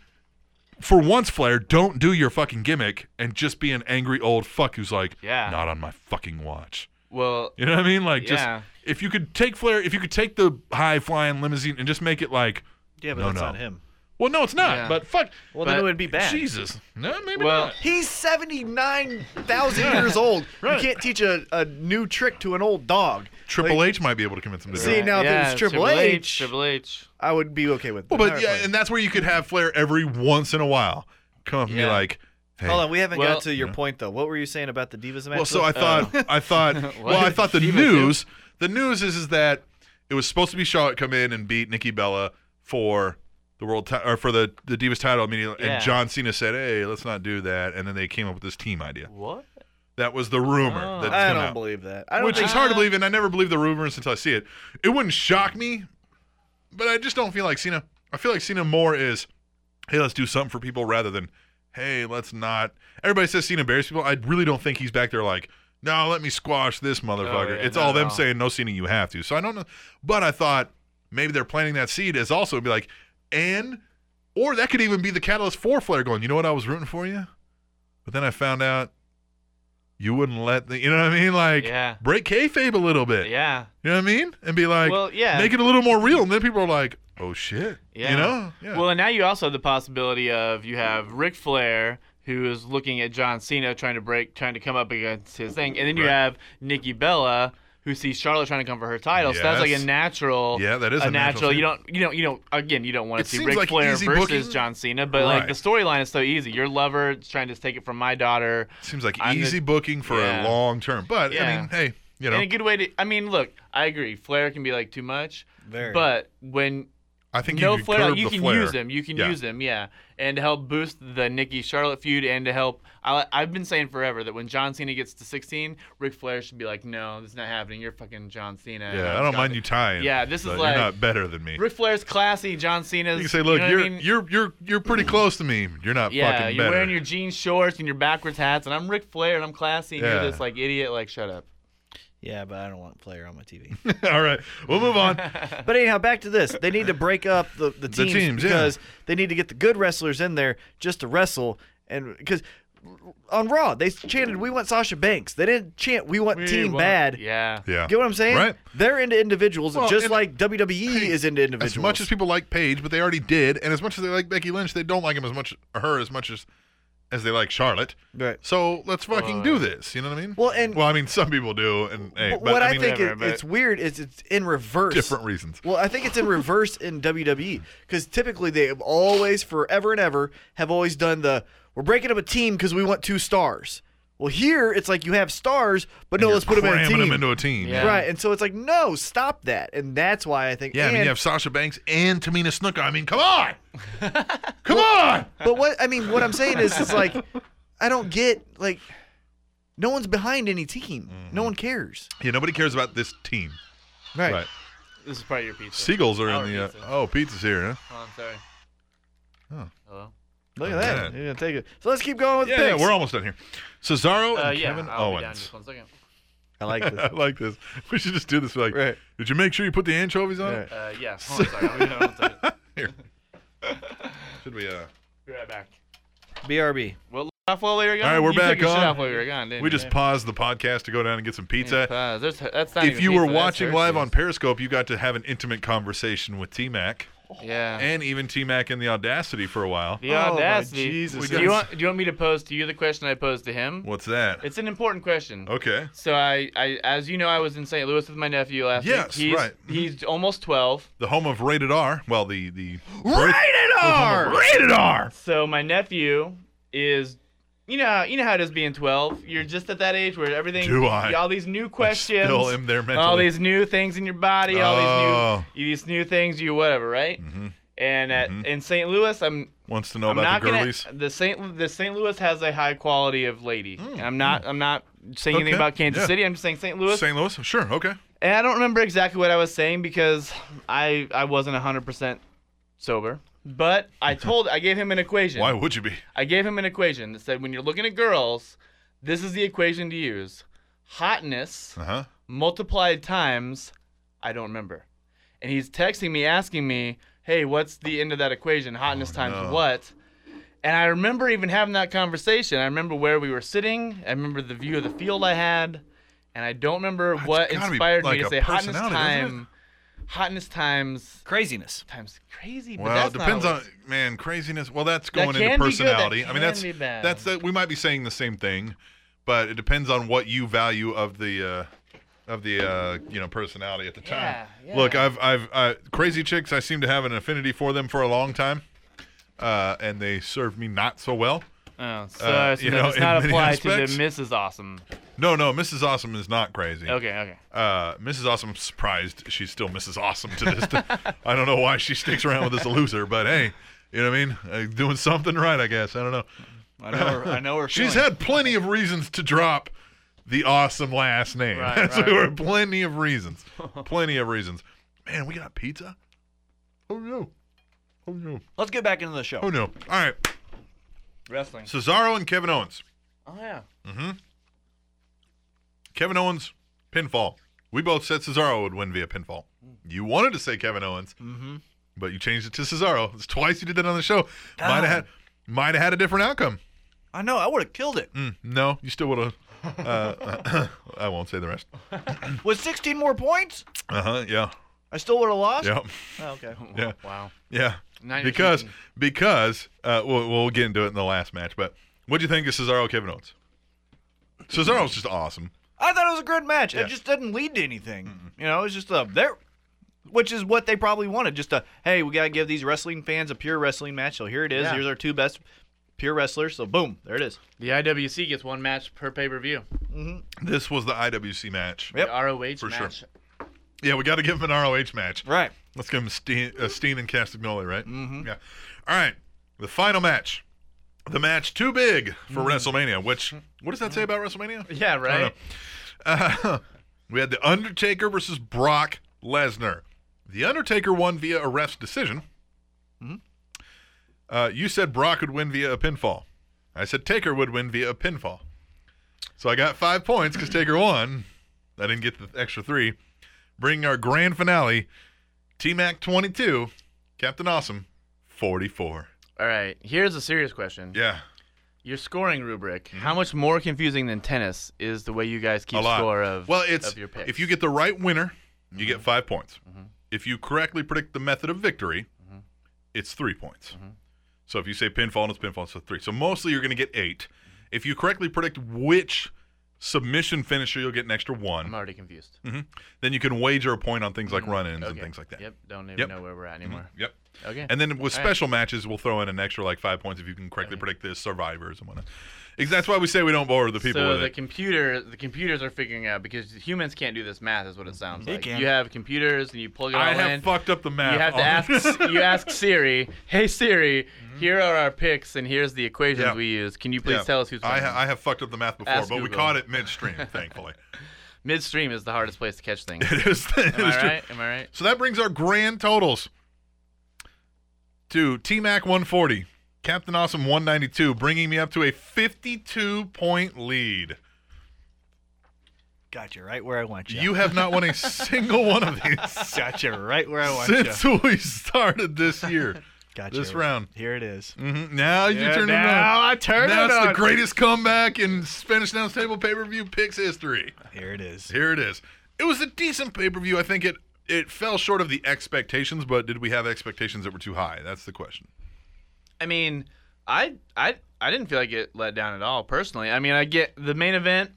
Speaker 1: for once, Flair, don't do your fucking gimmick and just be an angry old fuck who's like,
Speaker 4: Yeah.
Speaker 1: not on my fucking watch.
Speaker 4: Well,
Speaker 1: You know what I mean?
Speaker 4: Yeah.
Speaker 1: Like, just if you could take Flair, if you could take the high flying limousine and just make it like,
Speaker 2: Yeah, but
Speaker 1: No,
Speaker 2: that's
Speaker 1: no.
Speaker 2: not him.
Speaker 1: well, no, it's not.
Speaker 4: Yeah.
Speaker 1: But fuck,
Speaker 2: Well, then
Speaker 4: But-
Speaker 2: it would be bad.
Speaker 1: Jesus, no, maybe
Speaker 4: Well,
Speaker 1: not.
Speaker 2: He's 79,000 years old.
Speaker 1: Right.
Speaker 2: You can't teach a, a new trick to an old dog.
Speaker 1: Triple
Speaker 2: Like,
Speaker 1: H might be able to convince him to do
Speaker 2: See,
Speaker 1: it.
Speaker 2: now- if it
Speaker 4: yeah,
Speaker 2: was
Speaker 4: it's
Speaker 2: Triple
Speaker 4: H,
Speaker 2: H-
Speaker 4: Triple H.
Speaker 2: I would be okay with
Speaker 1: Well,
Speaker 2: that.
Speaker 1: but
Speaker 2: Alright,
Speaker 1: yeah,
Speaker 2: fine.
Speaker 1: and that's where you could have Flair every once in a while come up and be
Speaker 4: Yeah.
Speaker 1: like, hey,
Speaker 2: Hold on, we haven't
Speaker 4: Well-
Speaker 2: got to your point, though. What were you saying about the Divas match?
Speaker 1: Well, so I thought,
Speaker 2: Oh.
Speaker 1: I thought, well, I thought the
Speaker 4: She was who?
Speaker 1: news, the news is is that it was supposed to be Charlotte come in and beat Nikki Bella for the world ti- or for the the Divas title immediately,
Speaker 4: Yeah.
Speaker 1: and John Cena said, "Hey, let's not do that," and then they came up with this team idea.
Speaker 4: What?
Speaker 1: That was the rumor
Speaker 4: Oh.
Speaker 1: that
Speaker 2: I
Speaker 1: came
Speaker 2: don't
Speaker 1: out,
Speaker 2: believe that. I don't
Speaker 1: which
Speaker 2: think
Speaker 1: is hard to believe, and I never believe the rumors until I see it. It wouldn't shock me, but I just don't feel like Cena. I feel like Cena more is, "Hey, let's do something for people," rather than. Hey, let's not. Everybody says Cena embarrassed people. I really don't think he's back there like, no, let me squash this motherfucker.
Speaker 4: Oh, yeah,
Speaker 1: it's
Speaker 4: no,
Speaker 1: all them
Speaker 4: no.
Speaker 1: saying no Cena, you have to. So I don't know. But I thought maybe they're planting that seed as also it'd be like, and or that could even be the catalyst for Flair going. You know what? I was rooting for you, but then I found out you wouldn't let the. You know what I mean? Like,
Speaker 4: Yeah.
Speaker 1: break kayfabe a little bit.
Speaker 4: Yeah.
Speaker 1: You know what I mean? And be like,
Speaker 4: Well, yeah.
Speaker 1: make it a little more real. And then people are like, oh shit.
Speaker 4: Yeah.
Speaker 1: You know? Yeah.
Speaker 4: Well, and now you also have the possibility of you have Ric Flair who is looking at John Cena trying to break, trying to come up against his thing, and then you
Speaker 1: Right.
Speaker 4: have Nikki Bella.
Speaker 3: who sees Charlotte trying to come for her title. So that's like
Speaker 1: Yes.
Speaker 3: a natural.
Speaker 1: Yeah, that is a
Speaker 3: a
Speaker 1: natural
Speaker 3: natural. you
Speaker 1: thing.
Speaker 3: don't, you don't, you don't. Again, you don't want
Speaker 1: It
Speaker 3: to see
Speaker 1: seems
Speaker 3: Ric
Speaker 1: like
Speaker 3: Flair
Speaker 1: easy
Speaker 3: versus
Speaker 1: booking.
Speaker 3: John Cena, but
Speaker 1: Right.
Speaker 3: like the storyline is so easy. Your lover is trying to take it from my daughter.
Speaker 1: Seems like
Speaker 3: I'm the-
Speaker 1: easy booking for
Speaker 3: Yeah.
Speaker 1: a long term. But I
Speaker 3: Yeah.
Speaker 1: mean, hey, you know,
Speaker 3: And a good way to. I mean, look, I agree. Flair can be like too much,
Speaker 5: Very.
Speaker 3: but when
Speaker 1: I think
Speaker 3: no
Speaker 1: you could
Speaker 3: flare.
Speaker 1: curb
Speaker 3: like, you
Speaker 1: the
Speaker 3: can
Speaker 1: flare.
Speaker 3: use them. You can
Speaker 1: Yeah.
Speaker 3: use them, yeah. And to help boost the Nikki Charlotte feud, and to help, I, I've been saying forever that when John Cena gets to 16, Ric Flair should be like, "No, this is not happening. You're fucking John Cena."
Speaker 1: Yeah, I don't mind you tying.
Speaker 3: Yeah, this is
Speaker 1: but
Speaker 3: like-
Speaker 1: you're not better than me.
Speaker 3: Ric Flair's classy. John Cena's.
Speaker 1: You can say, look,
Speaker 3: know what
Speaker 1: you're
Speaker 3: I mean?
Speaker 1: you're you're you're pretty close to me. You're not
Speaker 3: yeah,
Speaker 1: fucking
Speaker 3: you're
Speaker 1: better.
Speaker 3: wearing your jean shorts and your backwards hats, and I'm Ric Flair and I'm classy, and
Speaker 1: Yeah.
Speaker 3: you're this like idiot. Like, shut up.
Speaker 5: Yeah, but I don't want Flair on my TV.
Speaker 1: All right, we'll move on.
Speaker 2: But anyhow, back to this. They need to break up the, the teams,
Speaker 1: teams, yeah.
Speaker 2: because they need to get the good wrestlers in there just to wrestle. And because on Raw, they chanted, We want Sasha Banks. They didn't chant, We want Team
Speaker 3: Well,
Speaker 2: Bad.
Speaker 3: Yeah.
Speaker 1: Yeah,
Speaker 2: Get what I'm saying?
Speaker 1: Right.
Speaker 2: They're into individuals,
Speaker 1: Well,
Speaker 2: just
Speaker 1: and-
Speaker 2: like WWE
Speaker 1: Hey,
Speaker 2: is into individuals.
Speaker 1: As much as people like Paige, but they already did, and as much as they like Becky Lynch, they don't like him as much her as much as as they like Charlotte.
Speaker 2: Right.
Speaker 1: So let's fucking
Speaker 3: Well,
Speaker 1: do this. You know what I mean?
Speaker 2: Well, and-
Speaker 1: well, I mean, some people do, and hey,
Speaker 2: But
Speaker 1: but
Speaker 2: what I,
Speaker 1: I mean,
Speaker 2: think
Speaker 3: Whatever,
Speaker 2: it,
Speaker 3: but-
Speaker 2: it's weird is it's in reverse.
Speaker 1: different reasons.
Speaker 2: Well, I think it's in reverse in WWE because typically they have always, forever and ever, have always done the we're breaking up a team because we want two stars. Well, here it's like you have stars, but no,
Speaker 1: You're
Speaker 2: let's put them in a
Speaker 1: cramming
Speaker 2: team.
Speaker 1: into a team.
Speaker 3: Yeah.
Speaker 2: Right, and so it's like no, stop that, and that's why I think.
Speaker 1: Yeah, I mean,
Speaker 2: and-
Speaker 1: you have Sasha Banks and Tamina Snuka. I mean, come on, come on.
Speaker 2: but what I mean, what I'm saying is, is like I don't get like no one's behind any team,
Speaker 5: Mm-hmm.
Speaker 2: no one cares.
Speaker 1: Yeah, nobody cares about this team. Right.
Speaker 3: This is probably your pizza.
Speaker 1: Seagulls are
Speaker 3: Our
Speaker 1: in the. Uh,
Speaker 3: pizza.
Speaker 1: oh, pizza's here, huh?
Speaker 3: Oh, I'm sorry.
Speaker 1: Oh.
Speaker 3: Hello.
Speaker 2: Look
Speaker 1: Oh,
Speaker 2: at that.
Speaker 1: man.
Speaker 2: You're gonna take it. So let's keep going with
Speaker 1: Yeah, yeah,
Speaker 2: picks.
Speaker 1: we're almost done here. Cesaro and
Speaker 3: Uh, yeah,
Speaker 1: Kevin
Speaker 3: I'll be down
Speaker 1: Owens.
Speaker 3: just one second.
Speaker 2: I like this.
Speaker 1: I like this. We should just do this. Like,
Speaker 2: Right.
Speaker 1: did you make sure you put the anchovies on?
Speaker 2: Right.
Speaker 1: it?
Speaker 3: Uh, yeah. Hold on, sorry. I'll be down one second.
Speaker 1: Here. Should we? Uh,
Speaker 3: Be right back.
Speaker 5: BRB.
Speaker 3: Well, off while we were gone.
Speaker 1: All right, we're
Speaker 3: you took
Speaker 1: back
Speaker 3: your shit
Speaker 1: on.
Speaker 3: off while we were gone, didn't
Speaker 1: we
Speaker 3: you?
Speaker 1: just paused the podcast to go down and get some pizza.
Speaker 3: Uh, there's- that's not
Speaker 1: if
Speaker 3: even
Speaker 1: you were
Speaker 3: pizza, that's
Speaker 1: watching
Speaker 3: Hershey's.
Speaker 1: live on Periscope, you got to have an intimate conversation with T Mac
Speaker 3: yeah,
Speaker 1: and even T Mac and the Audacity for a while.
Speaker 3: the
Speaker 2: Oh, my
Speaker 3: audacity.
Speaker 2: Jesus.
Speaker 1: We
Speaker 3: Do
Speaker 1: got-
Speaker 3: you want? Do you want me to pose to you the question I posed to him?
Speaker 1: What's that?
Speaker 3: It's an important question.
Speaker 1: okay.
Speaker 3: So I, I, as you know, I was in St. Louis with my nephew last
Speaker 1: Yes,
Speaker 3: week. He's,
Speaker 1: right.
Speaker 3: He's almost 12.
Speaker 1: The home of Rated R. Well, the the
Speaker 2: Rated R.
Speaker 1: Rated R.
Speaker 3: So my nephew is, you know, you know how it is being 12. You're just at that age where everything,
Speaker 1: Do I?
Speaker 3: all these new questions,
Speaker 1: Still am there mentally.
Speaker 3: all these new things in your body, all
Speaker 1: Oh.
Speaker 3: these new, these new things you whatever, right? And at, in St. Louis, I'm
Speaker 1: Wants to know
Speaker 3: I'm
Speaker 1: Mm-hmm. about
Speaker 3: not
Speaker 1: the girlies.
Speaker 3: gonna. The St. The St. Louis has a high quality of lady. And I'm not. I'm not
Speaker 1: Hmm.
Speaker 3: saying
Speaker 1: Okay,
Speaker 3: anything about Kansas
Speaker 1: yeah.
Speaker 3: City. I'm just saying St. Louis.
Speaker 1: St. Louis. Sure. Okay.
Speaker 3: and I don't remember exactly what I was saying because I I wasn't 100 percent sober. But I told I gave him an equation.
Speaker 1: Why would you be?
Speaker 3: I gave him an equation that said when you're looking at girls, this is the equation to use: hotness
Speaker 1: Uh huh.
Speaker 3: multiplied times. I don't remember. And he's texting me asking me, "Hey, what's the end of that equation? Hotness times
Speaker 1: Oh, no.
Speaker 3: what?" And I remember even having that conversation. I remember where we were sitting. I remember the view of the field I had, and I don't remember what
Speaker 1: gotta be
Speaker 3: inspired
Speaker 1: like
Speaker 3: me to
Speaker 1: a
Speaker 3: say hotness
Speaker 1: personality, doesn't it?
Speaker 3: time, hotness times
Speaker 5: Craziness.
Speaker 3: times crazy. but
Speaker 1: Well, it
Speaker 3: that's not
Speaker 1: depends
Speaker 3: what-
Speaker 1: on man craziness. Well, that's going
Speaker 3: can be
Speaker 1: into
Speaker 3: good, that
Speaker 1: personality. I
Speaker 3: can
Speaker 1: mean, that's
Speaker 3: be bad.
Speaker 1: that's that. We might be saying the same thing, but it depends on what you value of the uh, of the uh, you know personality at the time.
Speaker 3: Yeah,
Speaker 1: Look,
Speaker 3: yeah.
Speaker 1: I've I've uh, crazy chicks. I seem to have an affinity for them for a long time, uh, and they serve me not so well.
Speaker 3: Oh, so
Speaker 1: uh,
Speaker 3: so
Speaker 1: you
Speaker 3: that
Speaker 1: know,
Speaker 3: does
Speaker 1: in
Speaker 3: not
Speaker 1: many
Speaker 3: apply
Speaker 1: aspects.
Speaker 3: to the Mrs. Awesome.
Speaker 1: No, no, Mrs. Awesome is not crazy.
Speaker 3: Okay, okay.
Speaker 1: Uh, Mrs. Awesome surprised she's still Mrs. Awesome to this day. I don't know why she sticks around with this loser, but hey, you know what I mean? Uh, doing something right, I guess. I don't know.
Speaker 5: I know her. I know her.
Speaker 1: She's
Speaker 5: feeling.
Speaker 1: had plenty of reasons to drop the awesome last name.
Speaker 3: Right,
Speaker 1: so
Speaker 3: right.
Speaker 1: there were plenty of reasons. Plenty of reasons. Man, we got pizza? Oh no. Oh no.
Speaker 5: Let's get back into the
Speaker 1: Oh
Speaker 5: show.
Speaker 1: no. All right.
Speaker 3: Wrestling.
Speaker 1: Cesaro and Kevin Owens. Mm-hmm.
Speaker 3: Oh yeah.
Speaker 1: Kevin Owens, pinfall. We both said Cesaro would win via pinfall.
Speaker 3: Mm.
Speaker 1: You wanted to say Kevin Owens,
Speaker 3: Mm-hmm.
Speaker 1: but you changed it to Cesaro. It's twice you did that on the show. Might have had, might have had a different outcome.
Speaker 5: I know. I would have killed it
Speaker 1: Mm, no, you still would have. Uh, I won't say the rest.
Speaker 5: with 16 more points.
Speaker 1: Uh huh. Yeah.
Speaker 5: I still would have lost.
Speaker 1: Yeah.
Speaker 5: Oh, okay.
Speaker 1: Yeah.
Speaker 3: Wow.
Speaker 1: Yeah.
Speaker 3: Now you're
Speaker 1: Because
Speaker 3: cheating.
Speaker 1: because uh, we'll, we'll get into it in the last match. But what do you think of Cesaro Kevin Owens? Cesaro's just awesome.
Speaker 2: I thought it was a good match.
Speaker 1: Yeah.
Speaker 2: It just didn't lead to anything. You know, it's just a there, which is what they probably wanted. Just a hey, we gotta give these wrestling fans a pure wrestling match. So here it is.
Speaker 3: Yeah.
Speaker 2: Here's our two best pure wrestlers. So boom, there it is.
Speaker 3: The IWC gets one match per pay per view.
Speaker 1: This was the IWC match.
Speaker 2: Yep.
Speaker 3: The ROH
Speaker 1: For sure.
Speaker 3: match.
Speaker 1: Yeah, we got to give him an ROH match.
Speaker 2: Right.
Speaker 1: Let's give him Steen, uh, Steen and Castagnoli, right? Mm-hmm. Yeah. All right. The final match. The match too big for WrestleMania, which, what does that say about WrestleMania?
Speaker 3: Yeah,
Speaker 1: I
Speaker 3: right.
Speaker 1: don't know. Uh, we had The Undertaker versus Brock Lesnar. The Undertaker won via a ref's decision. Uh, you said Brock would win via a pinfall. I said Taker would win via a pinfall. So I got five points because Taker won. I didn't get the extra three. Bringing our grand finale, T Mac 22, Captain Awesome 44.
Speaker 3: All right. Here's a serious question.
Speaker 1: Yeah.
Speaker 3: Your scoring rubric. How much more confusing than tennis is the way you guys keep
Speaker 1: Mm-hmm. a lot.
Speaker 3: score of
Speaker 1: well, it's
Speaker 3: of your picks? Mm-hmm.
Speaker 1: if you get the right winner, you get five points. If you correctly predict the method of victory,
Speaker 3: Mm-hmm.
Speaker 1: it's three points. So if you say pinfall and it's pinfall, it's a three. So mostly you're going to get eight. If you correctly predict which submission finisher, you'll get an extra
Speaker 3: I'm
Speaker 1: one.
Speaker 3: already confused.
Speaker 1: Then you can wager a point on things like run-ins and
Speaker 3: Mm-hmm. Okay.
Speaker 1: Mm-hmm, things like that.
Speaker 3: Yep. Don't even
Speaker 1: Yep.
Speaker 3: know where we're at anymore.
Speaker 1: Yep.
Speaker 3: Okay.
Speaker 1: And then with
Speaker 3: All right.
Speaker 1: special matches, we'll throw in an extra like five points if you can correctly predict this survivors and whatnot. Ex- That's why we say we don't bore the people
Speaker 3: so
Speaker 1: with
Speaker 3: the
Speaker 1: it.
Speaker 3: computer, the computers are figuring out because humans can't do this math, is what it sounds like.
Speaker 2: can.
Speaker 3: You have computers and you plug it all
Speaker 1: Mm-hmm. I
Speaker 3: in.
Speaker 1: have fucked up the math.
Speaker 3: You have to
Speaker 1: on-
Speaker 3: ask. you ask Siri. Hey Siri,
Speaker 2: Mm-hmm.
Speaker 3: here are our picks and here's the equations
Speaker 1: Yeah.
Speaker 3: we use. Can you please
Speaker 1: Yeah.
Speaker 3: tell us who's
Speaker 1: I,
Speaker 3: winning?
Speaker 1: ha- I have fucked up the math before,
Speaker 3: Ask
Speaker 1: but we
Speaker 3: Google.
Speaker 1: caught it midstream, thankfully.
Speaker 3: Midstream is the hardest place to catch things.
Speaker 1: It is, it
Speaker 3: Am
Speaker 1: is
Speaker 3: I
Speaker 1: true.
Speaker 3: right? Am I right?
Speaker 1: So that brings our grand totals to T Mac 140, Captain Awesome 192, bringing me up to a 52 point lead.
Speaker 6: Got you right where I want
Speaker 1: You have not won a single one of these
Speaker 6: Got you right
Speaker 3: Oh,
Speaker 6: where I want you.
Speaker 1: since we started this year.
Speaker 6: Got
Speaker 1: this round.
Speaker 6: Here it is.
Speaker 1: hmm Now you
Speaker 6: Yeah,
Speaker 1: turn it
Speaker 6: now
Speaker 1: on.
Speaker 6: I turn
Speaker 1: now
Speaker 6: it
Speaker 1: it's
Speaker 6: on.
Speaker 1: the greatest comeback in Spanish Announce Table pay per view picks history.
Speaker 6: Here it is.
Speaker 1: Here it is. It was a decent pay per view. I think it it fell short of the expectations, but did we have expectations that were too high? That's the question.
Speaker 3: I mean, I I I didn't feel like it let down at all personally. I mean, I get the main event,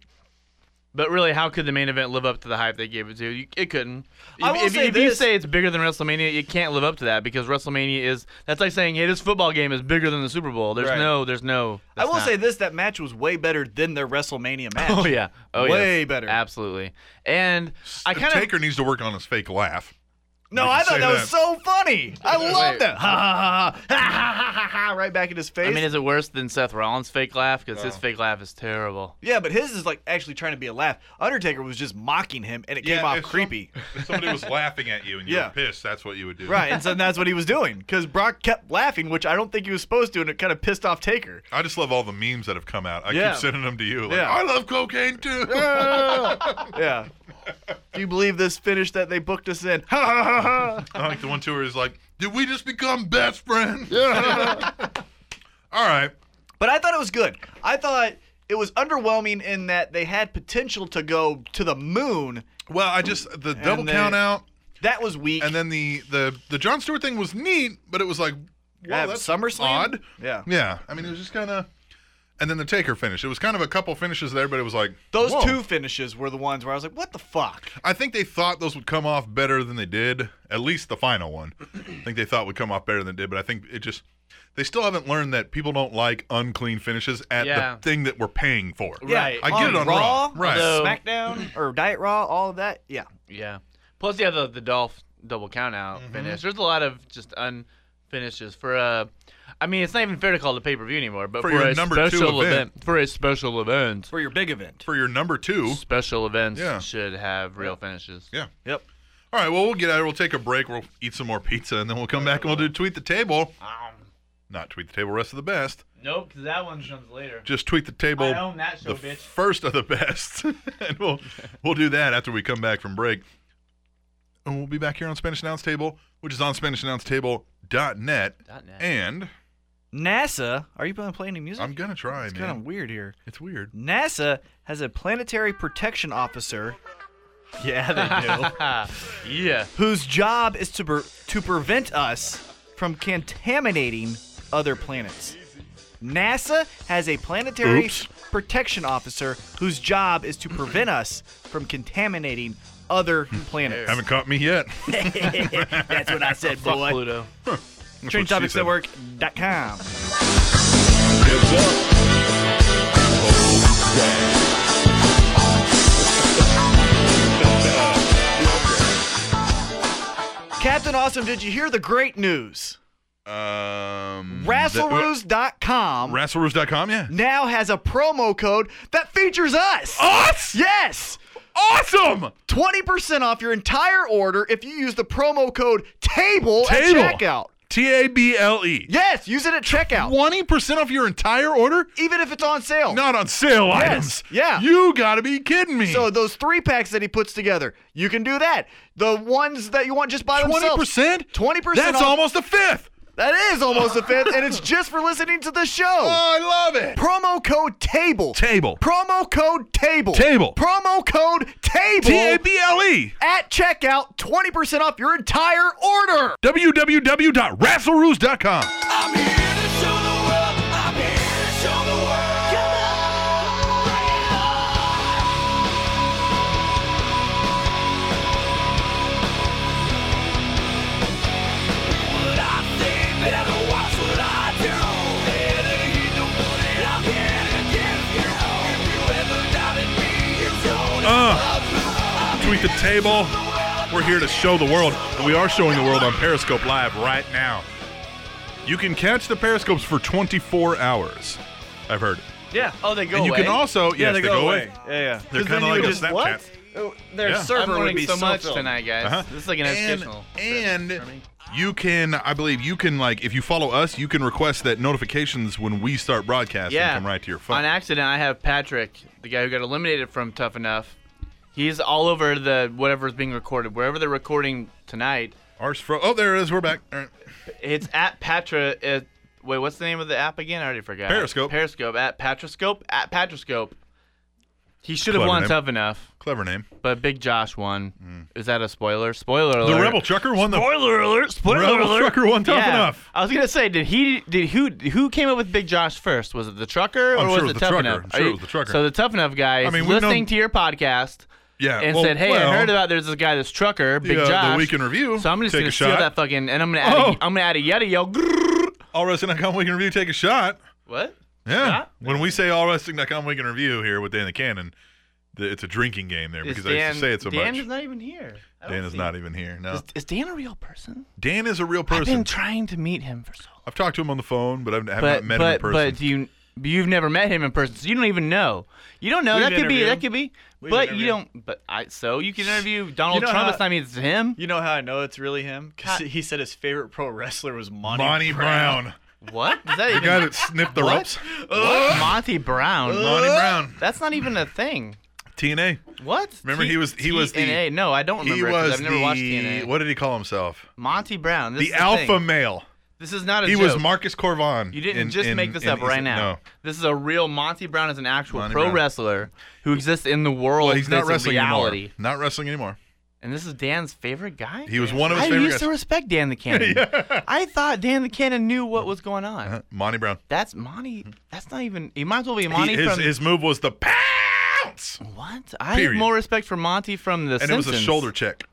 Speaker 3: but really, how could the main event live up to the hype they gave it to? You, it couldn't.
Speaker 2: I
Speaker 3: if,
Speaker 2: will
Speaker 3: if-
Speaker 2: say
Speaker 3: if you
Speaker 2: this-
Speaker 3: say it's bigger than WrestleMania, it can't live up to that because WrestleMania is that's like saying, hey, this football game is bigger than the Super Bowl. There's
Speaker 2: Right.
Speaker 3: no, there's no.
Speaker 2: I
Speaker 3: that's
Speaker 2: will
Speaker 3: not-
Speaker 2: say this: that match was way better than their WrestleMania match.
Speaker 3: Oh yeah. Oh yeah.
Speaker 2: Way better.
Speaker 3: Absolutely. And I kind of
Speaker 1: Taker needs to work on his fake laugh.
Speaker 2: No,
Speaker 1: We can
Speaker 2: I
Speaker 1: say
Speaker 2: thought that,
Speaker 1: that.
Speaker 2: was so funny. I
Speaker 3: Wait.
Speaker 2: love that. Ha ha ha ha ha ha ha ha! Right back in his face.
Speaker 3: I mean, is it worse than Seth Rollins' fake laugh? Because
Speaker 1: Oh.
Speaker 3: his fake laugh is terrible.
Speaker 2: yeah, but his is like actually trying to be a laugh. Undertaker was just mocking him, and it
Speaker 1: Yeah,
Speaker 2: came off
Speaker 1: if some-
Speaker 2: creepy.
Speaker 1: If somebody was laughing at you and you
Speaker 2: Yeah.
Speaker 1: were pissed, that's what you would do.
Speaker 2: right, and so that's what he was doing because Brock kept laughing, which I don't think he was supposed to, and it kind of pissed off Taker.
Speaker 1: I just love all the memes that have come out. I
Speaker 2: Yeah.
Speaker 1: keep sending them to you. Like,
Speaker 2: Yeah.
Speaker 1: I love cocaine too.
Speaker 2: Yeah. Do you believe this finish that they booked us in? Ha ha ha ha!
Speaker 1: I like the one to her is like, did we just become best friends? Yeah. all right.
Speaker 2: But I thought it was good. I thought it was underwhelming in that they had potential to go to the moon.
Speaker 1: Well, I just the double
Speaker 2: they-
Speaker 1: count out,
Speaker 2: That was weak.
Speaker 1: and then the the the John Stewart thing was neat, but it was like, wow,
Speaker 2: Yeah,
Speaker 1: that's
Speaker 2: SummerSlam?
Speaker 1: odd.
Speaker 2: yeah.
Speaker 1: Yeah, I mean, it was just kind of, and then the Taker finish. It was kind of a couple finishes there, but it was like
Speaker 2: Those
Speaker 1: whoa.
Speaker 2: two finishes were the ones where I was like, what the fuck?
Speaker 1: I think they thought those would come off better than they did. At least the final one, I think they thought would come off better than it did. But I think it just, they still haven't learned that people don't like unclean finishes at
Speaker 3: Yeah.
Speaker 1: the thing that we're paying for.
Speaker 2: Yeah,
Speaker 3: Right.
Speaker 1: I get it on Raw. Right.
Speaker 3: Although-
Speaker 2: SmackDown or Diet Raw, all of that. Yeah.
Speaker 3: Yeah. Plus, you have the, the Dolph double count out
Speaker 1: Mm-hmm.
Speaker 3: finish. There's a lot of just unfinishes for Uh, I mean, it's not even fair to call it a pay per view anymore, but
Speaker 1: For
Speaker 3: for,
Speaker 1: your
Speaker 3: a
Speaker 1: number two
Speaker 3: special
Speaker 1: event.
Speaker 3: event. for a special event,
Speaker 2: For your big event.
Speaker 1: For your number two,
Speaker 3: special events
Speaker 1: Yeah.
Speaker 3: should have real finishes.
Speaker 1: yeah.
Speaker 2: Yep.
Speaker 1: All right, well, we'll get out. of here. We'll take a break. We'll eat some more pizza, and then we'll come back and we'll do tweet the table.
Speaker 3: Um.
Speaker 1: Not tweet the table, rest of the best.
Speaker 3: Nope, because that one comes later.
Speaker 1: Just tweet the table.
Speaker 3: I own that show,
Speaker 1: the
Speaker 3: bitch.
Speaker 1: first of the best, and we'll we'll do that after we come back from break. And we'll be back here on Spanish Announce Table, which is on SpanishAnnounceTable.net.
Speaker 3: Dot net.
Speaker 1: And
Speaker 2: NASA, are you going to play any music?
Speaker 1: I'm gonna try,
Speaker 2: it's
Speaker 1: man.
Speaker 2: kind of weird here.
Speaker 1: It's weird.
Speaker 2: NASA has a planetary protection officer. Yeah, they do.
Speaker 3: yeah.
Speaker 2: whose job is to per- to prevent us from contaminating other planets. NASA has a planetary
Speaker 1: Oops.
Speaker 7: protection officer whose job is to prevent us from contaminating other planets.
Speaker 1: Haven't caught me yet.
Speaker 7: That's what I said,
Speaker 3: Fuck
Speaker 7: boy.
Speaker 3: Pluto.
Speaker 7: TrendingTopicsNetwork.com.
Speaker 2: Captain Awesome, did you hear the great news?
Speaker 1: Um,
Speaker 2: Rasselroos.com
Speaker 1: Rasselroos.com, yeah.
Speaker 2: now has a promo code that features us.
Speaker 1: Us?
Speaker 2: Yes!
Speaker 1: Awesome!
Speaker 2: 20% off your entire order if you use the promo code TABLE,
Speaker 1: Table.
Speaker 2: at checkout.
Speaker 1: T A B L E.
Speaker 2: Yes, use it at checkout.
Speaker 1: 20% off your entire order?
Speaker 2: Even if it's on sale.
Speaker 1: Not on sale items.
Speaker 2: Yes, yeah.
Speaker 1: You gotta be kidding me.
Speaker 2: So those three packs that he puts together, you can do that. The ones that you want just by themselves.
Speaker 1: 20%?
Speaker 2: 20%
Speaker 1: That's
Speaker 2: off.
Speaker 1: almost a fifth.
Speaker 2: That is almost a fifth, and it's just for listening to the show.
Speaker 1: Oh, I love it.
Speaker 2: Promo code TABLE.
Speaker 1: Table.
Speaker 2: Promo code TABLE.
Speaker 1: Table.
Speaker 2: Promo code TABLE.
Speaker 1: T A B L E.
Speaker 2: at checkout, 20% off your entire order.
Speaker 1: www.rasselroos.com.
Speaker 8: I'm here to show the world. I'm here to show the world. Come on. Bring it on. What I think, better watch what I do. Here to heed the warning. I'm here to give you hope. If you ever doubted me, you don't.
Speaker 1: Uh, tweet the table. We're here to show the world, and we are showing the world on Periscope Live right now. You can catch the Periscopes for 24 hours. I've heard.
Speaker 3: Yeah. Oh, they go
Speaker 1: and you
Speaker 3: away.
Speaker 1: can also, yes, they, go away.
Speaker 7: Yeah, yeah.
Speaker 1: They're kind
Speaker 3: 'Cause then
Speaker 1: of
Speaker 3: you
Speaker 1: like a
Speaker 3: would just-
Speaker 1: Snapchat.
Speaker 3: what? Their
Speaker 1: Yeah.
Speaker 3: server
Speaker 7: I'm
Speaker 3: would
Speaker 7: learning
Speaker 3: be so,
Speaker 7: so
Speaker 3: much
Speaker 7: filled.
Speaker 3: tonight, guys.
Speaker 1: Uh-huh.
Speaker 3: This is like an
Speaker 1: And,
Speaker 3: educational.
Speaker 1: and
Speaker 3: for me.
Speaker 1: you can, I believe, you can like if you follow us, you can request that notifications when we start broadcasting
Speaker 3: yeah.
Speaker 1: come right to your phone.
Speaker 3: On accident, I have Patrick, the guy who got eliminated from Tough Enough. He's all over the whatever's being recorded, wherever they're recording tonight.
Speaker 1: Ours fro- oh, there it is. We're back. All right.
Speaker 3: It's at Patra. Uh, wait, what's the name of the app again? I already forgot.
Speaker 1: Periscope.
Speaker 3: Periscope. At Patroscope. At Patroscope. He should have
Speaker 1: Clever
Speaker 3: won
Speaker 1: name.
Speaker 3: tough enough,
Speaker 1: Clever name.
Speaker 3: but Big Josh won. Is that a spoiler? Spoiler alert.
Speaker 1: The Rebel Trucker won the
Speaker 3: Spoiler alert. Spoiler
Speaker 1: Rebel
Speaker 3: alert.
Speaker 1: Trucker won tough
Speaker 3: Yeah.
Speaker 1: enough.
Speaker 3: I was gonna say, did he? Did who? Who came up with Big Josh first? Was it the trucker or
Speaker 1: I'm
Speaker 3: was
Speaker 1: sure it was
Speaker 3: it
Speaker 1: the
Speaker 3: tough
Speaker 1: trucker.
Speaker 3: enough?
Speaker 1: I'm sure
Speaker 3: Are
Speaker 1: it
Speaker 3: you-
Speaker 1: was the trucker.
Speaker 3: So the tough enough guy.
Speaker 1: I
Speaker 3: is
Speaker 1: mean, we've
Speaker 3: listening
Speaker 1: known-
Speaker 3: to your podcast.
Speaker 1: Yeah,
Speaker 3: And
Speaker 1: well,
Speaker 3: said, "Hey,
Speaker 1: well,
Speaker 3: I heard about there's this guy, this trucker, Big
Speaker 1: uh, the
Speaker 3: Josh."
Speaker 1: Week in Review.
Speaker 3: So I'm just
Speaker 1: Take
Speaker 3: gonna
Speaker 1: a
Speaker 3: steal
Speaker 1: shot.
Speaker 3: that fucking, and I'm gonna add,
Speaker 1: Oh.
Speaker 3: a, I'm gonna add a yada yell.
Speaker 1: allwrestling.com weekend review. Take a shot.
Speaker 3: What?
Speaker 1: Yeah.
Speaker 3: Shot?
Speaker 1: When we say allwrestling.com weekend review here with Dan the Cannon, the, it's a drinking game there because
Speaker 3: Is
Speaker 1: I
Speaker 3: Dan,
Speaker 1: used to say it so
Speaker 3: Dan
Speaker 1: much.
Speaker 3: is not even here. I don't
Speaker 1: Dan is
Speaker 3: see
Speaker 1: not
Speaker 3: him.
Speaker 1: even here. No.
Speaker 3: Is, is Dan a real person?
Speaker 1: Dan is a real
Speaker 3: I've been
Speaker 1: person.
Speaker 3: trying to meet him for so long.
Speaker 1: I've talked to him on the phone, but I've, I have
Speaker 3: but
Speaker 1: not met
Speaker 3: but
Speaker 1: him in person.
Speaker 3: but do you you've never met him in person, so you don't even know. You don't know.
Speaker 7: We've
Speaker 3: that could be.
Speaker 7: interviewed
Speaker 3: That could be. but you don't. But I. So you can interview Donald
Speaker 7: know
Speaker 3: Trump.
Speaker 7: how-
Speaker 3: It's not me. It's him.
Speaker 7: You know how I know it's really him? Because he said his favorite pro wrestler was Monty,
Speaker 1: Monty Brown.
Speaker 3: What? Is that
Speaker 1: The guy
Speaker 3: even,
Speaker 1: that snipped the
Speaker 3: What?
Speaker 1: ropes.
Speaker 3: what? Monty Brown.
Speaker 1: Monty Brown.
Speaker 3: That's not even a thing.
Speaker 1: TNA.
Speaker 3: What?
Speaker 1: Remember he was- he was the-
Speaker 3: TNA. No, I don't remember.
Speaker 1: He
Speaker 3: it 'cause
Speaker 1: was
Speaker 3: I've never
Speaker 1: the
Speaker 3: watched TNA.
Speaker 1: what did he call himself?
Speaker 3: Monty Brown. This
Speaker 1: the
Speaker 3: is
Speaker 1: alpha
Speaker 3: Thing.
Speaker 1: male.
Speaker 3: This is not a
Speaker 1: He
Speaker 3: joke.
Speaker 1: was Marcus Corvon.
Speaker 3: You didn't
Speaker 1: in-
Speaker 3: just
Speaker 1: in-
Speaker 3: make this
Speaker 1: in-
Speaker 3: up
Speaker 1: he's-
Speaker 3: right now.
Speaker 1: No.
Speaker 3: This is a real Monty Brown is an actual
Speaker 1: Monty
Speaker 3: pro
Speaker 1: Brown.
Speaker 3: wrestler who exists in the world.
Speaker 1: Well, he's not
Speaker 3: that's a
Speaker 1: wrestling
Speaker 3: reality.
Speaker 1: anymore. Not wrestling anymore.
Speaker 3: And this is Dan's favorite guy.
Speaker 1: He was one of his
Speaker 3: I
Speaker 1: favorite
Speaker 3: used
Speaker 1: guys.
Speaker 3: to respect Dan the Cannon. I thought Dan the Cannon knew what was going on.
Speaker 1: Uh, Monty Brown.
Speaker 3: That's Monty. That's not even. He might as well be
Speaker 1: He-
Speaker 3: Monty
Speaker 1: his,
Speaker 3: from
Speaker 1: his move was the pounce,
Speaker 3: what? I
Speaker 1: Period.
Speaker 3: have more respect for Monty from the
Speaker 1: and it was
Speaker 3: Simpsons.
Speaker 1: a shoulder check.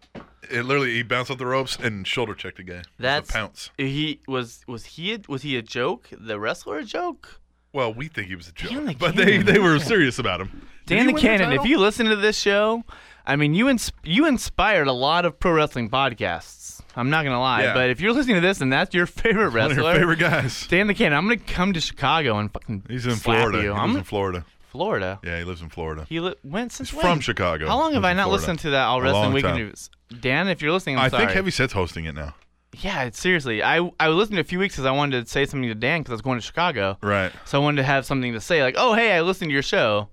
Speaker 1: It literally he bounced off the ropes and shoulder checked the guy. It was a
Speaker 3: That's
Speaker 1: pounce.
Speaker 3: He was was he a, was he a joke? The wrestler a joke?
Speaker 1: Well, we think he was a joke,
Speaker 3: Dan the
Speaker 1: but
Speaker 3: Cannon.
Speaker 1: they they were serious about him.
Speaker 3: Dan the Cannon. if you listen to this show, I mean you ins- you inspired a lot of pro wrestling podcasts. I'm not gonna lie,
Speaker 1: Yeah.
Speaker 3: but if you're listening to this and that's your favorite
Speaker 1: One of
Speaker 3: wrestler,
Speaker 1: your favorite guys.
Speaker 3: Dan the Cannon, I'm gonna come to Chicago and fucking
Speaker 1: He's in
Speaker 3: slap
Speaker 1: Florida.
Speaker 3: You.
Speaker 1: He
Speaker 3: I'm
Speaker 1: lives in Florida.
Speaker 3: Florida.
Speaker 1: Yeah, he lives in Florida.
Speaker 3: He li- went since
Speaker 1: He's
Speaker 3: when?
Speaker 1: from Chicago.
Speaker 3: How long have
Speaker 1: Lives
Speaker 3: I
Speaker 1: in
Speaker 3: not
Speaker 1: Florida.
Speaker 3: listened to that
Speaker 1: A
Speaker 3: All
Speaker 1: long
Speaker 3: Wrestling Weekend
Speaker 1: time.
Speaker 3: News? Dan, if you're listening, I'm
Speaker 1: I
Speaker 3: sorry.
Speaker 1: think Heavy Set's hosting it now.
Speaker 3: Yeah, seriously. I I listened a few weeks because I wanted to say something to Dan because I was going to Chicago.
Speaker 1: Right.
Speaker 3: So I wanted to have something to say, like, oh, hey, I listened to your show.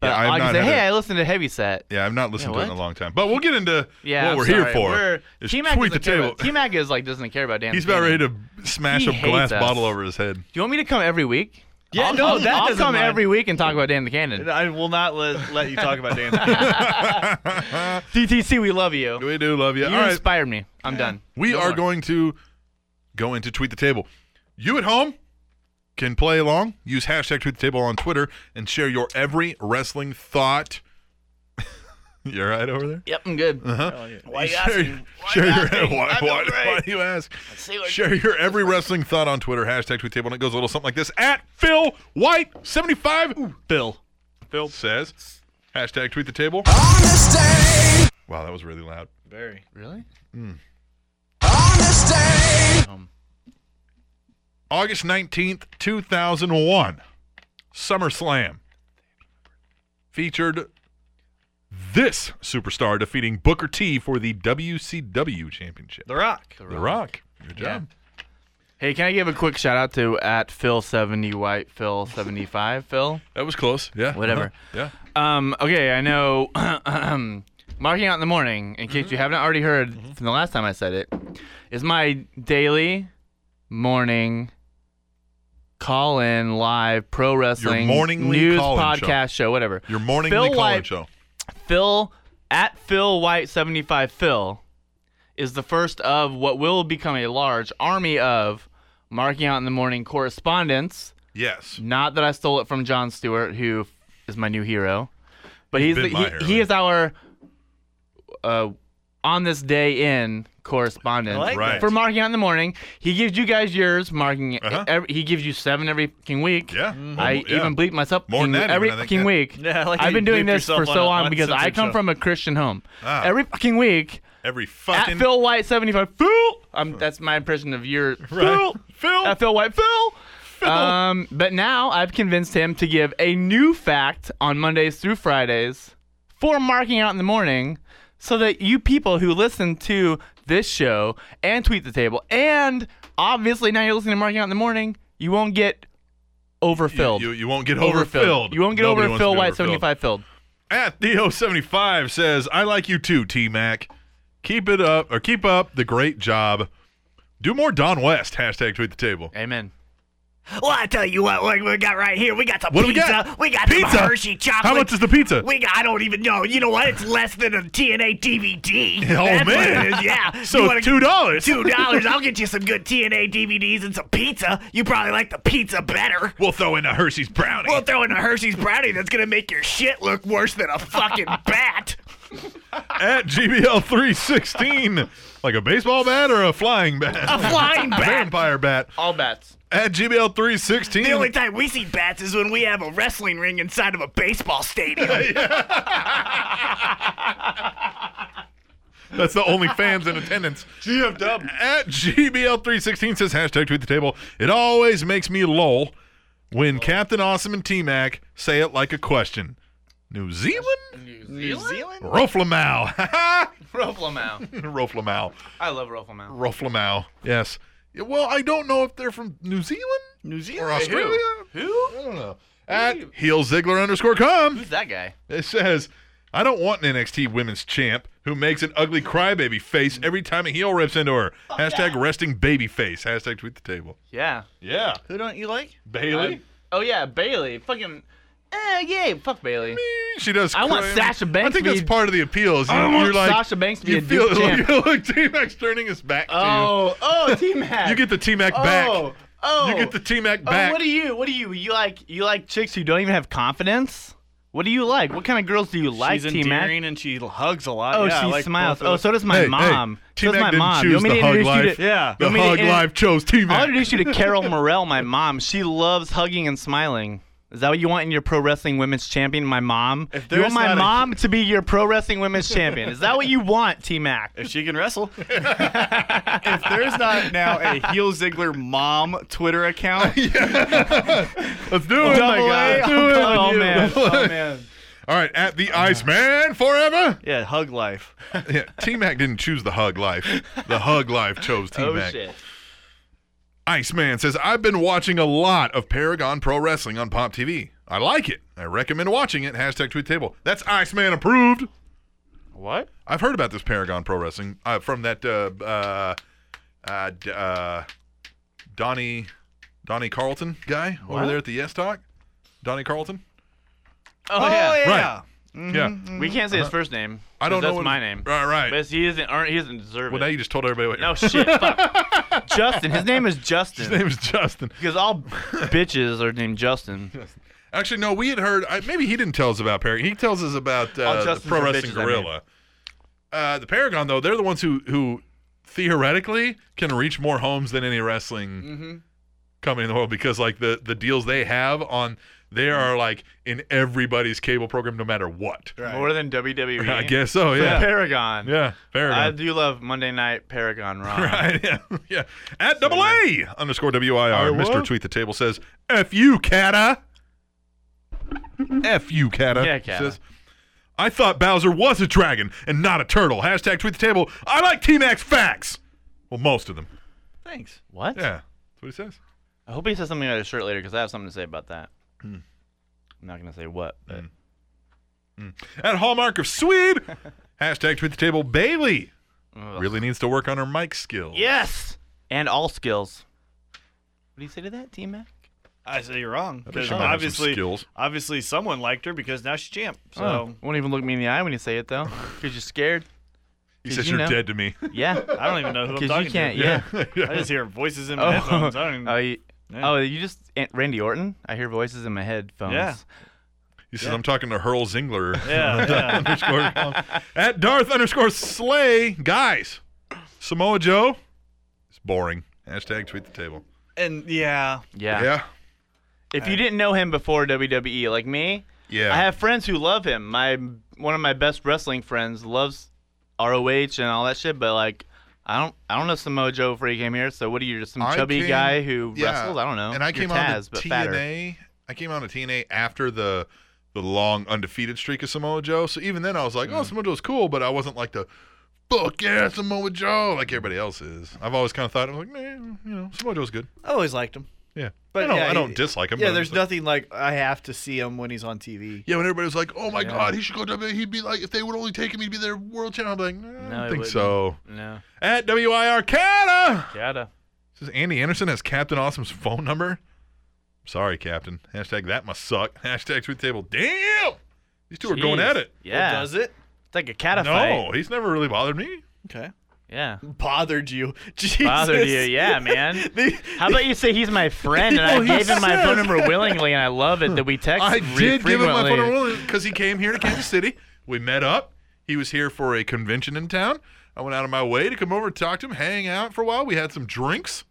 Speaker 3: But
Speaker 1: Yeah, I've
Speaker 3: I can
Speaker 1: not
Speaker 3: say,
Speaker 1: had
Speaker 3: hey,
Speaker 1: a-
Speaker 3: I listened to Heavyset.
Speaker 1: Yeah, I've not listened to
Speaker 3: Yeah,
Speaker 1: it in a
Speaker 3: what?
Speaker 1: long time. But we'll get into
Speaker 3: Yeah,
Speaker 1: what
Speaker 3: I'm
Speaker 1: we're
Speaker 3: sorry.
Speaker 1: here for.
Speaker 3: We're,
Speaker 1: is
Speaker 3: T-Mac
Speaker 1: tweet the
Speaker 3: doesn't care
Speaker 1: table.
Speaker 3: about- T-Mac is like, doesn't care about Dan.
Speaker 1: He's about
Speaker 3: Cannon.
Speaker 1: ready to smash
Speaker 3: He
Speaker 1: a glass
Speaker 3: hates
Speaker 1: bottle
Speaker 3: us.
Speaker 1: over his head.
Speaker 3: Do you want me to come every week?
Speaker 7: Yeah,
Speaker 3: I'll,
Speaker 7: no,
Speaker 3: I'll,
Speaker 7: that
Speaker 3: I'll
Speaker 7: doesn't
Speaker 3: come
Speaker 7: mind.
Speaker 3: every week and talk about Dan the Cannon.
Speaker 7: I will not let, let you talk about Dan. the Cannon.
Speaker 3: DTC, we love you.
Speaker 1: We do love you.
Speaker 3: You
Speaker 1: All right,
Speaker 3: inspired me. I'm done.
Speaker 1: we
Speaker 3: No
Speaker 1: are
Speaker 3: more.
Speaker 1: going to go into tweet the table. You at home? can play along. Use hashtag Tweet the Table on Twitter and share your every wrestling thought. you all right over there?
Speaker 3: Yep, I'm good.
Speaker 1: Why you share, share your, why, why, why do you ask? Share your every wrestling thought on Twitter, hashtag tweet table, and it goes a little something like this at Phil White 75
Speaker 7: Bill.
Speaker 1: Phil says hashtag tweet the table. Wow, that was really loud.
Speaker 7: Very.
Speaker 3: Really?
Speaker 1: August 19th, 2001, SummerSlam featured this superstar defeating Booker T for the WCW Championship.
Speaker 7: The Rock.
Speaker 1: The Rock. Good job.
Speaker 3: Hey, can I give a quick shout out to at Phil seventy White Phil seventy five Phil?
Speaker 1: That was close. Yeah. Uh-huh.
Speaker 3: Whatever.
Speaker 1: Yeah.
Speaker 3: Um, okay, I know. marking out in the morning, in
Speaker 1: Mm-hmm.
Speaker 3: case you haven't already heard from the last time I said it, is my daily morning call in live pro wrestling
Speaker 1: morningly
Speaker 3: news
Speaker 1: call-in
Speaker 3: podcast
Speaker 1: show.
Speaker 3: show, whatever.
Speaker 1: Your morning
Speaker 3: Phil
Speaker 1: Phil
Speaker 3: White-
Speaker 1: show.
Speaker 3: Phil at Phil White seventy five Phil is the first of what will become a large army of marking out in the morning correspondents.
Speaker 1: Yes.
Speaker 3: Not that I stole it from John Stewart, who is my new hero, but he's
Speaker 1: been
Speaker 3: the,
Speaker 1: my
Speaker 3: he,
Speaker 1: hero.
Speaker 3: he is our uh, on this day in correspondent
Speaker 7: like
Speaker 1: Right. that.
Speaker 3: for marking out in the morning. He gives you guys yours marking. e-,
Speaker 1: Uh-huh.
Speaker 3: Every, he gives you seven every fucking week.
Speaker 1: Yeah.
Speaker 3: I even bleep myself
Speaker 1: More than
Speaker 3: fucking-
Speaker 1: that
Speaker 3: every
Speaker 1: even, I think,
Speaker 3: fucking
Speaker 1: yeah.
Speaker 3: week.
Speaker 7: Yeah, I like how
Speaker 3: I've been
Speaker 7: you
Speaker 3: doing
Speaker 7: bleeped
Speaker 3: this for
Speaker 7: yourself on
Speaker 3: so
Speaker 7: a-
Speaker 3: long
Speaker 7: on
Speaker 3: because I
Speaker 7: censored
Speaker 3: come
Speaker 7: show.
Speaker 3: from a Christian home.
Speaker 1: Ah.
Speaker 3: Every fucking week,
Speaker 1: every
Speaker 3: at
Speaker 1: fucking
Speaker 3: Phil White seventy five. Phil, um, that's my impression of your Phil.
Speaker 1: Phil.
Speaker 3: At Phil White Phil. Um, but now I've convinced him to give a new fact on Mondays through Fridays for marking out in the morning so that you people who listen to this show and tweet the table and obviously now you're listening to marking out in the morning, you won't get overfilled.
Speaker 1: You, you, you won't get overfilled.
Speaker 3: You won't get
Speaker 1: Nobody
Speaker 3: over
Speaker 1: wants to
Speaker 3: Phil
Speaker 1: be
Speaker 3: White
Speaker 1: overfilled.
Speaker 3: 75 filled.
Speaker 1: At Theo75 says, I like you too, T Mac. Keep it up, or keep up the great job. Do more Don West. Hashtag tweet the table.
Speaker 3: Amen.
Speaker 9: Well, I tell you what, look, we got right here. We got the
Speaker 1: What do we
Speaker 9: pizza.
Speaker 1: got?
Speaker 9: We got
Speaker 1: Pizza?
Speaker 9: some Hershey chocolate.
Speaker 1: How much is the pizza?
Speaker 9: We got, I don't even know. You know what? It's less than a TNA DVD.
Speaker 1: Oh,
Speaker 9: That's what
Speaker 1: man.
Speaker 9: it is, Yeah.
Speaker 1: So
Speaker 9: You wanna-
Speaker 1: two dollars.
Speaker 9: Two dollars. I'll get you some good TNA DVDs and some pizza. You probably like the pizza better.
Speaker 1: We'll throw in a Hershey's brownie.
Speaker 9: We'll throw in a Hershey's brownie that's gonna make your shit look worse than a fucking bat.
Speaker 1: At GBL316, like a baseball bat or a flying bat,
Speaker 9: A flying bat.
Speaker 1: vampire bat.
Speaker 3: All bats.
Speaker 1: At GBL316,
Speaker 9: The only time we see bats is when we have a wrestling ring inside of a baseball stadium.
Speaker 1: That's the only fans in attendance. GFW. At GBL316 says hashtag tweet the table. It always makes me lol when Captain Awesome and T Mac say it like a question. New Zealand?
Speaker 3: New Zealand?
Speaker 1: Roflamau.
Speaker 3: Roflamau.
Speaker 1: Roflamau.
Speaker 3: I love Roflamau.
Speaker 1: Roflamau. Yes. Yeah, Well, I don't know if they're from New Zealand
Speaker 7: New
Speaker 1: or
Speaker 7: Zealand.
Speaker 1: Australia.
Speaker 3: Who?
Speaker 1: I don't know. At heel Ziggler underscore com.
Speaker 3: Who's that guy?
Speaker 1: It says, I don't want an NXT women's champ who makes an ugly crybaby face every time a heel rips into her. Hashtag resting baby face. Hashtag tweet the table.
Speaker 3: Yeah.
Speaker 1: Yeah.
Speaker 7: Who don't you like?
Speaker 1: Bailey?
Speaker 3: Oh yeah, Bailey. Fucking. Eh, yeah. Fuck Bailey.
Speaker 1: she does.
Speaker 3: I want
Speaker 1: cry-
Speaker 3: Sasha Banks
Speaker 1: I think
Speaker 3: to be-
Speaker 1: that's part of the appeal. Is you,
Speaker 3: want
Speaker 1: you're like,
Speaker 3: Sasha Banks to be
Speaker 1: you
Speaker 3: a
Speaker 1: feel,
Speaker 3: Duke champ.
Speaker 1: Look, look, T-Mac's turning his back to
Speaker 3: Oh, oh, T
Speaker 1: you.
Speaker 3: Mac.
Speaker 1: You get the T-Mac
Speaker 3: oh,
Speaker 1: back.
Speaker 3: Oh,
Speaker 1: You get the T-Mac
Speaker 3: Oh,
Speaker 1: back.
Speaker 3: what do you? What do you? You like? You like chicks who don't even have confidence? What do you like? What kind of girls do you like,
Speaker 7: She's
Speaker 3: T Mac?
Speaker 7: endearing and she hugs a lot.
Speaker 3: Oh,
Speaker 7: yeah, I
Speaker 3: she
Speaker 7: like
Speaker 3: smiles.
Speaker 7: both of
Speaker 3: Oh,
Speaker 7: us.
Speaker 3: so does my
Speaker 1: Hey,
Speaker 3: mom.
Speaker 1: hey,
Speaker 3: so does
Speaker 1: T-Mac
Speaker 3: my
Speaker 1: didn't
Speaker 3: mom.
Speaker 1: choose
Speaker 3: you want me
Speaker 1: the
Speaker 3: to
Speaker 1: hug
Speaker 3: introduce you
Speaker 1: life.
Speaker 3: to?
Speaker 7: Yeah.
Speaker 3: You
Speaker 1: the
Speaker 3: want me to
Speaker 1: hug
Speaker 3: in-
Speaker 1: life chose
Speaker 3: I'll
Speaker 1: T-Mac.
Speaker 3: introduce you to Carol Morrell, my mom. She loves hugging and smiling. Is that what you want in your pro wrestling women's champion? My mom.
Speaker 7: If
Speaker 3: you want
Speaker 7: there's
Speaker 3: my
Speaker 7: not a-
Speaker 3: mom to be your pro wrestling women's champion? Is that what you want, T Mac?
Speaker 7: if she can wrestle. if there's not now a heel Ziggler mom Twitter account,
Speaker 1: Let's do it.
Speaker 7: double A,
Speaker 1: Let's
Speaker 7: I'm
Speaker 1: do it.
Speaker 7: telling
Speaker 3: Oh,
Speaker 7: you.
Speaker 3: man. Oh,
Speaker 7: oh man,
Speaker 1: All right, at the Iceman forever.
Speaker 7: yeah, hug life.
Speaker 1: Yeah, T-Mac didn't choose the hug life. The hug life chose
Speaker 3: Oh,
Speaker 1: T-Mac. Iceman says, I've been watching a lot of Paragon Pro Wrestling on Pop TV. I like it. I recommend watching it. Hashtag tweet table. That's Iceman approved.
Speaker 3: What?
Speaker 1: I've heard about this Paragon Pro Wrestling uh, from that uh, uh, uh, d- uh, Donnie Donnie Carlton guy over there at the Yes Talk. Donnie Carlton.
Speaker 3: Oh, yeah.
Speaker 1: Right. Yeah.
Speaker 3: We can't say his first name.
Speaker 1: Uh, I don't
Speaker 3: 'cause
Speaker 1: know
Speaker 3: That's
Speaker 1: what
Speaker 3: my name.
Speaker 1: Right, right.
Speaker 3: But he isn't. earn- He doesn't deserve
Speaker 1: Well, now
Speaker 3: it.
Speaker 1: you just told everybody what.
Speaker 3: No shit. Fuck. Justin. His name is Justin.
Speaker 1: His name is Justin.
Speaker 3: because all bitches are named Justin.
Speaker 1: Actually, no, we had heard. I, maybe he didn't tell us about Paragon. He tells us about
Speaker 3: All
Speaker 1: uh, the
Speaker 3: Justins
Speaker 1: pro
Speaker 3: are
Speaker 1: wrestling
Speaker 3: bitches, I mean.
Speaker 1: gorilla. Uh, the Paragon, though, they're the ones who who theoretically can reach more homes than any wrestling
Speaker 3: Mm-hmm.
Speaker 1: company in the world because, like, the the deals they have on they
Speaker 3: Mm-hmm.
Speaker 1: are like in everybody's cable program, no matter what.
Speaker 3: More than WWE.
Speaker 1: I guess so. Yeah.
Speaker 3: Paragon.
Speaker 1: yeah. Paragon.
Speaker 3: I do love Monday Night Paragon Raw.
Speaker 1: Right, yeah, yeah. At double A underscore W I R,
Speaker 3: I
Speaker 1: Mister
Speaker 3: will.
Speaker 1: Tweet the Table says, "F you, Cata." F you, Cata.
Speaker 3: Yeah, Cata.
Speaker 1: Says, I thought Bowser was a dragon and not a turtle. Hashtag Tweet the Table. I like T Max facts. Well, most of them.
Speaker 7: Thanks.
Speaker 3: What?
Speaker 1: Yeah, that's what he says.
Speaker 3: I hope he says something about his shirt later because I have something to say about that.
Speaker 1: Hmm.
Speaker 3: I'm not gonna say what, but
Speaker 1: Mm. At Hallmark of Swede, hashtag Tweet the Table. Bailey
Speaker 3: Ugh.
Speaker 1: really needs to work on her mic skill.
Speaker 3: yes, and all skills. What do you say to that, T Mac?
Speaker 7: I say you're wrong.
Speaker 1: bet she
Speaker 7: Because
Speaker 1: might have some
Speaker 7: obviously,
Speaker 1: skills.
Speaker 7: obviously, someone liked her because now she's champ.
Speaker 1: Oh.
Speaker 3: Oh.
Speaker 7: So
Speaker 3: won't even look me in the eye when you say it though, because you're scared.
Speaker 1: he
Speaker 3: 'Cause
Speaker 1: says
Speaker 3: you
Speaker 1: you are
Speaker 3: know.
Speaker 1: dead to me.
Speaker 3: Yeah,
Speaker 7: I don't even know who I'm
Speaker 3: because
Speaker 7: talking
Speaker 3: you can't.
Speaker 7: to.
Speaker 3: Yeah.
Speaker 7: I just hear voices in my
Speaker 3: Oh,
Speaker 7: headphones. I don't even.
Speaker 3: oh, you,
Speaker 7: Yeah.
Speaker 3: oh, you just Aunt Randy Orton? I hear voices in my headphones.
Speaker 7: Yeah.
Speaker 1: He says, I'm talking to Hurl Zingler.
Speaker 7: yeah, yeah.
Speaker 1: underscore com. at Darth underscore Slay. Guys, Samoa Joe, it's boring. Hashtag tweet the table.
Speaker 7: and yeah,
Speaker 3: Yeah.
Speaker 1: Yeah.
Speaker 3: If you didn't know him before WWE, like me,
Speaker 1: Yeah.
Speaker 3: I have friends who love him. My one of my best wrestling friends loves ROH and all that shit, but like I don't I don't know Samoa Joe before he came here. So what are you just some
Speaker 1: I
Speaker 3: chubby
Speaker 1: came-
Speaker 3: guy who
Speaker 1: yeah,
Speaker 3: wrestles? I don't know.
Speaker 1: And I
Speaker 3: You're
Speaker 1: came
Speaker 3: Taz,
Speaker 1: on to
Speaker 3: but
Speaker 1: TNA.
Speaker 3: fatter.
Speaker 1: I came on to TNA after the the long undefeated streak of Samoa Joe. So even then, I was like,
Speaker 3: Hmm.
Speaker 1: oh, Samoa Joe's cool, but I wasn't like the fuck yeah Samoa Joe like everybody else is. I've always kind of thought I was like, man, you know, Samoa Joe's good.
Speaker 2: I always liked him.
Speaker 1: Yeah,
Speaker 2: But
Speaker 1: I don't,
Speaker 2: yeah,
Speaker 1: I don't
Speaker 2: he-
Speaker 1: dislike him.
Speaker 2: yeah,
Speaker 1: but
Speaker 2: there's
Speaker 1: it's like-
Speaker 2: nothing like I have to see him when he's on TV.
Speaker 1: Yeah, when everybody was like, "Oh my God, he should go to WWE," he'd be like, "If they would only take him, he'd be their world champion." I'm like, "Nah, I
Speaker 3: No,
Speaker 1: don't
Speaker 3: he
Speaker 1: think
Speaker 3: wouldn't."
Speaker 1: so.
Speaker 3: No.
Speaker 1: At WIR Canada
Speaker 3: Gotta.
Speaker 1: says Andy Anderson has Captain Awesome's phone number. Sorry, Captain. Hashtag that must suck. Hashtag tweet table. Damn, these two are going at it.
Speaker 3: Yeah.
Speaker 7: does it?
Speaker 3: It's like a cat
Speaker 1: no,
Speaker 3: fight.
Speaker 1: he's never really bothered me.
Speaker 2: Okay.
Speaker 3: Yeah.
Speaker 2: Bothered you. Jesus.
Speaker 3: Bothered you, yeah, man.
Speaker 2: The-
Speaker 3: How about you say he's my friend and
Speaker 1: Well,
Speaker 3: I
Speaker 1: he
Speaker 3: gave him my phone
Speaker 1: says-
Speaker 3: number willingly and I love it that we text
Speaker 1: I
Speaker 3: re-
Speaker 1: did give him my
Speaker 3: frequently.
Speaker 1: phone number because he came here to Kansas City. We met up. He was here for a convention in town. I went out of my way to come over, talk to him, hang out for a while. We had some drinks.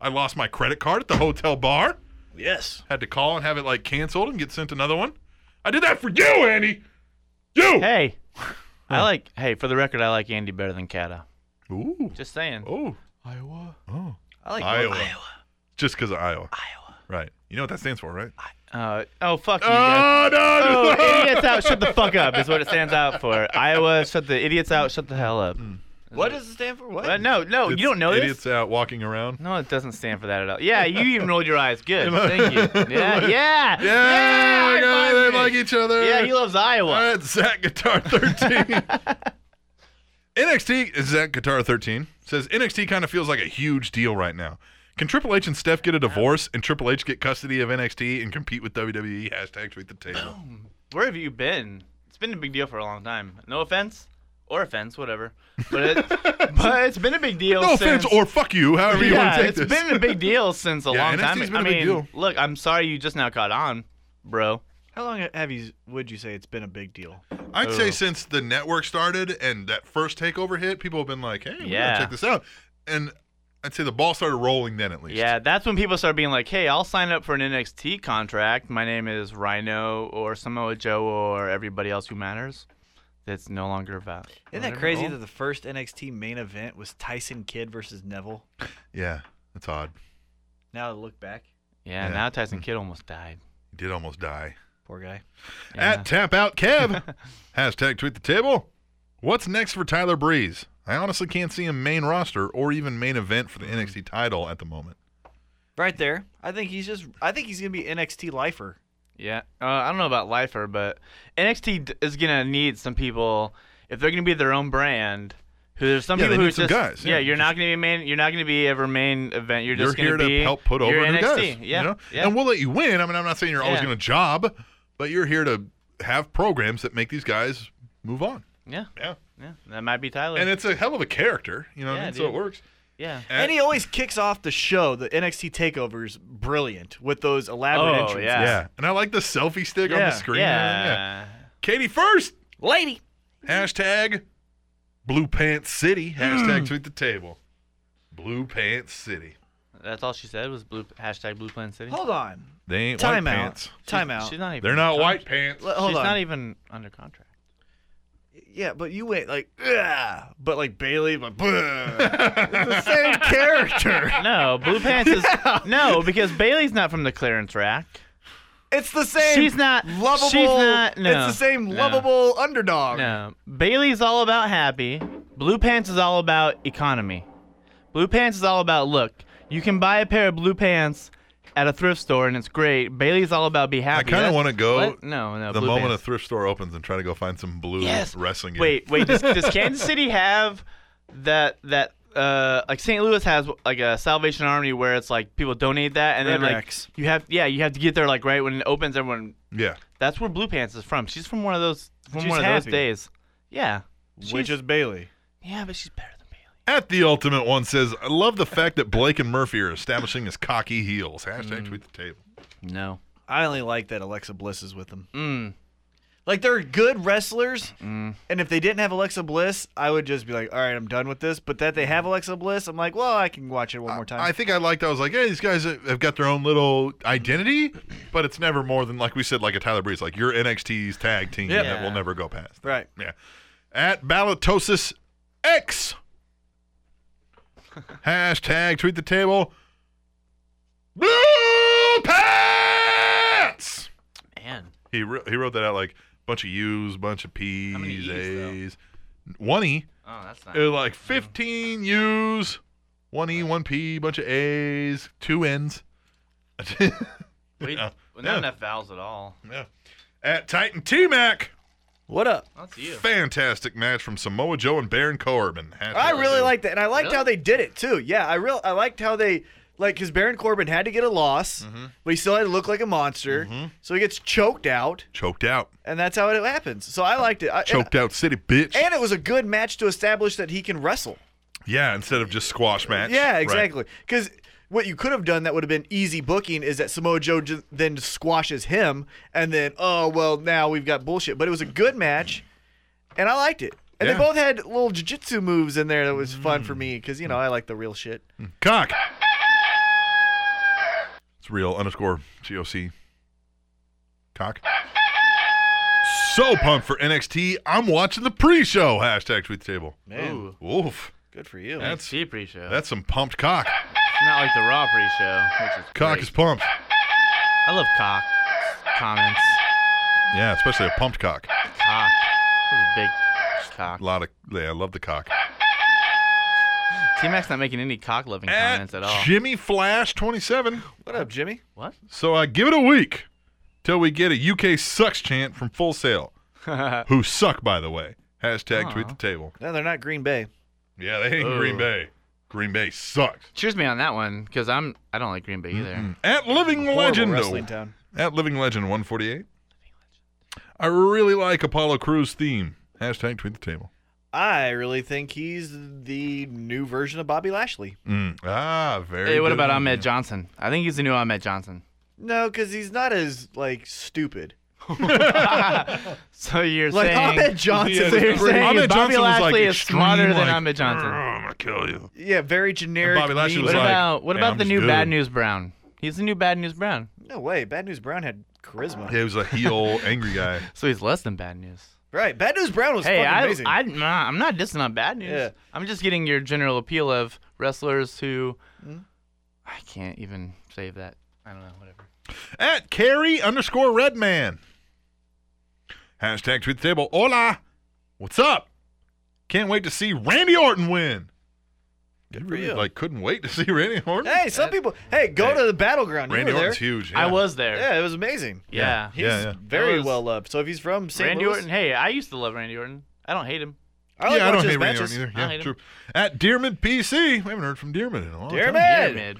Speaker 1: I lost my credit card at the hotel bar.
Speaker 7: Yes.
Speaker 1: Had to call and have it like canceled and get sent another one. I did that for you, Andy. You.
Speaker 3: Hey. I like hey, for the record, I like Andy better than Kata.
Speaker 1: Ooh.
Speaker 3: Just saying.
Speaker 1: Oh.
Speaker 7: Iowa.
Speaker 1: Oh.
Speaker 7: I like
Speaker 1: Iowa. Just because of Iowa. Iowa. Right. You know what that stands for, right?
Speaker 3: Uh, oh fuck you guys.
Speaker 1: Oh no.
Speaker 3: Oh, idiots out, shut the fuck up is what it stands out for. Iowa, shut the idiots out, shut the hell up.
Speaker 1: Hmm.
Speaker 7: What does it stand for? What?
Speaker 3: But no, no,
Speaker 1: It's
Speaker 3: you don't know
Speaker 1: idiots
Speaker 3: this.
Speaker 1: out walking around.
Speaker 3: No, it doesn't stand for that at all. Yeah, you even rolled your eyes. Good, thank you. Yeah, yeah,
Speaker 1: Yeah,
Speaker 3: yeah.
Speaker 1: my God,
Speaker 3: high
Speaker 1: they
Speaker 3: five me.
Speaker 1: like each other.
Speaker 3: yeah, he loves Iowa.
Speaker 1: All right, Zach Guitar 13. NXT, Zach Guitar 13 says NXT kind of feels like a huge deal right now. Can Triple H and Steph get a divorce and Triple H get custody of NXT and compete with WWE? Hashtag tweet the table.
Speaker 3: Where have you been? It's been a big deal for a long time. No offense, or offense, whatever. But it, but it's been a big deal.
Speaker 1: No offense
Speaker 3: since-
Speaker 1: or fuck you, however you want
Speaker 3: yeah,
Speaker 1: to take
Speaker 3: it's
Speaker 1: this.
Speaker 3: been a big deal since a
Speaker 1: Yeah,
Speaker 3: long time.
Speaker 1: NXT 's been
Speaker 3: I
Speaker 1: a big
Speaker 3: mean,
Speaker 1: deal.
Speaker 3: look, I'm sorry you just now caught on, bro.
Speaker 7: How long have you? Would you say it's been a big deal?
Speaker 1: I'd say since the network started and that first takeover hit, people have been like, hey, we
Speaker 3: Yeah.
Speaker 1: gotta check this out. And I'd say the ball started rolling then at least.
Speaker 3: Yeah, that's when people start being like, "Hey, I'll sign up for an NXT contract. My name is Rhino or Samoa Joe or everybody else who matters." That's no longer about.
Speaker 7: Isn't that crazy that the first NXT main event was Tyson Kidd versus Neville?
Speaker 1: Yeah, that's odd.
Speaker 7: Now I look back,
Speaker 3: Yeah,
Speaker 1: Yeah. Hmm.
Speaker 3: now Tyson Kidd almost died.
Speaker 1: He did almost die.
Speaker 7: poor guy.
Speaker 3: Yeah.
Speaker 1: At tap out Kev. Hashtag tweet the table. What's next for Tyler Breeze? I honestly can't see him main roster or even main event for the NXT title at the moment.
Speaker 7: Right there, I think he's just. I think he's gonna be NXT lifer.
Speaker 3: Yeah, uh, I don't know about Lifer, but NXT d- is gonna need some people if they're gonna be their own brand. Who there's some
Speaker 1: Yeah, they
Speaker 3: people who
Speaker 1: need some
Speaker 3: just
Speaker 1: guys, yeah,
Speaker 3: yeah, you're not gonna be main, you're not gonna be ever main event. You're just
Speaker 1: You're here
Speaker 3: gonna
Speaker 1: to
Speaker 3: be
Speaker 1: help put over
Speaker 3: you're
Speaker 1: new
Speaker 3: NXT.
Speaker 1: guys.
Speaker 3: Yeah,
Speaker 1: you know?
Speaker 3: yeah.
Speaker 1: And we'll let you win. I mean, I'm not saying you're always
Speaker 3: Yeah.
Speaker 1: going to job, but you're here to have programs that make these guys move on.
Speaker 3: yeah,
Speaker 1: Yeah.
Speaker 3: yeah, that might be Tyler.
Speaker 1: And it's a hell of a character, you know what I
Speaker 3: Yeah,
Speaker 1: mean? So it
Speaker 3: dude.
Speaker 1: works.
Speaker 3: Yeah.
Speaker 2: And he always kicks off the show, the NXT takeovers, brilliant with those elaborate
Speaker 3: Oh,
Speaker 2: entrances.
Speaker 3: yeah.
Speaker 1: Yeah, and I like the selfie stick on the
Speaker 2: Yeah,
Speaker 1: screen.
Speaker 3: Yeah.
Speaker 1: Katie first.
Speaker 3: Lady.
Speaker 1: Hashtag Blue Pants City.
Speaker 3: Hmm.
Speaker 1: Hashtag tweet the table. Blue Pants City.
Speaker 3: That's all she said was blue, hashtag Blue Planet City.
Speaker 2: Hold on.
Speaker 1: They ain't
Speaker 2: Time
Speaker 1: white
Speaker 2: out.
Speaker 1: pants.
Speaker 2: Time out.
Speaker 3: She's not even.
Speaker 1: They're not white pants.
Speaker 2: L- Hold
Speaker 3: she's
Speaker 2: on.
Speaker 3: not e- even under contract.
Speaker 2: yeah, but you went like, Ugh, but like Bailey, but the same character.
Speaker 3: No, Blue Pants is no because Bailey's not from the clearance rack.
Speaker 2: It's the same.
Speaker 3: She's not-
Speaker 2: lovable.
Speaker 3: she's not- no,
Speaker 2: it's the same
Speaker 3: no.
Speaker 2: lovable underdog.
Speaker 3: No, Bailey's all about happy. Blue Pants is all about economy. Blue Pants is all about look. You can buy a pair of blue pants at a thrift store and it's great. Bailey's all about be happy.
Speaker 1: kinda
Speaker 3: That's-
Speaker 1: wanna go
Speaker 3: what? No, no.
Speaker 1: the
Speaker 3: blue
Speaker 1: moment
Speaker 3: pants.
Speaker 1: a thrift store opens and try to go find some blue
Speaker 3: Yes.
Speaker 1: wrestling gear.
Speaker 3: Wait, wait. Does, does Kansas City have that that uh like St. Louis has like a Salvation Army where it's like people donate that and then
Speaker 7: Red
Speaker 3: like
Speaker 7: Racks.
Speaker 3: you have yeah you have to get there like right when it opens everyone.
Speaker 1: Yeah.
Speaker 3: That's where Blue Pants is from. She's from one of those from
Speaker 2: She's
Speaker 3: one of
Speaker 2: happy.
Speaker 3: those days. Yeah.
Speaker 2: which
Speaker 3: She's-
Speaker 2: is Bailey.
Speaker 3: yeah, but she's better than Bailey.
Speaker 1: At the ultimate one says, I love the fact that Blake and Murphy are establishing as cocky heels.
Speaker 3: Hmm.
Speaker 1: Hashtag tweet the table.
Speaker 3: No.
Speaker 2: I only like that Alexa Bliss is with them.
Speaker 3: Mm.
Speaker 2: Like they're good wrestlers, and if they didn't have Alexa Bliss, I would just be like, all right, I'm done with this. But that they have Alexa Bliss, I'm like, well, I can watch it one more time.
Speaker 1: I think I liked. I was like, hey, these guys have got their own little identity, but it's never more than like we said, like a Tyler Breeze, like your NXT's tag team
Speaker 3: Yeah.
Speaker 1: that will never go past.
Speaker 2: right.
Speaker 1: Yeah. At Balatosis X. Hashtag tweet the table. Blue pants.
Speaker 3: Man.
Speaker 1: He wr- he wrote that out like bunch of U's, bunch of P's,
Speaker 3: many E's, though?
Speaker 1: A's, one E.
Speaker 3: Oh, that's not.
Speaker 1: It was like 15 U's, one E, one P, bunch of A's, two N's.
Speaker 3: We,
Speaker 1: Yeah.
Speaker 3: well,
Speaker 1: Yeah.
Speaker 3: not enough vowels at all.
Speaker 1: Yeah. At Titan T Mac,
Speaker 2: What up?
Speaker 3: That's you.
Speaker 1: fantastic match from Samoa Joe and Baron Corbin. Hashtag
Speaker 2: I really
Speaker 1: table.
Speaker 2: liked it, and I liked
Speaker 3: Really?
Speaker 2: how they did it too. Yeah, I real I liked how they like because Baron Corbin had to get a loss, but he still had to look like a monster, so he gets choked out,
Speaker 1: choked out,
Speaker 2: and that's how it happens. So I liked it. I,
Speaker 1: choked out city bitch.
Speaker 2: And, and it was a good match to establish that he can wrestle.
Speaker 1: yeah, instead of just squash match.
Speaker 2: Yeah,
Speaker 1: Right.
Speaker 2: exactly. Because what you could have done that would have been easy booking is that Samoa Joe ju- then squashes him, and then oh well, now we've got bullshit. But it was a good match, and I liked it. And
Speaker 1: Yeah. Mm.
Speaker 2: they both had little jiu-jitsu moves in there that was fun for me because you know I like the real shit.
Speaker 1: Cock. It's real underscore GOC. Cock. So pumped for NXT. I'm watching the pre show. Hashtag tweet the table.
Speaker 2: Man,
Speaker 3: Ooh,
Speaker 1: Oof.
Speaker 2: good for you.
Speaker 1: That's-
Speaker 3: that's cheap pre-show.
Speaker 1: That's some pumped cock.
Speaker 3: It's not like the Raw pre-show, which is
Speaker 1: Cock
Speaker 3: great.
Speaker 1: is pumped.
Speaker 3: I love cock comments.
Speaker 1: Yeah, especially a pumped cock.
Speaker 3: Cock. This is a big cock.
Speaker 1: A lot of, yeah, I love the cock.
Speaker 3: T Mac's not making any cock loving
Speaker 1: Eh,
Speaker 3: comments at all.
Speaker 1: Jimmy Flash 27.
Speaker 2: What up, Jimmy?
Speaker 3: what?
Speaker 1: So I give it a week till we get a UK sucks chant from Full Sail, who suck, by the way. Hashtag tweet the table.
Speaker 2: No, they're not Green Bay.
Speaker 1: Yeah, they ain't Green Bay. Green Bay sucks.
Speaker 3: Cheers me on that one, because I'm I don't like Green Bay either.
Speaker 1: At Living
Speaker 2: Horrible
Speaker 1: Legend,
Speaker 2: wrestling
Speaker 1: though.
Speaker 2: town.
Speaker 1: At Living Legend 148. I really like Apollo Crews theme. Hashtag tweet the table.
Speaker 2: I really think he's the new version of Bobby Lashley.
Speaker 1: Mm. Ah, very.
Speaker 3: Hey, what
Speaker 1: good
Speaker 3: about
Speaker 1: one,
Speaker 3: Ahmed
Speaker 1: yeah.
Speaker 3: Johnson? I think he's the new Ahmed Johnson.
Speaker 2: No, because he's not as like stupid.
Speaker 3: So you're
Speaker 2: Like
Speaker 3: saying
Speaker 2: Ahmed Johnson.
Speaker 3: so you're saying
Speaker 1: Ahmed
Speaker 3: is Bobby
Speaker 1: Johnson was, like,
Speaker 3: Lashley is
Speaker 1: extreme,
Speaker 3: smarter than
Speaker 1: like,
Speaker 3: Ahmed Johnson.
Speaker 1: Mm. I'm gonna kill you.
Speaker 2: Yeah, very generic.
Speaker 1: Bobby Lashley
Speaker 2: mean-
Speaker 1: was
Speaker 3: What
Speaker 1: like,
Speaker 3: about what
Speaker 1: "Hey,
Speaker 3: about
Speaker 1: I'm
Speaker 3: the
Speaker 1: just
Speaker 3: new
Speaker 1: good."
Speaker 3: Bad News Brown? He's the new Bad News Brown.
Speaker 2: No way. Bad News Brown had charisma.
Speaker 1: Yeah, he was a heel, angry guy.
Speaker 3: So he's less than Bad News.
Speaker 2: Right. Bad News Brown was
Speaker 3: Hey,
Speaker 2: fucking
Speaker 3: I,
Speaker 2: amazing.
Speaker 3: I, nah, I'm not dissing on Bad News.
Speaker 2: Yeah.
Speaker 3: I'm just getting your general appeal of wrestlers who I can't even save that. I don't know, whatever.
Speaker 1: At Carrie underscore Redman. Hashtag tweet the table. Hola. What's up? Can't wait to see Randy Orton win. You really
Speaker 2: you.
Speaker 1: like couldn't wait to see Randy Orton.
Speaker 2: hey, some people. Hey, go
Speaker 1: Hey.
Speaker 2: to the battleground. You
Speaker 1: Randy
Speaker 2: were there.
Speaker 1: Orton's huge.
Speaker 3: I
Speaker 1: yeah.
Speaker 3: was there. Yeah.
Speaker 2: Yeah, it was amazing.
Speaker 1: Yeah.
Speaker 2: He's
Speaker 1: Yeah, yeah.
Speaker 2: very
Speaker 3: That was-
Speaker 2: well loved. So if he's from St.
Speaker 3: Randy
Speaker 2: Louis,
Speaker 3: Orton. Hey, I used to love Randy Orton. I don't hate him.
Speaker 2: I like
Speaker 1: yeah, I don't hate
Speaker 2: watching his
Speaker 1: Randy
Speaker 2: matches.
Speaker 1: Orton either.
Speaker 3: I
Speaker 1: Yeah,
Speaker 3: hate
Speaker 1: true. At Dearman PC, we haven't heard from Dearman in a long time.
Speaker 2: Dearman!
Speaker 3: Yeah,
Speaker 2: Hey!
Speaker 3: mid.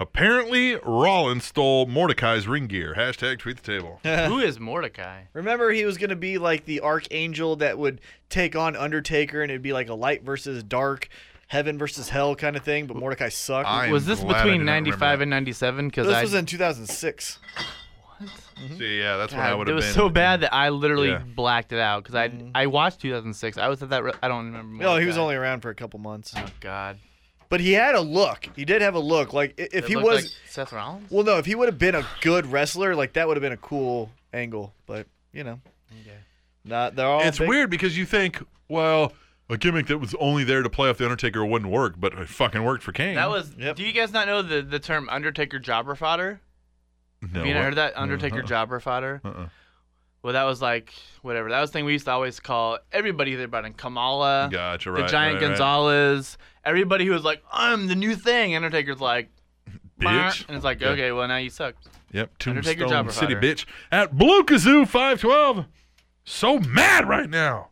Speaker 1: Apparently, Rollins stole Mordecai's ring gear. Hashtag tweet the table.
Speaker 3: Who is Mordecai?
Speaker 2: Remember, he was going to be like the archangel that would take on Undertaker, and it'd be like a light versus dark. heaven versus hell kind of thing, but Mordecai sucked.
Speaker 1: I am
Speaker 3: Was this
Speaker 1: glad I
Speaker 3: between
Speaker 1: did not remember
Speaker 3: 95
Speaker 1: that.
Speaker 3: and 97? Because
Speaker 2: this
Speaker 3: I
Speaker 2: was in 2006.
Speaker 1: Mm-hmm. See, yeah, that's when I
Speaker 3: God,
Speaker 1: would
Speaker 3: it
Speaker 1: have
Speaker 3: was
Speaker 1: been.
Speaker 3: so bad that I literally
Speaker 1: Yeah.
Speaker 3: blacked it out because I I watched 2006. I was at that. Re- I don't remember.
Speaker 2: No, he was
Speaker 3: Mordecai.
Speaker 2: only around for a couple months.
Speaker 3: Oh God.
Speaker 2: But he had a look. He did have a look. Like i- if
Speaker 3: It
Speaker 2: he
Speaker 3: looked
Speaker 2: was
Speaker 3: like Seth Rollins.
Speaker 2: Well, no, if he would have been a good wrestler, like that would have been a cool angle. But you know, not they're all.
Speaker 1: It's
Speaker 2: big-
Speaker 1: weird because you think, well, a gimmick that was only there to play off the Undertaker wouldn't work, but it fucking worked for Kane.
Speaker 3: That was.
Speaker 2: Yep.
Speaker 3: Do you guys not know the the term Undertaker jobber fodder?
Speaker 1: No,
Speaker 3: Have you not
Speaker 1: what?
Speaker 3: heard that Undertaker
Speaker 1: uh-uh.
Speaker 3: jobber fodder?
Speaker 1: Uh-uh.
Speaker 3: Well, that was like whatever. That was the thing we used to always call everybody that brought in Kamala,
Speaker 1: Gotcha.
Speaker 3: the
Speaker 1: Right.
Speaker 3: Giant
Speaker 1: right, right.
Speaker 3: Gonzalez, everybody who was like, I'm the new thing. Undertaker's like, "Bah,"
Speaker 1: Bitch.
Speaker 3: and it's like, okay, well now you suck.
Speaker 1: Yep.
Speaker 3: Undertaker
Speaker 1: Tombstone
Speaker 3: jobber
Speaker 1: City,
Speaker 3: fodder.
Speaker 1: bitch. At Blue Kazoo 512. So mad right now.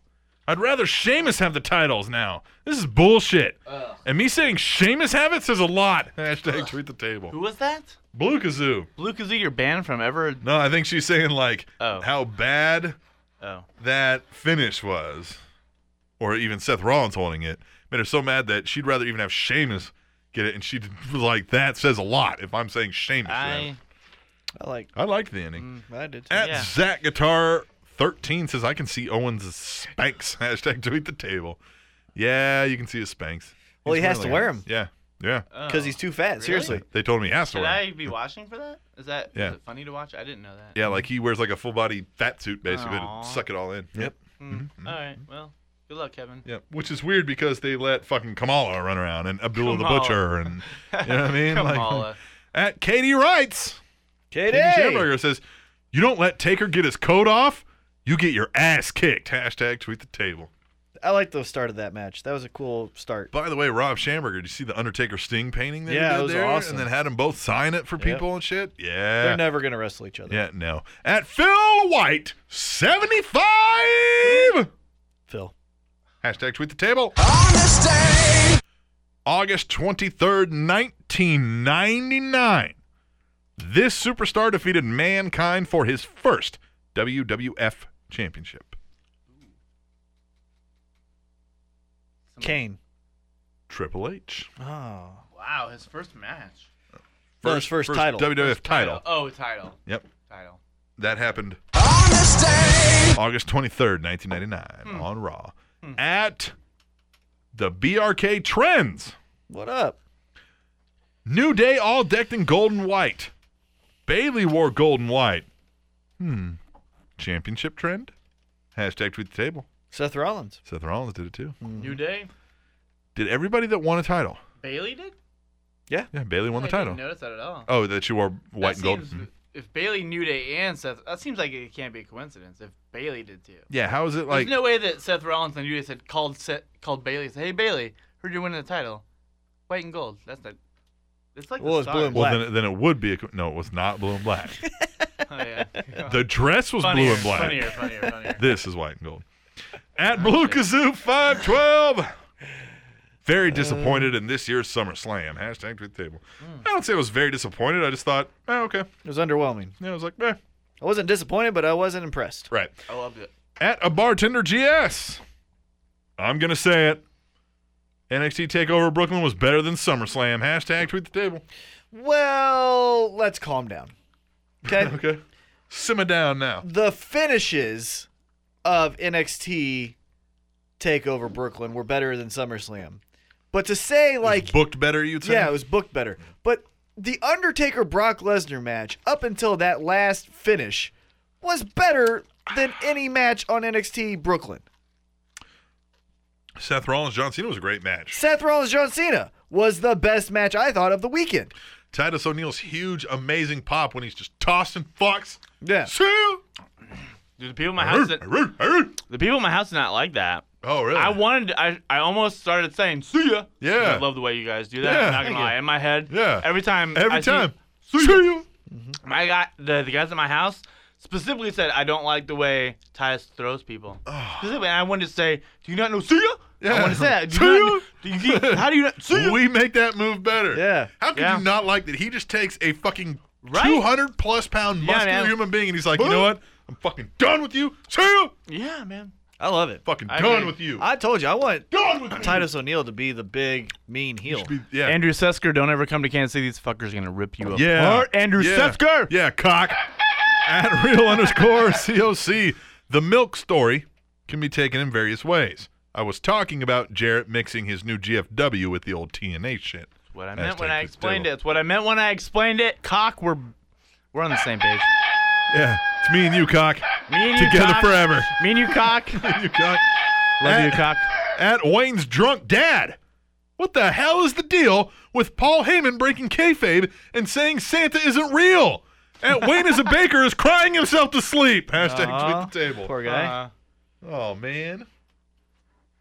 Speaker 1: I'd rather Sheamus have the titles now. This is bullshit. And me saying Sheamus have it says a lot. Hashtag tweet the
Speaker 3: Who
Speaker 1: table.
Speaker 3: was that?
Speaker 1: Blue Kazoo.
Speaker 3: Blue Kazoo, you're banned from ever.
Speaker 1: No, I think she's saying like
Speaker 3: Oh.
Speaker 1: how bad
Speaker 3: Oh.
Speaker 1: that finish was, or even Seth Rollins holding it, made her so mad that she'd rather even have Sheamus get it. And she was like, that says a lot if I'm saying Sheamus.
Speaker 3: I. Mm,
Speaker 2: I like.
Speaker 1: I liked the ending.
Speaker 2: I did. Too.
Speaker 1: At
Speaker 3: Yeah.
Speaker 1: Zach Guitar 13 says, I can see Owens' spanks. Hashtag tweet the table. Yeah, you can see his spanks.
Speaker 2: Well, he
Speaker 1: He's
Speaker 2: has to
Speaker 1: wearing
Speaker 2: wear
Speaker 1: them.
Speaker 2: 'em.
Speaker 1: Yeah. Yeah.
Speaker 2: Because he's too fat. Seriously.
Speaker 1: They told me he has to
Speaker 3: oh. Should
Speaker 1: wear 'em.
Speaker 3: I be watching for that? Is that is
Speaker 1: Yeah.
Speaker 3: it funny to watch? I didn't know that.
Speaker 1: Yeah, like he wears like a full body fat suit basically
Speaker 3: Aw.
Speaker 1: to suck it all in. Yep.
Speaker 3: All right. Well, good luck, Kevin.
Speaker 1: Yep. Which is weird because they let fucking Kamala run around and Abdullah
Speaker 3: Kamala.
Speaker 1: the Butcher and you know what I mean? Like,
Speaker 3: Kamala.
Speaker 1: at Katie writes.
Speaker 2: Katie.
Speaker 1: Katie Schamberger says, You don't let Taker get his coat off, you get your ass kicked. Hashtag tweet the table.
Speaker 2: I like the start of that match. That was a cool start.
Speaker 1: By the way, Rob Schamberger, did you see the Undertaker Sting painting that
Speaker 2: Yeah,
Speaker 1: he
Speaker 2: it
Speaker 1: did
Speaker 2: was
Speaker 1: there?
Speaker 2: awesome.
Speaker 1: And then had them both sign it for people and shit? Yeah.
Speaker 2: They're never gonna wrestle each other.
Speaker 1: yeah, no. At Phil White, 75!
Speaker 2: Phil.
Speaker 1: Hashtag tweet the table. August 23rd, 1999. This superstar defeated Mankind for his first WWF championship.
Speaker 2: Kane.
Speaker 1: Triple H.
Speaker 2: Oh.
Speaker 3: Wow, his first match.
Speaker 2: No, his first title.
Speaker 1: WWF title.
Speaker 3: Oh, title.
Speaker 1: Yep.
Speaker 3: Title.
Speaker 1: That happened August 23rd,
Speaker 2: Hmm.
Speaker 1: 1999 on Raw at the BRK Trends.
Speaker 2: What up?
Speaker 1: New Day all decked in gold and white. Bailey wore gold and white. Hmm. Championship trend? Hashtag tweet the table.
Speaker 2: Seth Rollins.
Speaker 1: Seth Rollins did it too.
Speaker 3: New Day.
Speaker 1: Did everybody that won a title?
Speaker 3: Bailey did.
Speaker 1: Yeah, Bailey won the
Speaker 3: I
Speaker 1: title.
Speaker 3: didn't notice that at all.
Speaker 1: Oh, that she wore white
Speaker 3: that
Speaker 1: and gold.
Speaker 3: seems,
Speaker 1: Mhm.
Speaker 3: If Bailey, New Day, and Seth, that seems like it can't be a coincidence. If Bailey did too,
Speaker 1: Yeah, how is it like?
Speaker 3: there's no way that Seth Rollins and New Day said called Seth, called Bailey. Said, hey Bailey, heard you're winning the title, white and gold. That's the. It's like
Speaker 2: Well,
Speaker 3: the
Speaker 2: it's blue and
Speaker 3: stars.
Speaker 1: well, then, then it would be. A, co- no, it was not blue and black.
Speaker 3: Oh, yeah.
Speaker 1: the dress was
Speaker 3: funnier,
Speaker 1: blue and black.
Speaker 3: Funnier, funnier, funnier.
Speaker 1: This is white and gold. At Blue Kazoo 512. Very disappointed in this year's SummerSlam. Hashtag tweet the table. I don't say I was very disappointed. I just thought, oh, okay.
Speaker 2: It was underwhelming.
Speaker 1: Yeah, I was like, eh.
Speaker 2: I wasn't disappointed, but I wasn't impressed.
Speaker 1: Right.
Speaker 3: I loved it.
Speaker 1: At a bartender GS. I'm going to say it. NXT TakeOver Brooklyn was better than SummerSlam. Hashtag tweet the table.
Speaker 2: Well, let's calm down. Okay.
Speaker 1: Okay. Simmer down now.
Speaker 2: the finishes of NXT Takeover Brooklyn were better than SummerSlam, but to say like
Speaker 1: Booked better, you'd say?
Speaker 2: yeah, it was booked better, but the Undertaker Brock Lesnar match up until that last finish was better than any match on NXT Brooklyn.
Speaker 1: Seth Rollins John Cena was a great match.
Speaker 2: Seth Rollins John Cena was the best match I thought of the weekend.
Speaker 1: Titus O'Neil's huge, amazing pop when he's just tossing fucks.
Speaker 2: Yeah.
Speaker 1: See you.
Speaker 3: Dude, the people in my house, did, the people in my house did not like that.
Speaker 1: Oh, really?
Speaker 3: I wanted, to- I, I almost started saying "see ya."
Speaker 1: Yeah.
Speaker 3: I love the way you guys do that.
Speaker 1: Yeah.
Speaker 3: I'm not gonna lie, in my head,
Speaker 1: Yeah.
Speaker 3: every time,
Speaker 1: Every
Speaker 3: I see-
Speaker 1: time. See you.
Speaker 3: my guy, the, the guys at my house specifically said, "I don't like the way Tyus throws people." Specifically, and I wanted to say, "Do you not know see ya?" I
Speaker 1: Yeah.
Speaker 3: wanted to say, that.
Speaker 1: See
Speaker 3: "Do you, not, do
Speaker 1: ya?
Speaker 3: you how do you not see ya?"
Speaker 1: We make that move better.
Speaker 2: Yeah.
Speaker 1: How could
Speaker 3: Yeah.
Speaker 1: you not like that? He just takes a fucking
Speaker 3: Right?
Speaker 1: 200 plus pound muscular
Speaker 3: man.
Speaker 1: human being and he's like, you know what? I'm fucking done with you. See you.
Speaker 3: yeah, man.
Speaker 7: I love it.
Speaker 1: Fucking
Speaker 4: I
Speaker 1: done
Speaker 4: agree.
Speaker 1: with you.
Speaker 7: I told you, I want
Speaker 1: done with you.
Speaker 7: Titus O'Neil to be the big mean heel.
Speaker 1: Be- yeah.
Speaker 3: Andrew Sesker, don't ever come to Kansas City. These fuckers are gonna rip you up.
Speaker 1: Yeah.
Speaker 3: apart. Andrew
Speaker 1: yeah.
Speaker 3: Sesker.
Speaker 1: Yeah, cock. At real underscore COC. The milk story can be taken in various ways. I was talking about Jarrett mixing his new GFW with the old TNA shit.
Speaker 3: What I meant
Speaker 1: Hashtag
Speaker 3: when I
Speaker 1: fix
Speaker 3: explained
Speaker 1: table.
Speaker 3: it. It's what I meant when I explained it. Cock, we're we're on the same page.
Speaker 1: Yeah. It's me and you, cock.
Speaker 3: Me and you,
Speaker 1: Together
Speaker 3: cock.
Speaker 1: forever.
Speaker 3: Me and you, cock.
Speaker 1: you, cock.
Speaker 3: Love you,
Speaker 1: At-
Speaker 3: cock.
Speaker 1: At Wayne's drunk dad. What the hell is the deal with Paul Heyman breaking kayfabe and saying Santa isn't real? At Wayne is a baker is crying himself to sleep. Hashtag
Speaker 3: Uh-huh.
Speaker 1: tweet the table.
Speaker 7: Poor guy.
Speaker 3: Uh,
Speaker 1: Oh man.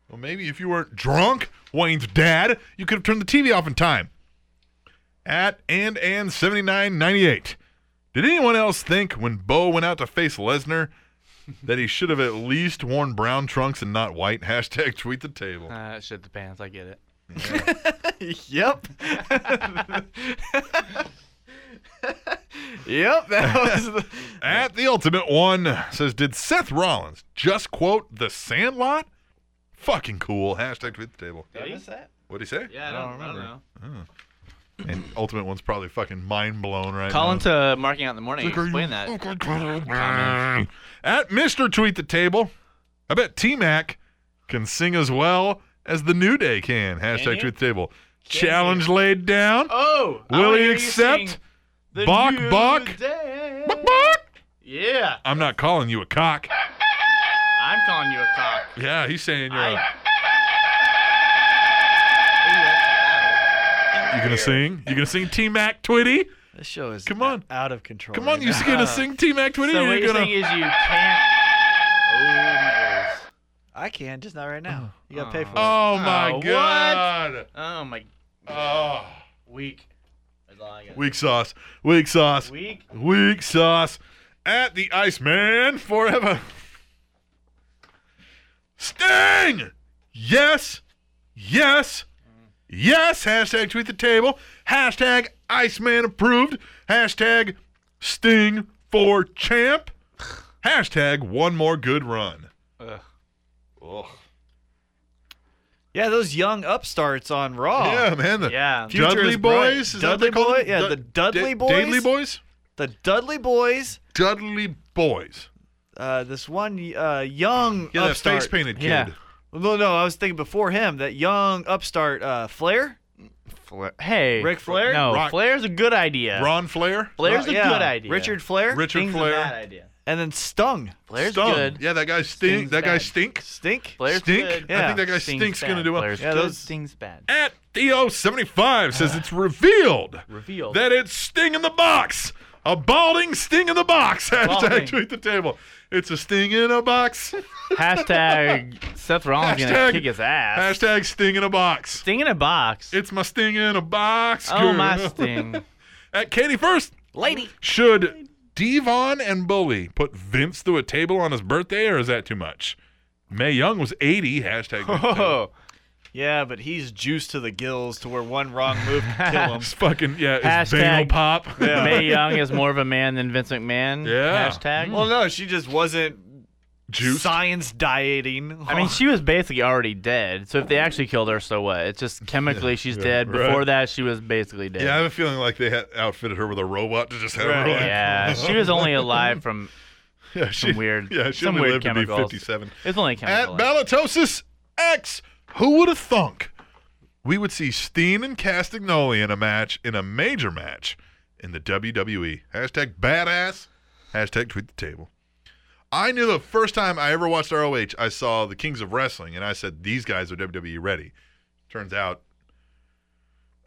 Speaker 1: Well, maybe if you weren't drunk, Wayne's dad, you could have turned the TV off in time. At and and seventy nine ninety eight. Did anyone else think when Bo went out to face Lesnar that he should have at least worn brown trunks and not white? Hashtag tweet the table.
Speaker 3: uh, shit the pants. I get it.
Speaker 2: Yep. yep. That was the.
Speaker 1: At the ultimate one says, did Seth Rollins just quote the Sandlot? Fucking cool. Hashtag tweet the table.
Speaker 7: Did I miss that?
Speaker 1: What'd he say?
Speaker 3: Yeah, I don't, remember.
Speaker 1: And ultimate one's probably fucking mind blown right now.
Speaker 3: Call into marking out in the morning. Explain that.
Speaker 1: At Mr. Tweet the Table, I bet T Mac can sing as well as the New Day can. Hashtag Tweet the Table. Challenge laid down.
Speaker 3: Oh, I
Speaker 1: Will
Speaker 3: wanna
Speaker 1: he
Speaker 3: hear you
Speaker 1: accept?
Speaker 3: sing the
Speaker 1: Bok,
Speaker 3: new
Speaker 1: bok.
Speaker 3: day.
Speaker 1: Buck, buck.
Speaker 3: Yeah,
Speaker 1: I'm not calling you a cock.
Speaker 3: I'm calling you a cock.
Speaker 1: Yeah, he's saying you're.
Speaker 3: I-
Speaker 1: a- you gonna sing? You gonna sing T Mac Twitty?
Speaker 7: This show is
Speaker 1: Come on.
Speaker 7: out of control.
Speaker 1: Come on,
Speaker 7: right
Speaker 1: you
Speaker 7: now.
Speaker 1: gonna sing T Mac Twitty?
Speaker 3: Oh, So
Speaker 1: or
Speaker 3: what
Speaker 1: you
Speaker 3: you're
Speaker 1: gonna...
Speaker 3: saying is you can't. Oh my ears.
Speaker 7: I can, just not right now. You gotta pay for it.
Speaker 1: Oh my
Speaker 3: Oh, what?
Speaker 1: god.
Speaker 3: Oh my
Speaker 1: Oh.
Speaker 3: weak. That's all I got.
Speaker 1: Weak sauce. Weak sauce.
Speaker 3: Weak.
Speaker 1: Weak sauce at the Iceman forever. Sting! Yes, yes, yes. Hashtag tweet the table. Hashtag Iceman approved. Hashtag Sting for champ. Hashtag one more good run. Ugh.
Speaker 7: Yeah, those young upstarts on Raw.
Speaker 1: Yeah, man. The
Speaker 3: Yeah.
Speaker 7: Oh, Future
Speaker 1: Dudley
Speaker 7: is bright.
Speaker 1: Boys.
Speaker 7: Dudley
Speaker 1: Is that what they call
Speaker 7: Boy-
Speaker 1: them?
Speaker 7: yeah,
Speaker 1: Dud-
Speaker 7: the Dudley
Speaker 1: Da-
Speaker 7: Boys.
Speaker 1: Dudley Boys?
Speaker 7: The Dudley Boys.
Speaker 1: Dudley Boys.
Speaker 7: Uh, this one uh, young
Speaker 1: Yeah, that
Speaker 7: upstart.
Speaker 1: face painted kid.
Speaker 3: Yeah.
Speaker 7: No, no, I was thinking before him that young upstart uh, Flair.
Speaker 3: Flair. Hey.
Speaker 7: Ric Flair?
Speaker 3: No,
Speaker 1: Rock-
Speaker 3: Flair's a good idea.
Speaker 1: Ron Flair.
Speaker 3: Flair's a
Speaker 7: Uh, Yeah,
Speaker 3: good idea.
Speaker 7: Richard Flair.
Speaker 1: Richard
Speaker 3: Sting's a
Speaker 1: Flair.
Speaker 3: bad idea.
Speaker 7: and then Stung.
Speaker 3: Flair's
Speaker 1: Stung.
Speaker 3: good.
Speaker 1: Yeah, that guy stink.
Speaker 3: Sting's
Speaker 1: That guy
Speaker 3: bad.
Speaker 1: stink.
Speaker 7: Stink.
Speaker 3: Flair's
Speaker 1: Stink?
Speaker 3: good.
Speaker 1: I think that guy
Speaker 3: Sting's
Speaker 1: Stink's gonna
Speaker 3: bad.
Speaker 1: do well.
Speaker 3: Flair's
Speaker 7: Yeah,
Speaker 3: good.
Speaker 7: those-
Speaker 3: Sting's bad.
Speaker 1: At Theo75 says it's revealed
Speaker 3: Revealed.
Speaker 1: that it's Sting in the box. A balding Sting in the box. Hashtag
Speaker 3: Balding.
Speaker 1: tweet the table. It's a Sting in a box.
Speaker 3: Hashtag Seth Rollins
Speaker 1: Hashtag-
Speaker 3: gonna kick his ass.
Speaker 1: Hashtag Sting in a box.
Speaker 3: Sting in a box.
Speaker 1: It's my Sting in a box.
Speaker 3: oh my
Speaker 1: girl.
Speaker 3: Sting.
Speaker 1: At Katie first. Lady. Should Devon and Bully put Vince through a table on his birthday, or is that too much? May Young was 80. Hashtag. Vince Table.
Speaker 3: Oh.
Speaker 7: Yeah, but he's juiced to the gills to where one wrong move can kill him.
Speaker 1: It's fucking yeah. It's
Speaker 3: Hashtag-
Speaker 1: banal pop.
Speaker 3: May Young is more of a man than Vince McMahon.
Speaker 1: Yeah. Mm.
Speaker 3: Hashtag.
Speaker 7: well, no, she just wasn't
Speaker 1: Juice.
Speaker 7: science dieting.
Speaker 3: I mean, she was basically already dead. So if they actually killed her, so what? It's just chemically she's dead.
Speaker 1: Mm. right.
Speaker 3: Before that, she was basically dead.
Speaker 1: Yeah, I have a feeling like they had outfitted her with a robot to just have her. Like,
Speaker 3: Yeah, she was only alive from
Speaker 1: yeah, she,
Speaker 3: weird-
Speaker 1: Yeah, she
Speaker 3: some
Speaker 1: only
Speaker 3: weird
Speaker 1: lived to
Speaker 3: chemicals.
Speaker 1: be 57.
Speaker 3: it's only
Speaker 1: At
Speaker 3: chemical.
Speaker 1: Balatosis X, who would have thunk we would see Steen and Castagnoli in a match, in a major match, in the WWE? Hashtag badass. Hashtag tweet the table. I knew the first time I ever watched ROH, I saw the Kings of Wrestling, and I said these guys are WWE ready. Turns out,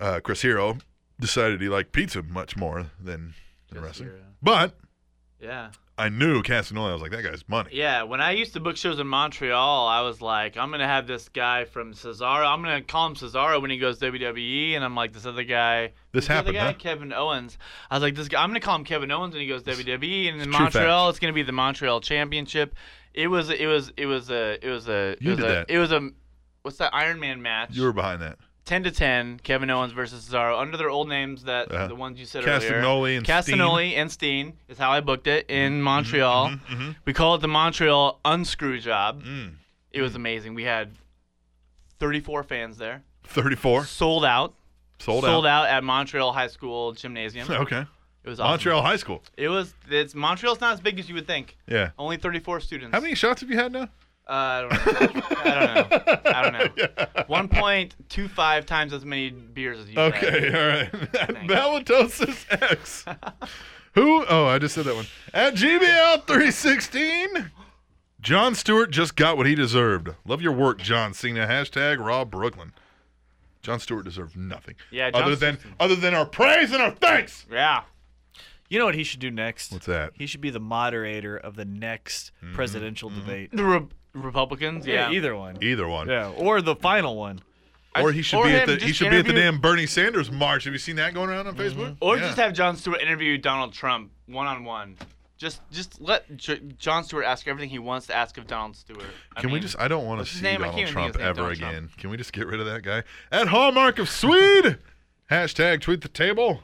Speaker 1: uh, Chris Hero decided he liked pizza much more than, than wrestling. But
Speaker 3: yeah,
Speaker 1: I knew Castagnoli. I was like, that guy's money.
Speaker 3: yeah. When I used to book shows in Montreal, I was like, I'm gonna have this guy from Cesaro. I'm gonna call him Cesaro when he goes WWE, E, and I'm like this other guy.
Speaker 1: This happened,
Speaker 3: other guy,
Speaker 1: huh?
Speaker 3: Kevin Owens. I was like this guy. I'm gonna call him Kevin Owens when he goes WWE, E," and in
Speaker 1: true
Speaker 3: Montreal, it's gonna be the Montreal Championship. It was, it was, it was a, it was a, it
Speaker 1: You
Speaker 3: was
Speaker 1: did
Speaker 3: a,
Speaker 1: that.
Speaker 3: it was a, what's that Iron Man match?
Speaker 1: You were behind that.
Speaker 3: ten to ten, Kevin Owens versus Cesaro under their old names that
Speaker 1: Uh-huh.
Speaker 3: the ones you said
Speaker 1: Castagnoli
Speaker 3: earlier.
Speaker 1: and Mm-hmm,
Speaker 3: Castagnoli and Steen is how I booked it in Montreal. We call it the Montreal Unscrew Job.
Speaker 1: Mm.
Speaker 3: It was amazing. We had 34 fans there,
Speaker 1: 34
Speaker 3: sold out,
Speaker 1: sold,
Speaker 3: sold
Speaker 1: out.
Speaker 3: out at Montreal High School gymnasium.
Speaker 1: Okay.
Speaker 3: It was awesome.
Speaker 1: Montreal High School.
Speaker 3: It was. It's Montreal's not as big as you would think.
Speaker 1: Yeah.
Speaker 3: Only 34 students.
Speaker 1: How many shots have you had now?
Speaker 3: Uh, I don't know. I don't know. I don't know. 1.25 times as many beers as you. had.
Speaker 1: Okay, all right. Halitosis X. Who? Oh, I just said that one. At GBL316, John Stewart just got what he deserved. Love your work, John Cena. Hashtag Raw Brooklyn. John Stewart deserved nothing.
Speaker 3: Yeah, John
Speaker 1: other than other than our praise and our thanks.
Speaker 3: Yeah.
Speaker 7: You know what he should do next?
Speaker 1: What's that? Mm-hmm.
Speaker 7: He should be the moderator of the next presidential debate.
Speaker 3: The Re- Republicans. Yeah.
Speaker 7: Either one.
Speaker 1: Either one.
Speaker 7: Yeah, or the final one.
Speaker 1: Or he should
Speaker 3: Or
Speaker 1: be at
Speaker 3: him,
Speaker 1: the he
Speaker 3: just
Speaker 1: should be at the
Speaker 3: interview-
Speaker 1: damn Bernie Sanders march. Have you seen that going around on Facebook?
Speaker 3: Or
Speaker 1: Yeah.
Speaker 3: just have John Stewart interview Donald Trump one on one. Just just let J- John Stewart ask everything he wants to ask of Donald Stewart. I
Speaker 1: Can we
Speaker 3: mean,
Speaker 1: just? I don't want
Speaker 3: what's
Speaker 1: to
Speaker 3: his
Speaker 1: see
Speaker 3: name? I
Speaker 1: Donald
Speaker 3: can't even
Speaker 1: Trump
Speaker 3: think of his name,
Speaker 1: ever
Speaker 3: Donald
Speaker 1: again.
Speaker 3: Trump.
Speaker 1: Can we just get rid of that guy? At Hallmark of Swede, hashtag tweet the table.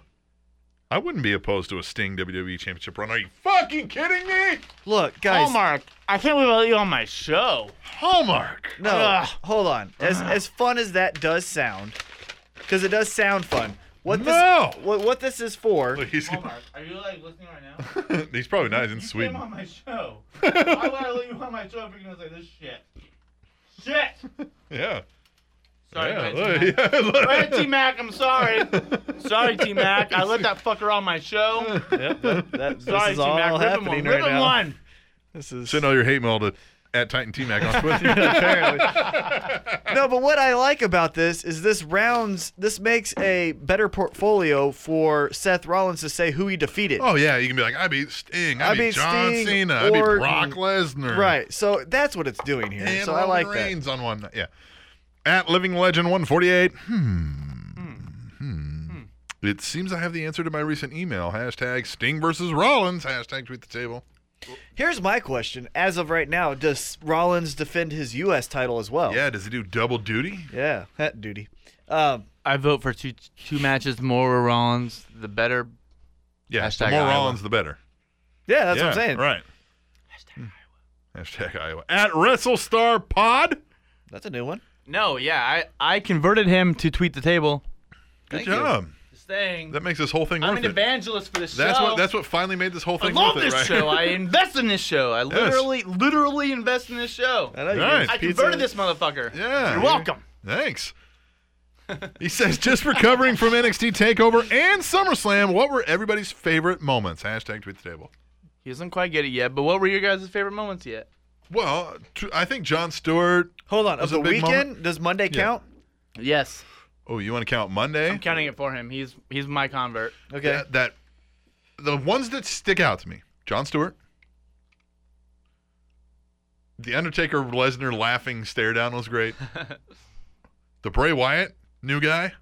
Speaker 1: I wouldn't be opposed to a Sting WWE Championship run. Are you fucking kidding me?
Speaker 2: Look, guys.
Speaker 3: Hallmark. I can't believe I let you on my show.
Speaker 1: Hallmark.
Speaker 2: No, hold on. As as fun as that does sound, because it does sound fun. What
Speaker 1: No.
Speaker 2: this what, what this is for?
Speaker 1: Look, he's,
Speaker 3: Hallmark. Are you like listening right now?
Speaker 1: he's probably not. He's in Sweden.
Speaker 3: my show. Why would I let you on my show if you're gonna say this shit? Shit.
Speaker 1: Yeah.
Speaker 3: Sorry,
Speaker 1: yeah.
Speaker 3: guys.
Speaker 1: look, yeah, look.
Speaker 3: T Mac, I'm sorry. Sorry, T Mac. I let that fucker on my show.
Speaker 2: That-
Speaker 3: Sorry,
Speaker 2: this is
Speaker 3: T
Speaker 2: all
Speaker 3: Mac. Rip him
Speaker 2: happening
Speaker 3: one.
Speaker 2: right
Speaker 3: Rip him
Speaker 2: now.
Speaker 3: one.
Speaker 2: This is
Speaker 1: Send all your hate mail to at Titan T Mac on Twitter.
Speaker 2: apparently. no, but what I like about this is this rounds this makes a better portfolio for Seth Rollins to say who he defeated.
Speaker 1: oh yeah, you can be like, I beat Sting. I,
Speaker 2: I
Speaker 1: beat,
Speaker 2: beat
Speaker 1: John
Speaker 2: Sting,
Speaker 1: Cena. I beat
Speaker 2: Orton.
Speaker 1: Brock Lesnar.
Speaker 2: Right. So that's what it's doing here.
Speaker 1: And
Speaker 2: so
Speaker 1: Roman
Speaker 2: I like that.
Speaker 1: Reigns on one. night. Yeah. At Living Legend 148. Hmm. Hmm. It seems I have the answer to my recent email. Hashtag Sting versus Rollins. Hashtag tweet the table.
Speaker 2: Here's my question. As of right now, does Rollins defend his US title as well?
Speaker 1: Yeah, does he do double duty?
Speaker 2: Yeah. That duty. Um,
Speaker 3: I vote for two two matches more Rollins, the better.
Speaker 1: Yeah.
Speaker 3: Hashtag
Speaker 1: the more
Speaker 3: Iowa.
Speaker 1: Rollins, the better.
Speaker 2: yeah, that's
Speaker 1: yeah,
Speaker 2: what I'm saying.
Speaker 1: Right. Hmm. Hashtag Iowa. Hashtag Iowa. At WrestleStar Pod.
Speaker 2: That's a new one.
Speaker 3: No, yeah, I I converted him to tweet the table.
Speaker 1: Good job.
Speaker 3: Just saying.
Speaker 1: That makes this whole thing
Speaker 3: I'm
Speaker 1: worth
Speaker 3: an
Speaker 1: it.
Speaker 3: evangelist for this
Speaker 1: That's
Speaker 3: show.
Speaker 1: what that's what finally made this whole
Speaker 3: I
Speaker 1: thing
Speaker 3: love
Speaker 1: worth
Speaker 3: this
Speaker 1: it, right?
Speaker 3: show. I invest in this show. I literally, literally invest in this show.
Speaker 2: I know you
Speaker 1: Nice.
Speaker 2: guys-
Speaker 3: I converted this motherfucker.
Speaker 1: Yeah.
Speaker 3: You're welcome.
Speaker 1: Thanks. he says, just recovering from NXT TakeOver and SummerSlam, what were everybody's favorite moments? Hashtag tweet the table.
Speaker 3: He doesn't quite get it yet, but what were your guys' favorite moments yet?
Speaker 1: Well, t- I think John Stewart.
Speaker 2: Hold on.
Speaker 1: was
Speaker 2: Of
Speaker 1: a
Speaker 2: the
Speaker 1: big
Speaker 2: weekend,
Speaker 1: moment.
Speaker 2: does Monday count?
Speaker 3: Yes.
Speaker 1: Oh, you want to count Monday?
Speaker 3: I'm counting it for him. He's he's my convert.
Speaker 2: Okay.
Speaker 1: that, that the ones that stick out to me: John Stewart, the Undertaker Lesnar laughing stare down was great. the Bray Wyatt new guy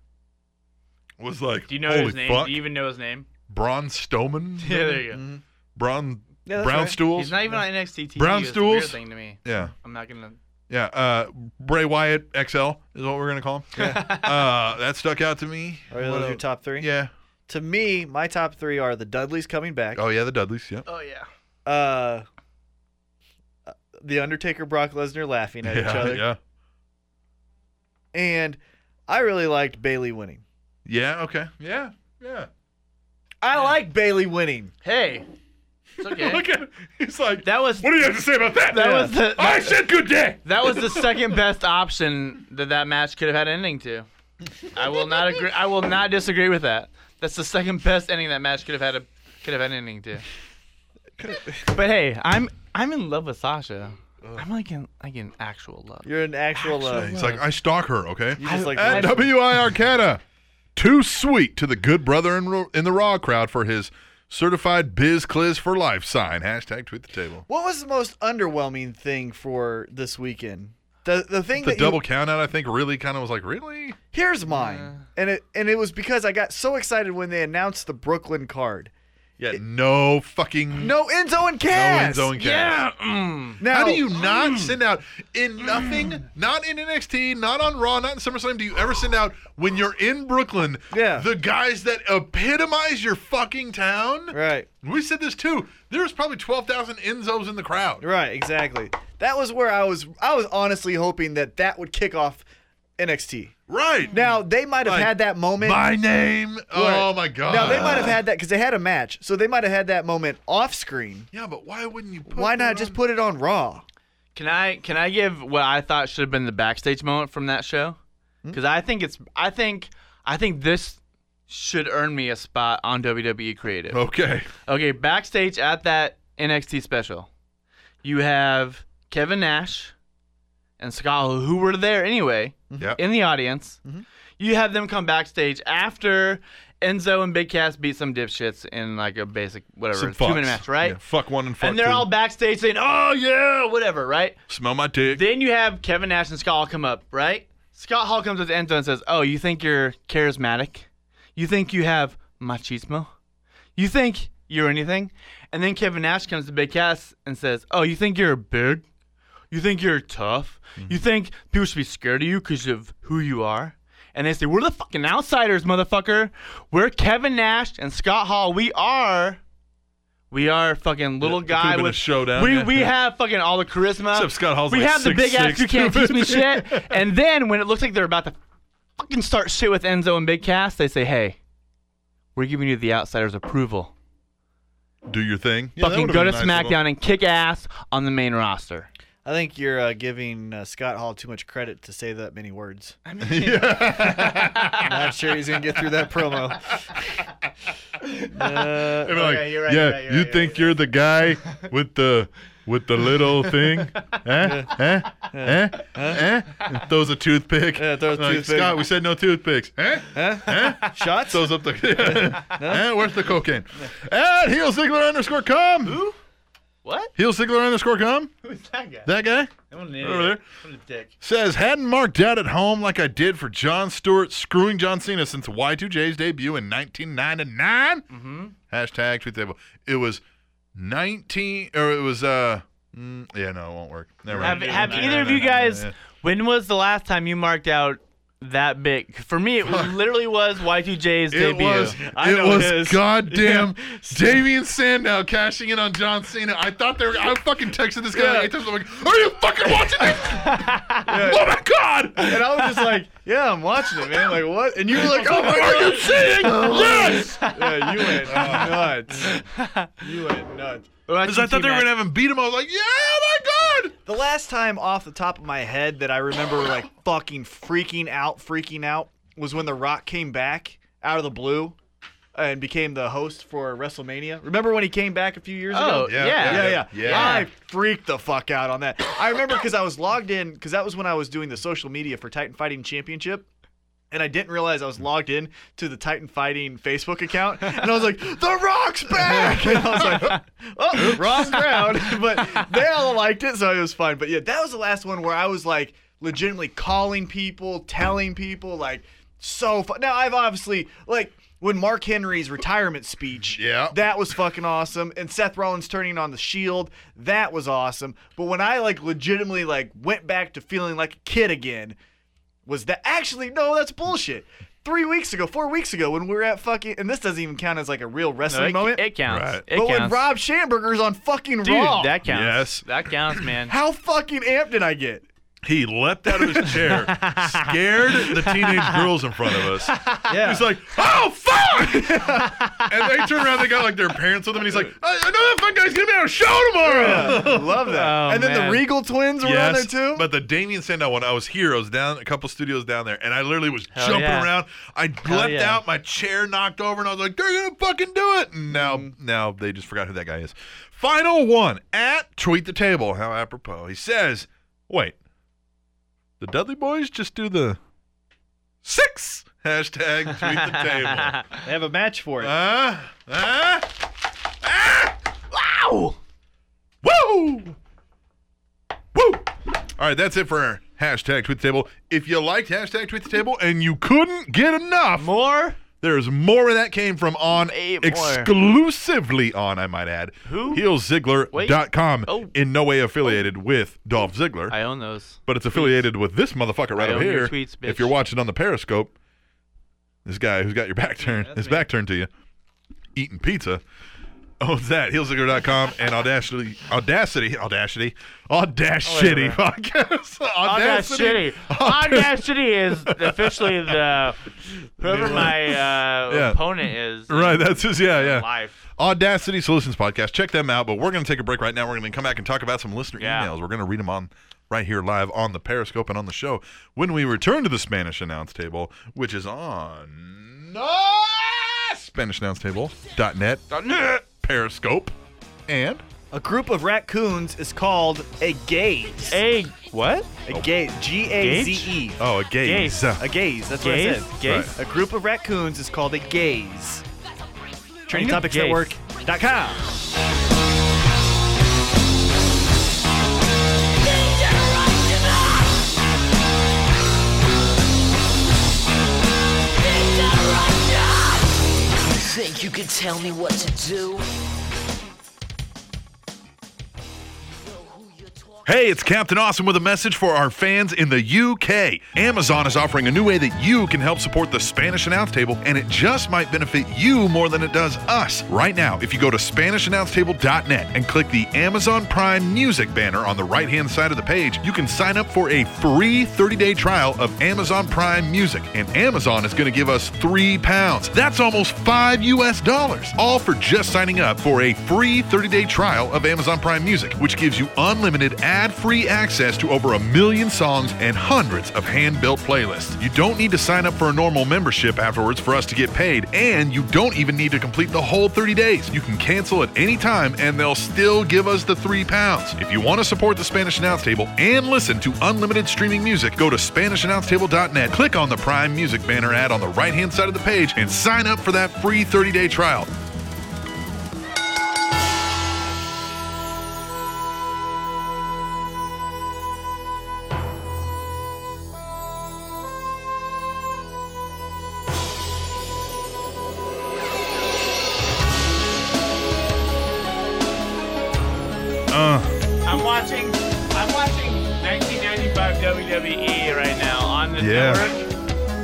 Speaker 1: was like,
Speaker 3: Do you know
Speaker 1: holy
Speaker 3: his name?
Speaker 1: fuck,
Speaker 3: Do you even know his name?
Speaker 1: Braun Strowman,
Speaker 3: Yeah, there you go.
Speaker 2: Mm-hmm.
Speaker 1: Braun
Speaker 2: Yeah, that's
Speaker 1: Brown
Speaker 2: right.
Speaker 1: Stools.
Speaker 3: He's not even on NXT TV.
Speaker 1: Brown
Speaker 3: It's a weird
Speaker 1: stools?
Speaker 3: thing to me.
Speaker 1: yeah,
Speaker 3: I'm not gonna.
Speaker 1: yeah. Uh, Bray Wyatt XL is what we're gonna call him. uh, that stuck out to me.
Speaker 2: Are those
Speaker 1: What
Speaker 2: your
Speaker 1: else?
Speaker 2: top three?
Speaker 1: Yeah.
Speaker 2: To me, my top three are the Dudleys coming back,
Speaker 1: Oh yeah, the Dudleys. Yep.
Speaker 3: Oh yeah.
Speaker 2: uh, the Undertaker, Brock Lesnar laughing at each
Speaker 1: yeah,
Speaker 2: other,
Speaker 1: yeah.
Speaker 2: and I really liked Bailey winning.
Speaker 1: Yeah. Okay. Yeah. Yeah.
Speaker 2: I like Bailey winning.
Speaker 3: Hey. It's okay.
Speaker 1: Look at he's like
Speaker 3: That was
Speaker 1: What do you have to say about that?
Speaker 3: that was the
Speaker 1: I said good day.
Speaker 3: that was the second best option that that match could have had an ending to. I will not agree. I will not disagree with that. That's the second best ending that match could have had a could have had an ending to. But hey, I'm I'm in love with Sasha. I'm like in like in actual love.
Speaker 2: You're an actual love.
Speaker 1: He's like I stalk her. Okay.
Speaker 2: You just like
Speaker 1: At WI Arcata, too sweet to the good brother in, Ro- in the Raw crowd for his certified biz quiz for life sign. Hashtag tweet the table.
Speaker 2: what was the most underwhelming thing for this weekend? The the thing
Speaker 1: The
Speaker 2: that you-
Speaker 1: double count out, I think, really kind of was like, really?
Speaker 2: Here's mine. And it and it was because I got so excited when they announced the Brooklyn card.
Speaker 1: Yeah, no fucking
Speaker 2: No Enzo and
Speaker 1: no
Speaker 2: Cass.
Speaker 1: Enzo and Cass.
Speaker 2: Now,
Speaker 1: How do you
Speaker 2: Mm.
Speaker 1: not send out in nothing, not in NXT, not on Raw, not in SummerSlam? Do you ever send out when you're in Brooklyn?
Speaker 2: Yeah.
Speaker 1: the guys that epitomize your fucking town.
Speaker 2: Right.
Speaker 1: We said this too. There's probably twelve thousand Enzos in the crowd.
Speaker 2: Right, exactly. That was where I was. I was honestly hoping that that would kick off NXT.
Speaker 1: Right
Speaker 2: Now they might have
Speaker 1: Like,
Speaker 2: had that moment.
Speaker 1: my name. Oh
Speaker 2: Right.
Speaker 1: my god.
Speaker 2: Now they might have had that because they had a match, so they might have had that moment off screen.
Speaker 1: Yeah, but why wouldn't you? put
Speaker 2: Why
Speaker 1: that
Speaker 2: not just
Speaker 1: on-
Speaker 2: put it on Raw?
Speaker 3: Can I can I give what I thought should have been the backstage moment from that show? Because I think it's I think I think this should earn me a spot on WWE Creative.
Speaker 1: Okay.
Speaker 3: Okay, backstage at that NXT special, you have Kevin Nash and Scott, who were there anyway,
Speaker 1: Yeah.
Speaker 3: in the audience. You have them come backstage after Enzo and Big Cass beat some dipshits in like a basic whatever
Speaker 1: Some
Speaker 3: two minute
Speaker 1: fucks.
Speaker 3: match, right?
Speaker 1: Yeah, fuck one and fuck
Speaker 3: and they're
Speaker 1: two.
Speaker 3: all backstage saying, "Oh yeah, whatever," right?
Speaker 1: smell my dick.
Speaker 3: Then you have Kevin Nash and Scott Hall come up, right? Scott Hall comes up to Enzo and says, Oh, you think you're charismatic? You think you have machismo? You think you're anything? And then Kevin Nash comes to Big Cass and says, Oh, you think you're big? You think you're tough?
Speaker 1: Mm-hmm.
Speaker 3: You think people should be scared of you because of who you are? And they say, We're the fucking outsiders, motherfucker. We're Kevin Nash and Scott Hall. We are. We are fucking little
Speaker 1: It could've
Speaker 3: guy
Speaker 1: been a
Speaker 3: with
Speaker 1: showdown,
Speaker 3: We
Speaker 1: yeah.
Speaker 3: we have fucking all the charisma.
Speaker 1: Except Scott Hall's
Speaker 3: Uh, we
Speaker 1: like
Speaker 3: have the big
Speaker 1: 6'6",
Speaker 3: ass who can't
Speaker 1: dude.
Speaker 3: teach me shit. And then when it looks like they're about to fucking start shit with Enzo and Big Cass, they say, "Hey, we're giving you the outsiders' approval.
Speaker 1: Do your thing.
Speaker 3: fucking go to SmackDown and kick ass on the main roster."
Speaker 2: I think you're uh, giving uh, Scott Hall too much credit to say that many words. I'm not sure he's gonna get through that promo.
Speaker 1: And like, yeah, you think you're the guy with the with the little thing? eh? Eh? Eh? Eh? And throws a toothpick.
Speaker 2: Yeah, throws a
Speaker 1: Like,
Speaker 2: toothpick.
Speaker 1: Scott, we said no toothpicks. Eh? Eh? Eh?
Speaker 2: Shots?
Speaker 1: Throws up the. Eh? Where's the cocaine? At heel Ziggler underscore com. Who?
Speaker 3: What?
Speaker 1: Heel Ziggler underscore com.
Speaker 3: Who's that guy?
Speaker 1: That guy over there.
Speaker 3: What a dick.
Speaker 1: Says, hadn't marked out at home like I did for John Stewart screwing John Cena since Y2J's debut in 1999. Mm-hmm. Hashtag tweet table. It was 19, or it was, uh, mm, yeah, no, it won't work. Never
Speaker 3: Have,
Speaker 1: mind.
Speaker 3: have either of you guys? When was the last time you marked out that big? For me, it literally was Y2J's
Speaker 1: It
Speaker 3: debut.
Speaker 1: was,
Speaker 7: I
Speaker 1: it
Speaker 7: know
Speaker 1: was
Speaker 7: his.
Speaker 1: goddamn Damian Sandow cashing in on John Cena. I thought they were, I fucking texted this guy like eight times. I'm like, are you fucking watching this? Oh my god!
Speaker 2: And I was just like, "Yeah, I'm watching it, man. Like what?" And you were like, "Oh my Oh.
Speaker 1: Are you seeing? Yes!
Speaker 2: Yeah, you went nuts. You went nuts.
Speaker 3: Because
Speaker 1: I thought they were gonna have him beat him. I was like, yeah, oh my god!
Speaker 2: The last time off the top of my head that I remember like fucking freaking out, freaking out was when The Rock came back out of the blue and became the host for WrestleMania. Remember when he came back a few years
Speaker 3: Oh
Speaker 2: ago?
Speaker 1: Yeah,
Speaker 3: yeah,
Speaker 2: Yeah, yeah,
Speaker 1: Yeah.
Speaker 2: I freaked the fuck out on that. I remember because I was logged in because that was when I was doing the social media for Titan Fighting Championship. And I didn't realize I was logged in to the Titan Fighting Facebook account, and I was like, "The Rock's back!" And I was like, "Oh, wrong crowd," but they all liked it, so it was fun. But yeah, that was the last one where I was like, legitimately calling people, telling people, like, so fun. Now I've obviously like when Mark Henry's retirement speech,
Speaker 1: Yeah.
Speaker 2: that was fucking awesome. And Seth Rollins turning on the Shield, that was awesome. But when I like legitimately like went back to feeling like a kid again, was that actually no? That's bullshit. Three weeks ago, four weeks ago, when we were at fucking, and this doesn't even count as like a real
Speaker 3: No,
Speaker 2: wrestling
Speaker 3: it,
Speaker 2: moment.
Speaker 3: it counts.
Speaker 1: Right.
Speaker 3: It
Speaker 2: but when
Speaker 3: counts.
Speaker 2: Rob Schamberger's on fucking
Speaker 3: Dude,
Speaker 2: Raw,
Speaker 3: that counts.
Speaker 1: Yes.
Speaker 3: That counts, man.
Speaker 2: how fucking amped did I get?
Speaker 1: He leapt out of his chair, scared the teenage girls in front of us.
Speaker 2: Yeah.
Speaker 1: He's like, "Oh fuck!" and they turn around, they got like their parents with them, and he's like, "I, I know that fucking guy's gonna be on a show tomorrow."
Speaker 2: Love that.
Speaker 3: Oh,
Speaker 2: and then
Speaker 3: man.
Speaker 2: the Regal twins were on there too.
Speaker 1: but the Damien Sandow one, I was here. I was down a couple studios down there, and I literally was jumping
Speaker 3: yeah.
Speaker 1: around. I leapt
Speaker 3: yeah.
Speaker 1: out, my chair knocked over, and I was like, "They're gonna fucking do it!" And now,
Speaker 2: Mm-hmm.
Speaker 1: now they just forgot who that guy is. Final one at tweet the table. How apropos. He says, "Wait, the Dudley Boys just do the six hashtag tweet the table."
Speaker 2: they have a match for it.
Speaker 1: Uh, uh, uh, wow! Woo! Woo! All right, that's it for our hashtag tweet the table. If you liked hashtag tweet the table and you couldn't get enough,
Speaker 3: More
Speaker 1: There's more where that came from on exclusively on, I might add. Who? HeelZiggler.com.
Speaker 3: Oh.
Speaker 1: In no way affiliated with Dolph Ziggler,
Speaker 3: I own those.
Speaker 1: but it's affiliated with this motherfucker right
Speaker 3: I
Speaker 1: over
Speaker 3: own
Speaker 1: here.
Speaker 3: your tweets, bitch.
Speaker 1: If you're watching on the Periscope, this guy who's got your back turned, his back turned to you, eating pizza, owns that. HeelZiggler.com and Audacity, Audacity, Audacity,
Speaker 3: Oh,
Speaker 1: Audacity podcast.
Speaker 3: Audacity. Audacity is officially the whoever my uh,
Speaker 1: Yeah.
Speaker 3: opponent is. in
Speaker 1: Right, that's his, yeah, yeah.
Speaker 3: Life.
Speaker 1: Audacity Solutions podcast. Check them out. But we're going to take a break right now. We're going to come back and talk about some listener
Speaker 3: Yeah.
Speaker 1: emails. We're going to read them on right here live on the Periscope and on the show when we return to the Spanish announce table, which is on SpanishAnnounceTable.net, Periscope, and
Speaker 7: A group of raccoons is called a gaze.
Speaker 3: Hey, what?
Speaker 7: A gaze. G A Z E.
Speaker 1: oh, a gaze.
Speaker 7: A gaze. That's
Speaker 3: Gaze?
Speaker 7: what I said.
Speaker 3: Gaze?
Speaker 7: A group of raccoons is called a gaze.
Speaker 3: gaze.
Speaker 7: TrainingTopicsNetwork.com.
Speaker 10: Think you can tell me what to do?
Speaker 1: Hey, it's Captain Awesome with a message for our fans in the UK. Amazon is offering a new way that you can help support the Spanish Announce Table, and it just might benefit you more than it does us. Right now, if you go to SpanishAnnounceTable.net and click the Amazon Prime Music banner on the right hand side of the page, you can sign up for a free 30 day trial of Amazon Prime Music, and Amazon is going to give us three pounds. That's almost five US dollars, all for just signing up for a free 30 day trial of Amazon Prime Music, which gives you unlimited ad free access to over a million songs and hundreds of hand built playlists. You don't need to sign up for a normal membership afterwards for us to get paid, and you don't even need to complete the whole 30 days. You can cancel at any time and they'll still give us the three pounds. If you want to support the Spanish Announce Table and listen to unlimited streaming music, go to SpanishAnnounceTable.net, click on the Prime Music banner ad on the right hand side of the page, and sign up for that free 30 day trial.
Speaker 3: I'm watching. I'm watching 1995 WWE E right now on the
Speaker 1: Yeah.
Speaker 3: network.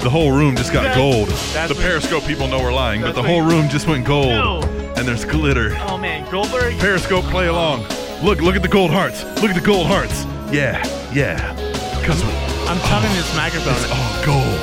Speaker 1: The whole room just got
Speaker 3: That's-
Speaker 1: gold.
Speaker 3: that's
Speaker 1: the
Speaker 3: what-
Speaker 1: Periscope people know we're lying, but
Speaker 3: that's
Speaker 1: the
Speaker 3: what-
Speaker 1: whole room just went gold.
Speaker 3: No.
Speaker 1: And there's glitter.
Speaker 3: Oh man, Goldberg.
Speaker 1: Periscope, play along. Look, look at the gold hearts. Look at the gold hearts. Yeah, yeah. Because
Speaker 3: I'm chugging this microphone.
Speaker 1: it's all gold.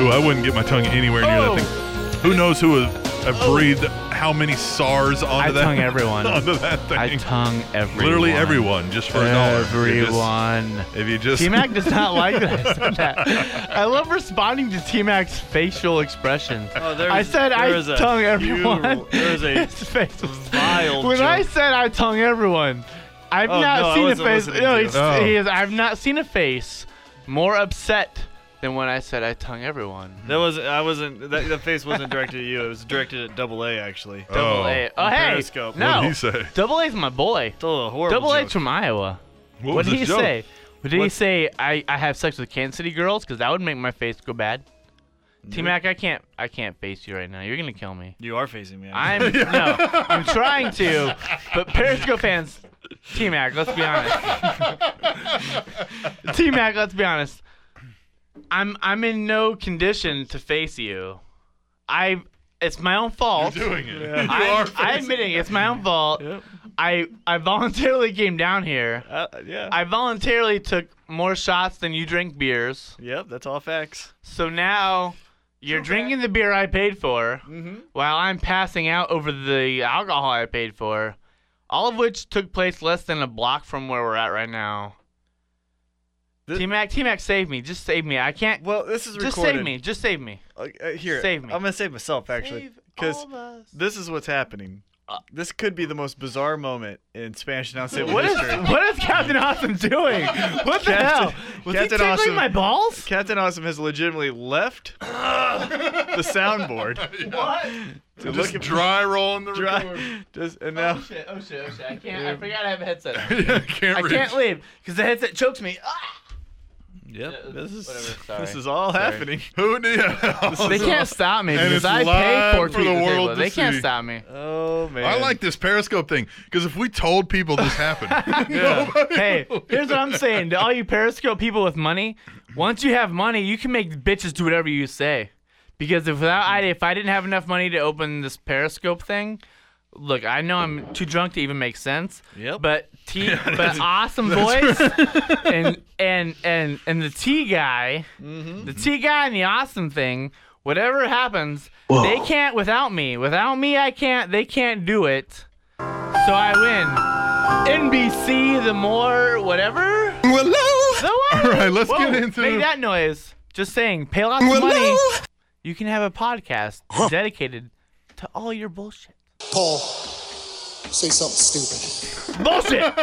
Speaker 1: Ooh, I wouldn't get my tongue anywhere near
Speaker 3: Oh.
Speaker 1: that thing. Who knows who have, have breathed how many SARS onto
Speaker 3: I
Speaker 1: that?
Speaker 3: tongue everyone.
Speaker 1: onto that thing.
Speaker 3: I tongue everyone.
Speaker 1: Literally everyone, just for a dollar. If you just-
Speaker 3: Everyone.
Speaker 1: If you just,
Speaker 3: T Mac does not like that I said that. I love responding to T Mac's facial expression.
Speaker 7: Oh,
Speaker 3: I said I tongue everyone.
Speaker 7: there's a
Speaker 3: His face was
Speaker 7: vile
Speaker 3: When I
Speaker 7: joke.
Speaker 3: said I tongue everyone, I've
Speaker 7: Oh,
Speaker 3: not
Speaker 7: no, I
Speaker 3: seen a
Speaker 7: wasn't
Speaker 3: face.
Speaker 7: listening
Speaker 3: No,
Speaker 7: to
Speaker 3: he's,
Speaker 1: you. Oh.
Speaker 3: he is, I've not seen a face more upset than when I said I tongue everyone.
Speaker 7: That was I wasn't that the face wasn't directed at you. It was directed at Double A actually.
Speaker 1: oh,
Speaker 3: Double A. Oh, hey.
Speaker 7: Periscope.
Speaker 3: No.
Speaker 1: What'd he say?
Speaker 3: Double A's my boy.
Speaker 7: It's a little horrible.
Speaker 3: Double
Speaker 7: joke.
Speaker 3: A's from Iowa.
Speaker 1: What,
Speaker 3: What
Speaker 1: was
Speaker 3: did
Speaker 1: the
Speaker 3: he
Speaker 1: joke?
Speaker 3: say? What did he
Speaker 7: What-
Speaker 3: say? I, I have sex with Kansas City girls because that would make my face go bad. T Mac, I can't I can't face you right now. You're gonna kill me.
Speaker 7: You are facing me.
Speaker 3: I'm no, I'm trying to, but Periscope fans, T Mac, let's be honest. T Mac, let's be honest. I'm I'm in no condition to face you. I it's my own fault.
Speaker 1: You're doing it. You
Speaker 3: I,
Speaker 1: are
Speaker 3: I
Speaker 1: facing-
Speaker 3: admit it, it's my own fault. I I voluntarily came down here.
Speaker 7: Uh, yeah.
Speaker 3: I voluntarily took more shots than you drink beers.
Speaker 7: yep. That's all facts.
Speaker 3: So now you're drinking the beer I paid for
Speaker 7: Mm-hmm.
Speaker 3: while I'm passing out over the alcohol I paid for, all of which took place less than a block from where we're at right now.
Speaker 7: Th-
Speaker 3: T Mac, T Mac, save me. Just save me. I can't.
Speaker 7: Well, this is
Speaker 3: just
Speaker 7: recorded.
Speaker 3: save me. Just save me.
Speaker 7: Uh, uh, here,
Speaker 3: Save Uh, me.
Speaker 7: I'm gonna save myself actually, because this is what's happening. This could be the most bizarre moment in Spanish now history.
Speaker 3: What is, what is Captain Awesome doing? What the hell?
Speaker 7: Captain-
Speaker 3: Was he
Speaker 7: Captain
Speaker 3: tickling
Speaker 7: Awesome-
Speaker 3: my balls?
Speaker 7: Captain Awesome has legitimately left the soundboard to look
Speaker 1: Just
Speaker 7: at
Speaker 1: dry rolling the record.
Speaker 7: dry. Just and now
Speaker 3: shit, oh shit, oh shit. I can't, I forgot I have a headset.
Speaker 1: Yeah, can't
Speaker 3: I
Speaker 1: reach.
Speaker 3: can't leave because the headset chokes me. Ah!
Speaker 7: Yep. This is
Speaker 4: Whatever, sorry.
Speaker 7: this is all happening.
Speaker 1: Who knew?
Speaker 3: They can't stop me because
Speaker 1: it's
Speaker 3: I
Speaker 1: live
Speaker 3: pay for,
Speaker 1: for
Speaker 3: tweet
Speaker 1: the
Speaker 3: the
Speaker 1: world
Speaker 3: table.
Speaker 1: to
Speaker 3: They can't
Speaker 1: see.
Speaker 3: stop me.
Speaker 7: Oh man.
Speaker 1: I like this Periscope thing because if we told people this happened,
Speaker 3: Hey, here's what I'm saying to all you Periscope people with money. Once you have money, you can make bitches do whatever you say. Because if without I, if I didn't have enough money to open this Periscope thing, look, I know I'm too drunk to even make sense.
Speaker 7: Yep.
Speaker 3: But T, but awesome voice, and and and and the T guy, the T guy and the awesome thing. Whatever happens, they can't without me. Without me, I can't. They can't do it. So I win. NBC, the more whatever. Willow.
Speaker 1: All right, let's get into-
Speaker 3: Make that noise. Just saying, pay lots of money. You can have a podcast dedicated to all your bullshit.
Speaker 11: Paul, say something stupid.
Speaker 3: Bullshit.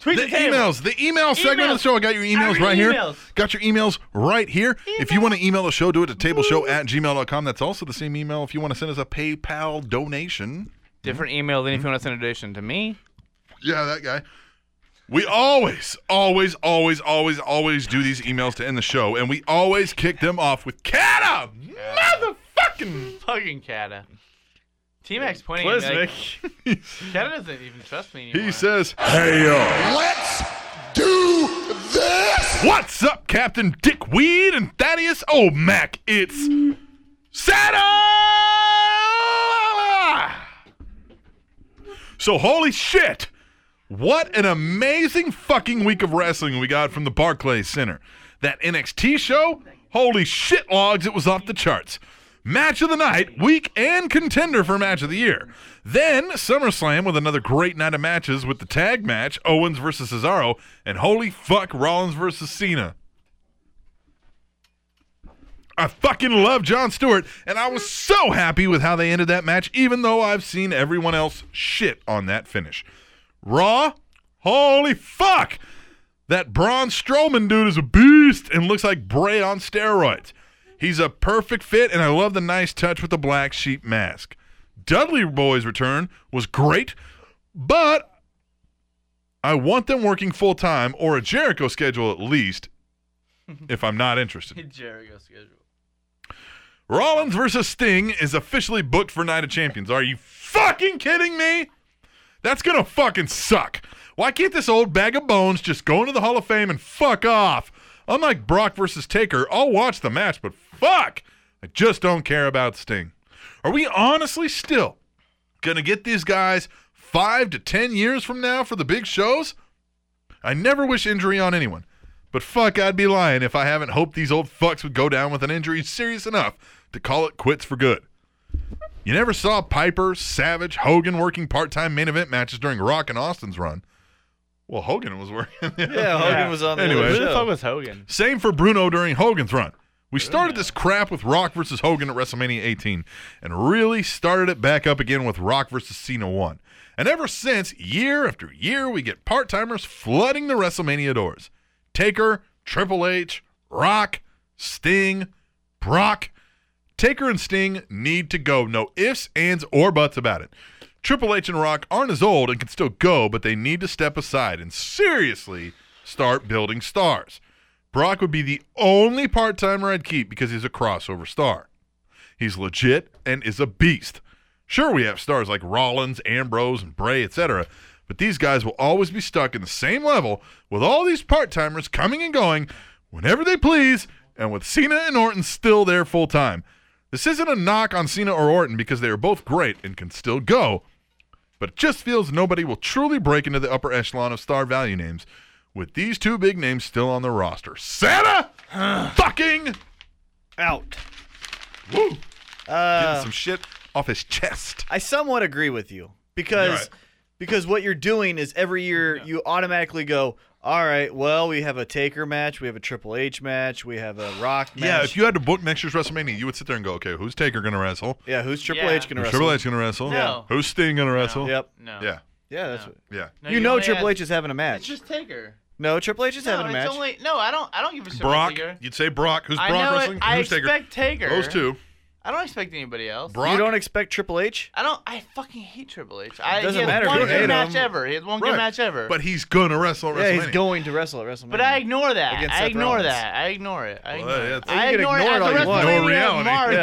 Speaker 3: Tweet
Speaker 1: the
Speaker 3: the table.
Speaker 1: emails, the email segment of the
Speaker 3: Emails.
Speaker 1: show. I got your emails
Speaker 3: read
Speaker 1: right here.
Speaker 3: emails.
Speaker 1: Got your emails right here. If you want to email the show, do it to tableshow at gmail.com. That's also the same email if you want to send us a PayPal donation.
Speaker 3: Different email than if you want to send a donation to me.
Speaker 1: Yeah, that guy. We always, always, always, always, always do these emails to end the show, and we always kick them off with Cata! Motherfucking!
Speaker 3: Fucking Kata. T Max pointing at me. Like,
Speaker 7: Plisnick.
Speaker 3: Kata doesn't even trust me anymore.
Speaker 1: He says, Hey, yo.
Speaker 11: Let's do this!
Speaker 1: What's up, Captain Dickweed and Thaddeus O'Mac? It's Saturday! So, holy shit! What an amazing fucking week of wrestling we got from the Barclays Center. That NXT show, holy shit logs, it was off the charts. Match of the night, week and contender for match of the year. Then SummerSlam with another great night of matches with the tag match, Owens versus Cesaro, and holy fuck, Rollins versus Cena. I fucking love John Stewart, and I was so happy with how they ended that match, even though I've seen everyone else shit on that finish. Raw? Holy fuck! That Braun Strowman dude is a beast and looks like Bray on steroids. He's a perfect fit, and I love the nice touch with the black sheep mask. Dudley Boy's return was great, but I want them working full time or a Jericho schedule at least if I'm not interested.
Speaker 3: Jericho schedule.
Speaker 1: Rollins versus Sting is officially booked for Night of Champions. Are you fucking kidding me? That's gonna fucking suck. Why can't this old bag of bones just go into the Hall of Fame and fuck off? Unlike Brock versus Taker, I'll watch the match, but fuck! I just don't care about Sting. Are we honestly still gonna get these guys five to ten years from now for the big shows? I never wish injury on anyone. But fuck, I'd be lying if I haven't hoped these old fucks would go down with an injury serious enough to call it quits for good. You never saw Piper, Savage, Hogan working part time main event matches during Rock and Austin's run. Well, Hogan was working.
Speaker 7: Yeah, Hogan was on the
Speaker 1: Anyway.
Speaker 7: other
Speaker 1: Who
Speaker 3: Who the
Speaker 7: show.
Speaker 3: fuck was Hogan?
Speaker 1: Same for Bruno during Hogan's run. We started this crap with Rock versus Hogan at WrestleMania 18 and really started it back up again with Rock versus Cena 1. And ever since, year after year, we get part timers flooding the WrestleMania doors Taker, Triple H, Rock, Sting, Brock. Taker and Sting need to go. No ifs, ands, or buts about it. Triple H and Rock aren't as old and can still go, but they need to step aside and seriously start building stars. Brock would be the only part timer I'd keep because he's a crossover star. He's legit and is a beast. Sure, we have stars like Rollins, Ambrose, and Bray, etc., but these guys will always be stuck in the same level with all these part timers coming and going whenever they please, and with Cena and Orton still there full time. This isn't a knock on Cena or Orton because they are both great and can still go, but it just feels nobody will truly break into the upper echelon of star value names with these two big names still on the roster. Santa fucking
Speaker 7: out.
Speaker 1: woo,
Speaker 2: Uh,
Speaker 1: getting some shit off his chest.
Speaker 2: I somewhat agree with you because
Speaker 1: You're right.
Speaker 2: because what you're doing is every year you automatically go, all right, well we have a Taker match, we have a Triple H match, we have a Rock
Speaker 1: Yeah,
Speaker 2: match.
Speaker 1: if you had to book next year's WrestleMania, you would sit there and go, okay, who's Taker gonna wrestle?
Speaker 2: yeah, who's Triple
Speaker 3: Yeah.
Speaker 2: H gonna
Speaker 1: Who's
Speaker 2: wrestle?
Speaker 1: Triple H gonna wrestle?
Speaker 3: No.
Speaker 1: Who's Sting gonna wrestle?
Speaker 2: Yep.
Speaker 3: No.
Speaker 1: Yeah.
Speaker 2: Yeah, that's what,
Speaker 1: Yeah.
Speaker 3: No,
Speaker 2: you, know
Speaker 3: only
Speaker 2: Triple
Speaker 3: had-
Speaker 2: H is having a match.
Speaker 3: Just Taker.
Speaker 2: no, Triple H is
Speaker 3: No,
Speaker 2: having a
Speaker 3: it's
Speaker 2: match.
Speaker 3: only no. I don't. I don't give a shit. about
Speaker 1: Brock.
Speaker 3: Taker.
Speaker 1: You'd say Brock. Who's Brock
Speaker 3: I know
Speaker 1: wrestling?
Speaker 3: it. I
Speaker 1: who's Taker?
Speaker 3: expect Taker.
Speaker 1: Those two.
Speaker 3: I don't expect anybody else.
Speaker 1: Brock,
Speaker 2: You don't expect Triple H?
Speaker 3: I don't. I fucking hate Triple H. I,
Speaker 2: Doesn't
Speaker 3: he had
Speaker 2: matter if
Speaker 3: One
Speaker 2: you
Speaker 3: good
Speaker 2: hate
Speaker 3: match
Speaker 2: him.
Speaker 3: ever. He had one
Speaker 1: Right.
Speaker 3: good match ever.
Speaker 1: but he's gonna wrestle at
Speaker 2: Yeah,
Speaker 1: WrestleMania.
Speaker 2: he's going to wrestle at WrestleMania.
Speaker 3: But I ignore that.
Speaker 2: Against
Speaker 3: I
Speaker 2: Seth
Speaker 3: ignore
Speaker 2: Rollins.
Speaker 3: that. I ignore it. I
Speaker 1: Well,
Speaker 3: ignore it.
Speaker 1: that's-
Speaker 3: I
Speaker 2: You can
Speaker 3: ignore it.
Speaker 2: ignore
Speaker 3: At
Speaker 2: it all
Speaker 3: the
Speaker 2: you want.
Speaker 3: WrestleMania
Speaker 1: No reality.
Speaker 3: March.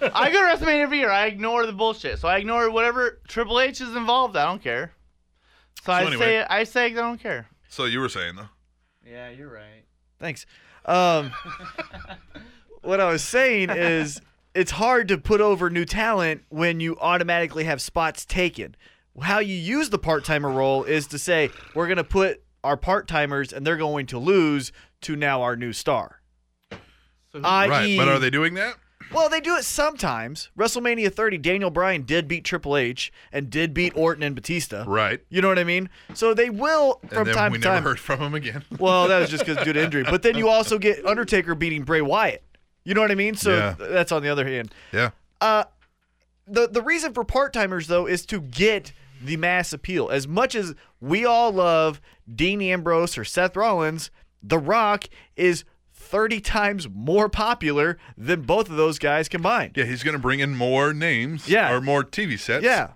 Speaker 2: Yeah.
Speaker 3: I go to WrestleMania every year. I ignore the bullshit. So I ignore whatever Triple H is involved. I don't care. So, I
Speaker 1: anyway.
Speaker 3: say I say I don't care.
Speaker 1: So you were saying though.
Speaker 3: Yeah, you're right.
Speaker 2: Thanks. Um, what I was saying is, it's hard to put over new talent when you automatically have spots taken. How you use the part timer role is to say, we're going to put our part timers and they're going to lose to now our new star.
Speaker 3: So who-
Speaker 2: I.e.,
Speaker 1: Right. But are they doing that?
Speaker 2: well, they do it sometimes. WrestleMania 30, Daniel Bryan did beat Triple H and did beat Orton and Batista.
Speaker 1: Right.
Speaker 2: You know what I mean? So they will
Speaker 1: And
Speaker 2: from
Speaker 1: then
Speaker 2: time
Speaker 1: we
Speaker 2: to
Speaker 1: never
Speaker 2: time.
Speaker 1: heard from him again.
Speaker 2: Well, that was just because due to injury. But then you also get Undertaker beating Bray Wyatt. You know what I mean? So
Speaker 1: Yeah.
Speaker 2: th- that's on the other hand.
Speaker 1: yeah.
Speaker 2: The the reason for part timers though is to get the mass appeal. As much as we all love Dean Ambrose or Seth Rollins, The Rock is thirty times more popular than both of those guys combined.
Speaker 1: Yeah, he's gonna bring in more names.
Speaker 2: Yeah.
Speaker 1: Or more TV sets.
Speaker 2: Yeah.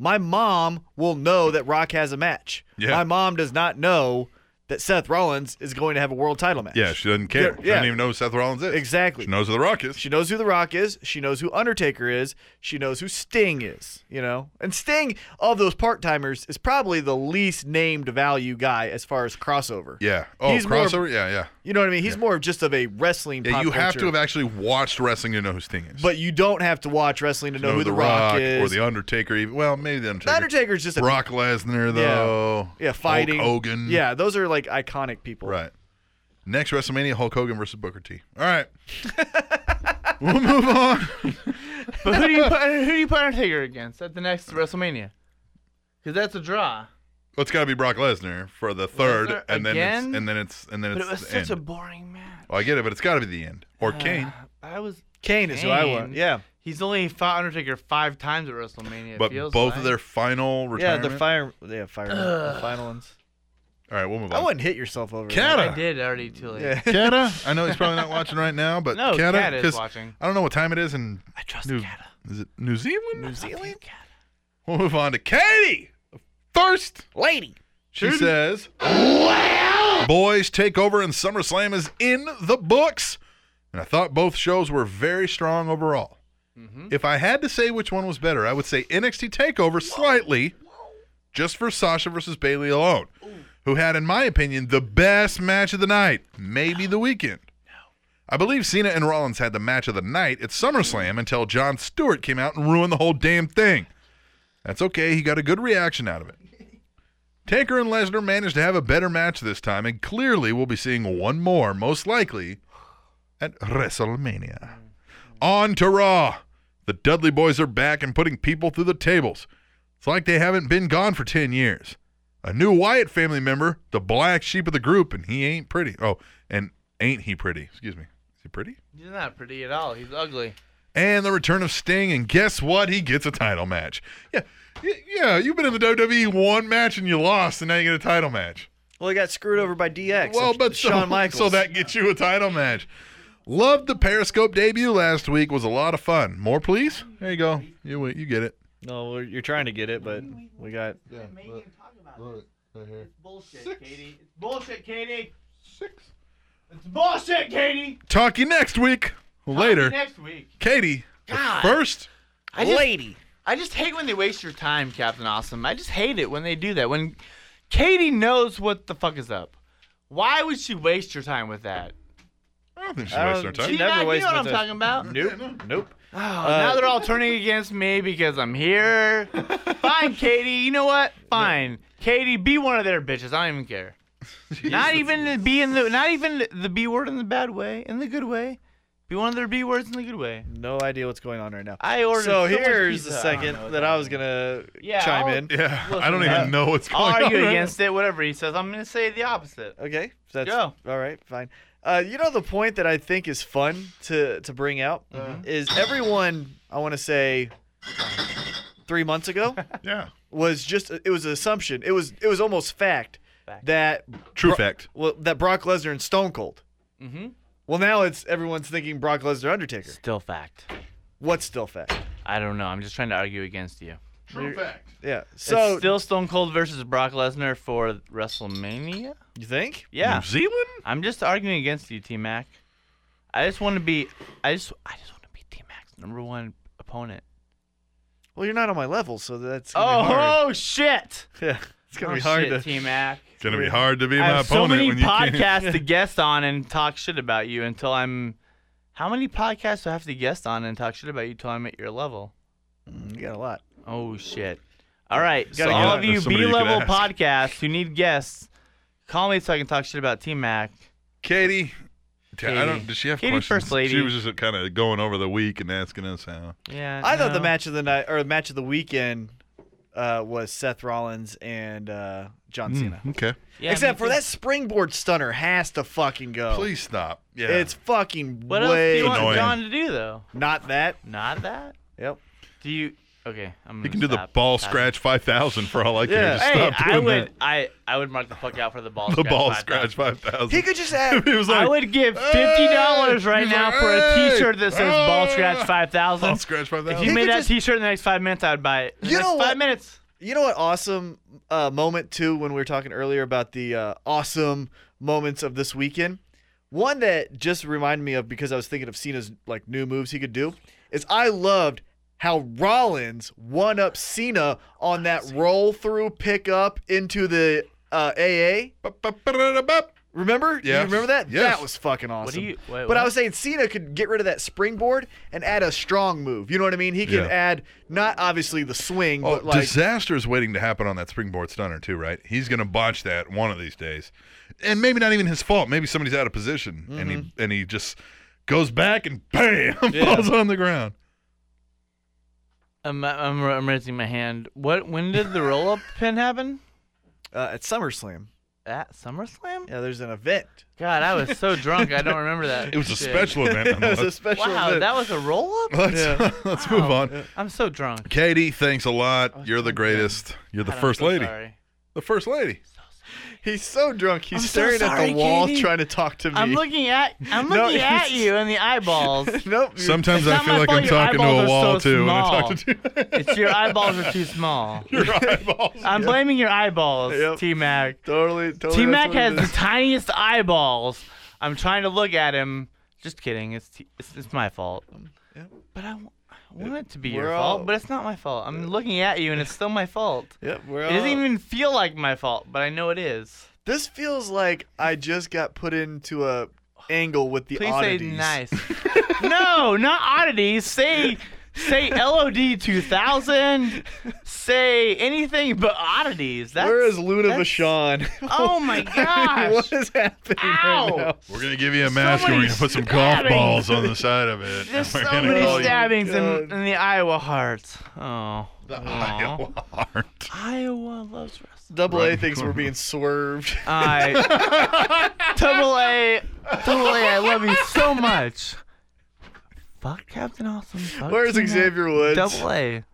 Speaker 2: My mom will know that Rock has a match.
Speaker 1: Yeah.
Speaker 2: My mom does not know that Seth Rollins is going to have a world title match.
Speaker 1: Yeah, she doesn't care.
Speaker 2: Yeah,
Speaker 1: She doesn't
Speaker 2: yeah.
Speaker 1: even know who Seth Rollins is.
Speaker 2: Exactly.
Speaker 1: She knows who The Rock is.
Speaker 2: She knows who The Rock is. She knows who Undertaker is. She knows who Sting is, you know? And Sting, of those part timers, is probably the least named value guy as far as crossover.
Speaker 1: yeah. Oh,
Speaker 2: He's more of-
Speaker 1: crossover. yeah, yeah.
Speaker 2: You know what I mean? He's more of just of a wrestling
Speaker 1: Yeah,
Speaker 2: pop
Speaker 1: you have
Speaker 2: culture.
Speaker 1: to have actually watched wrestling to know who Sting is.
Speaker 2: But you don't have to watch wrestling to know,
Speaker 1: know
Speaker 2: who The, Rock, is.
Speaker 1: or the Undertaker. Even well, maybe the Undertaker.
Speaker 2: The Undertaker's just a.
Speaker 1: Brock Lesnar though.
Speaker 2: yeah, fighting.
Speaker 1: Hulk Hogan.
Speaker 2: Yeah, those are like iconic people.
Speaker 1: Right. Next WrestleMania, Hulk Hogan versus Booker T. All right. we'll move on.
Speaker 3: But who do you put? Who do you put Undertaker against at the next WrestleMania? Because that's a draw.
Speaker 1: Well, it's got to be Brock Lesnar for the third,
Speaker 3: Lesnar
Speaker 1: and then
Speaker 3: again?
Speaker 1: it's and then it's and then
Speaker 3: But
Speaker 1: it's
Speaker 3: it was
Speaker 1: the end.
Speaker 3: such a boring match.
Speaker 1: Well, I get it, but it's got to be the end or Kane.
Speaker 3: I was.
Speaker 2: Kane is who I want.
Speaker 3: Kane.
Speaker 2: Yeah. He's
Speaker 3: He's only fought Undertaker five times at WrestleMania. it
Speaker 1: But
Speaker 3: feels
Speaker 1: both of
Speaker 3: like.
Speaker 1: their final
Speaker 2: yeah,
Speaker 1: retirement.
Speaker 2: the fire. Yeah, fire. the final ones.
Speaker 1: All right, we'll move
Speaker 2: I
Speaker 1: on.
Speaker 2: wouldn't hit yourself over.
Speaker 3: I
Speaker 1: Kata,
Speaker 3: did already too late.
Speaker 2: Yeah.
Speaker 1: Kata. I know he's probably not watching right now, but
Speaker 3: No,
Speaker 1: Kata,
Speaker 3: Kat is
Speaker 1: 'cause
Speaker 3: watching.
Speaker 1: I don't know what time it is in
Speaker 3: I trust
Speaker 1: New.
Speaker 3: Kata.
Speaker 1: Is it New Zealand? New Zealand. We'll move on to Katie, the first lady. She says, "Boys Takeover and SummerSlam is in the books, and I thought both shows were very strong overall.
Speaker 3: Mm-hmm.
Speaker 1: If I had to say which one was better, I would say NXT Takeover slightly, just for Sasha versus Bailey alone, who had, in my opinion, the best match of the night, maybe the weekend." I believe Cena and Rollins had the match of the night at SummerSlam until John Stewart came out and ruined the whole damn thing. That's okay, he got a good reaction out of it. Taker and Lesnar managed to have a better match this time, and clearly we'll be seeing one more, most likely, at WrestleMania. On to Raw. The Dudley boys are back and putting people through the tables. It's like they haven't been gone for 10 years. A new Wyatt family member, the black sheep of the group, and he ain't pretty. Oh, and ain't he pretty? Excuse me. Is he pretty?
Speaker 3: He's not pretty at all. He's ugly.
Speaker 1: and the return of Sting, and guess what? He gets a title match. Yeah, y- yeah. You've been in the WWE one match and you lost, and now you get a title match.
Speaker 2: Well, he got screwed over by DX.
Speaker 1: well,
Speaker 2: and
Speaker 1: but so,
Speaker 2: Shawn Michaels.
Speaker 1: so that gets you a title match. Loved the Periscope debut last week. Was a lot of fun. More, please. There you go. You win- you get it.
Speaker 2: No, we're, you're trying to get it, but we got.
Speaker 3: Bullshit, Katie. It's bullshit, Katie. Six. It's bullshit, Katie.
Speaker 1: Talk to you next week. Later,
Speaker 3: Next week.
Speaker 1: Katie. the First,
Speaker 3: I just, Lady. I just hate when they waste your time, Captain Awesome. I just hate it when they do that. When Katie knows what the fuck is up. Why would she waste your time with that?
Speaker 1: I don't think she's
Speaker 2: I
Speaker 1: wasting her
Speaker 2: don't-
Speaker 1: time.
Speaker 3: She
Speaker 2: never
Speaker 3: not, you
Speaker 2: wastes
Speaker 3: know what
Speaker 2: my
Speaker 3: I'm
Speaker 2: time. Uh,
Speaker 3: talking about.
Speaker 2: Nope. Nope.
Speaker 3: Oh, now they're all turning against me because I'm here. Fine, Katie. You know what? Fine. Katie, be one of their bitches. I don't even care. Not even the be in the not even the B word in the bad way, in the good way. Be one of their B words in the good way.
Speaker 2: No idea what's going on right now.
Speaker 3: I ordered
Speaker 2: so
Speaker 3: much
Speaker 2: here's the
Speaker 3: pizza.
Speaker 2: second that I was gonna
Speaker 3: Yeah,
Speaker 2: chime
Speaker 3: I'll-
Speaker 2: in.
Speaker 1: Yeah, I don't even
Speaker 2: uh,
Speaker 1: know what's going
Speaker 3: I'll
Speaker 1: on.
Speaker 3: argue
Speaker 1: right
Speaker 3: against it, whatever he says. I'm gonna say the opposite.
Speaker 2: Okay, that's
Speaker 3: Go.
Speaker 2: all right. Fine. Uh, you know the point that I think is fun to to bring out
Speaker 3: Mm-hmm.
Speaker 2: is everyone. I want to say three months ago
Speaker 1: now. Yeah,
Speaker 2: was just it was an assumption. It was it was almost fact, that
Speaker 1: true
Speaker 2: Bro-
Speaker 1: fact.
Speaker 2: well that Brock Lesnar and Stone Cold. Mm-hmm. Well, now it's everyone's thinking Brock Lesnar Undertaker.
Speaker 3: Still fact.
Speaker 2: What's still fact?
Speaker 3: I don't know. I'm just trying to argue against you.
Speaker 1: True fact.
Speaker 2: Yeah. So
Speaker 3: it's still Stone Cold versus Brock Lesnar for WrestleMania.
Speaker 2: you think?
Speaker 3: Yeah,
Speaker 1: New Zealand?
Speaker 3: I'm just arguing against you, T Mac. I just want to be. I just. I just want to be T Mac's number one opponent.
Speaker 2: Well, you're not on my level, so that's gonna be hard.
Speaker 3: Oh, oh, shit!
Speaker 2: Yeah, it's gonna
Speaker 3: Oh,
Speaker 2: be hard
Speaker 3: shit,
Speaker 2: to.
Speaker 3: T Mac.
Speaker 1: It's gonna be hard to be
Speaker 3: I
Speaker 1: my
Speaker 3: have so
Speaker 1: opponent
Speaker 3: many
Speaker 1: when you can't.
Speaker 3: podcasts to guest on and talk shit about you until I'm. How many podcasts do I have to guest on and talk shit about you till I'm at your level?
Speaker 2: You got a lot.
Speaker 3: Oh shit! All right, so
Speaker 2: gotta
Speaker 3: all
Speaker 1: get
Speaker 3: of you
Speaker 1: somebody you can
Speaker 3: B-level
Speaker 1: ask.
Speaker 3: podcasts who need guests, call me so I can talk shit about T Mac.
Speaker 1: Katie. Ta- I
Speaker 3: Katie.
Speaker 1: don't. Did she have
Speaker 3: Katie,
Speaker 1: questions?
Speaker 3: first lady.
Speaker 1: She was just kind of going over the week and asking us how.
Speaker 3: Yeah,
Speaker 2: I thought the
Speaker 3: Uh, no.
Speaker 2: match of the night or match of the weekend uh, was Seth Rollins and uh, John Cena.
Speaker 1: Okay.
Speaker 3: Mm. Yeah,
Speaker 2: Except
Speaker 3: me
Speaker 2: for
Speaker 3: too.
Speaker 2: that springboard stunner has to fucking go.
Speaker 1: Please stop. Yeah.
Speaker 2: It's fucking
Speaker 3: What else do
Speaker 2: way
Speaker 3: you want
Speaker 1: annoying.
Speaker 3: John to do though?
Speaker 2: not that.
Speaker 3: Not that.
Speaker 2: Yep.
Speaker 3: Do you? Okay, I'm.
Speaker 1: you
Speaker 3: gonna
Speaker 1: can do the
Speaker 3: stop.
Speaker 1: ball
Speaker 3: Stop.
Speaker 1: scratch five thousand for all I care.
Speaker 2: Yeah.
Speaker 1: Just
Speaker 3: Hey,
Speaker 1: stop doing
Speaker 3: I would.
Speaker 1: that.
Speaker 3: I I would mark the fuck out for the ball.
Speaker 1: The
Speaker 3: scratch
Speaker 1: ball
Speaker 3: five
Speaker 1: scratch five thousand.
Speaker 2: He could just add.
Speaker 1: He was
Speaker 3: I
Speaker 1: like,
Speaker 3: would give fifty dollars
Speaker 1: "Hey!"
Speaker 3: right
Speaker 1: He's
Speaker 3: now
Speaker 1: like,
Speaker 3: for a
Speaker 1: "Hey!"
Speaker 3: T-shirt that says "Ball Scratch 5000
Speaker 1: Ball scratch five
Speaker 3: If
Speaker 1: thousand.
Speaker 3: you made
Speaker 2: could
Speaker 3: that
Speaker 2: just-
Speaker 3: T-shirt in the next five minutes, I'd buy it. In the
Speaker 2: You
Speaker 3: next
Speaker 2: know
Speaker 3: five
Speaker 2: what?
Speaker 3: minutes.
Speaker 2: You know what awesome uh, moment too when we were talking earlier about the uh, awesome moments of this weekend. One that just reminded me of because I was thinking of Cena's like new moves he could do is I loved how Rollins won up Cena on that roll through pickup into the uh, AA. Remember?
Speaker 1: Yes.
Speaker 2: You remember that?
Speaker 1: Yes.
Speaker 2: That was fucking awesome.
Speaker 3: do you- wait,
Speaker 2: but I
Speaker 3: what?
Speaker 2: was saying Cena could get rid of that springboard and add a strong move. You know what I mean? He could
Speaker 1: Yeah.
Speaker 2: add not obviously the swing,
Speaker 1: Oh,
Speaker 2: but like
Speaker 1: disaster is waiting to happen on that springboard stunner too, right? He's gonna botch that one of these days, and maybe not even his fault. Maybe somebody's out of position, and he and he just goes back and bam falls on the ground.
Speaker 3: I'm, I'm I'm raising my hand. What? When did the roll-up pin happen?
Speaker 2: uh, at SummerSlam.
Speaker 3: At SummerSlam?
Speaker 2: Yeah, there's an event.
Speaker 3: God, I was so drunk. I don't remember that.
Speaker 1: It was a
Speaker 3: shit.
Speaker 1: special event.
Speaker 2: It's a
Speaker 1: nonetheless.
Speaker 2: special
Speaker 3: Wow,
Speaker 2: event.
Speaker 3: that was a roll-up.
Speaker 1: Let's, let's move
Speaker 3: Oh,
Speaker 1: on.
Speaker 3: I'm so drunk.
Speaker 1: Katie, thanks a lot.
Speaker 3: Oh,
Speaker 1: You're the greatest. You're the
Speaker 3: God, I'm
Speaker 1: first
Speaker 3: so
Speaker 1: lady.
Speaker 3: sorry.
Speaker 1: The first lady.
Speaker 2: he's so drunk. He's
Speaker 3: I'm so
Speaker 2: staring at
Speaker 3: sorry,
Speaker 2: the wall
Speaker 3: Katie.
Speaker 2: trying to talk to me.
Speaker 3: I'm looking at I'm
Speaker 2: No,
Speaker 3: looking at
Speaker 2: it's-
Speaker 3: you in the eyeballs.
Speaker 2: nope. you're-
Speaker 1: Sometimes
Speaker 3: It's
Speaker 1: I
Speaker 3: not
Speaker 1: feel
Speaker 3: my
Speaker 1: like
Speaker 3: fault
Speaker 1: I'm
Speaker 3: your
Speaker 1: talking to a
Speaker 3: eyeballs are
Speaker 1: wall
Speaker 3: so
Speaker 1: too when I talk to
Speaker 3: small. It's your eyeballs are too small.
Speaker 1: your eyeballs.
Speaker 3: I'm blaming your eyeballs,
Speaker 2: Yep.
Speaker 3: T Mac.
Speaker 2: totally, totally.
Speaker 3: T Mac
Speaker 2: that's what
Speaker 3: has
Speaker 2: it
Speaker 3: the
Speaker 2: is.
Speaker 3: tiniest eyeballs. I'm trying to look at him. Just kidding. It's t- it's, it's my fault. But I, w- I want it to be your
Speaker 2: Um, We're
Speaker 3: fault,
Speaker 2: all-
Speaker 3: but it's not my fault. I'm looking at you, and it's still my fault.
Speaker 2: Yep, we're
Speaker 3: It doesn't
Speaker 2: all-
Speaker 3: even feel like my fault, but I know it is.
Speaker 2: This feels like I just got put into a angle with the
Speaker 3: Please
Speaker 2: oddities.
Speaker 3: say nice. no, not oddities. Say say LOD 2000. Say anything but oddities. That's,
Speaker 2: Where is Luna
Speaker 3: that's-
Speaker 2: Vachon?
Speaker 3: Oh my gosh.
Speaker 2: what is happening
Speaker 3: Ow.
Speaker 2: right now?
Speaker 1: We're gonna give you a mask and
Speaker 3: many
Speaker 1: we're gonna put some golf
Speaker 3: stabbings.
Speaker 1: balls on the side of it.
Speaker 3: There's so
Speaker 1: And we're gonna
Speaker 3: many
Speaker 1: call you
Speaker 3: stabbings in,
Speaker 2: God.
Speaker 3: in the Iowa heart. Oh.
Speaker 1: the
Speaker 3: Aw.
Speaker 1: Iowa heart.
Speaker 3: Iowa loves wrestling.
Speaker 2: Double A thinks we're being swerved.
Speaker 3: Uh, I double A, double A. I love you so much. Fuck Captain Awesome. Fuck
Speaker 2: Where's
Speaker 3: Tina.
Speaker 2: Xavier Woods?
Speaker 3: Double A.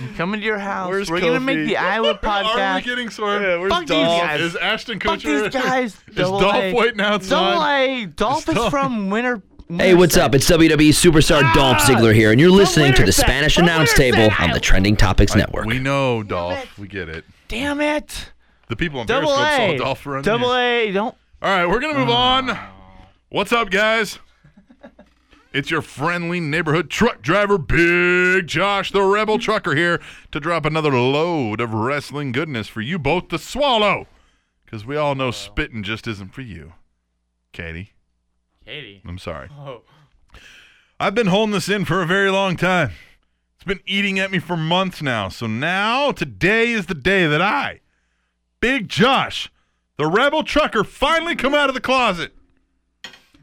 Speaker 3: I'm coming to your house.
Speaker 2: Where's
Speaker 3: We're gonna make
Speaker 2: Kofi?
Speaker 3: the Iowa
Speaker 1: Are we
Speaker 3: podcast.
Speaker 1: getting swerved?
Speaker 2: Yeah, where's
Speaker 3: Fuck these
Speaker 2: Dolph?
Speaker 3: guys.
Speaker 1: Is Ashton
Speaker 3: Fuck
Speaker 1: Kutcher?
Speaker 3: these guys.
Speaker 1: Is
Speaker 3: Double
Speaker 1: Dolph
Speaker 3: A.
Speaker 1: waiting
Speaker 3: Double
Speaker 1: outside?
Speaker 3: A. Dolph is
Speaker 1: Dolph-
Speaker 3: from Winter.
Speaker 10: Hey, what's up? It's WWE superstar Dolph Ziggler here, and you're listening to Ah, the
Speaker 3: Winterset.
Speaker 10: Spanish
Speaker 3: From
Speaker 10: Announce
Speaker 3: Winterset,
Speaker 10: Table on the Trending Topics Network.
Speaker 1: We know Dolph. We get it.
Speaker 3: Damn it.
Speaker 1: The people on
Speaker 3: Double
Speaker 1: Periscope
Speaker 3: A.
Speaker 1: saw Dolph run.
Speaker 3: Double
Speaker 1: in.
Speaker 3: A. Oh. Don't.
Speaker 1: All right, we're going to move on. What's up, guys? It's your friendly neighborhood truck driver, Big Josh, the Rebel Trucker, here to drop another load of wrestling goodness for you both to swallow. Because we all know spitting just isn't for you. Katie,
Speaker 3: Katie.
Speaker 1: I'm sorry. I've been holding this in for a very long time. It's been eating at me for months now. So now, today is the day that I, Big Josh, the Rebel Trucker, finally come out of the closet.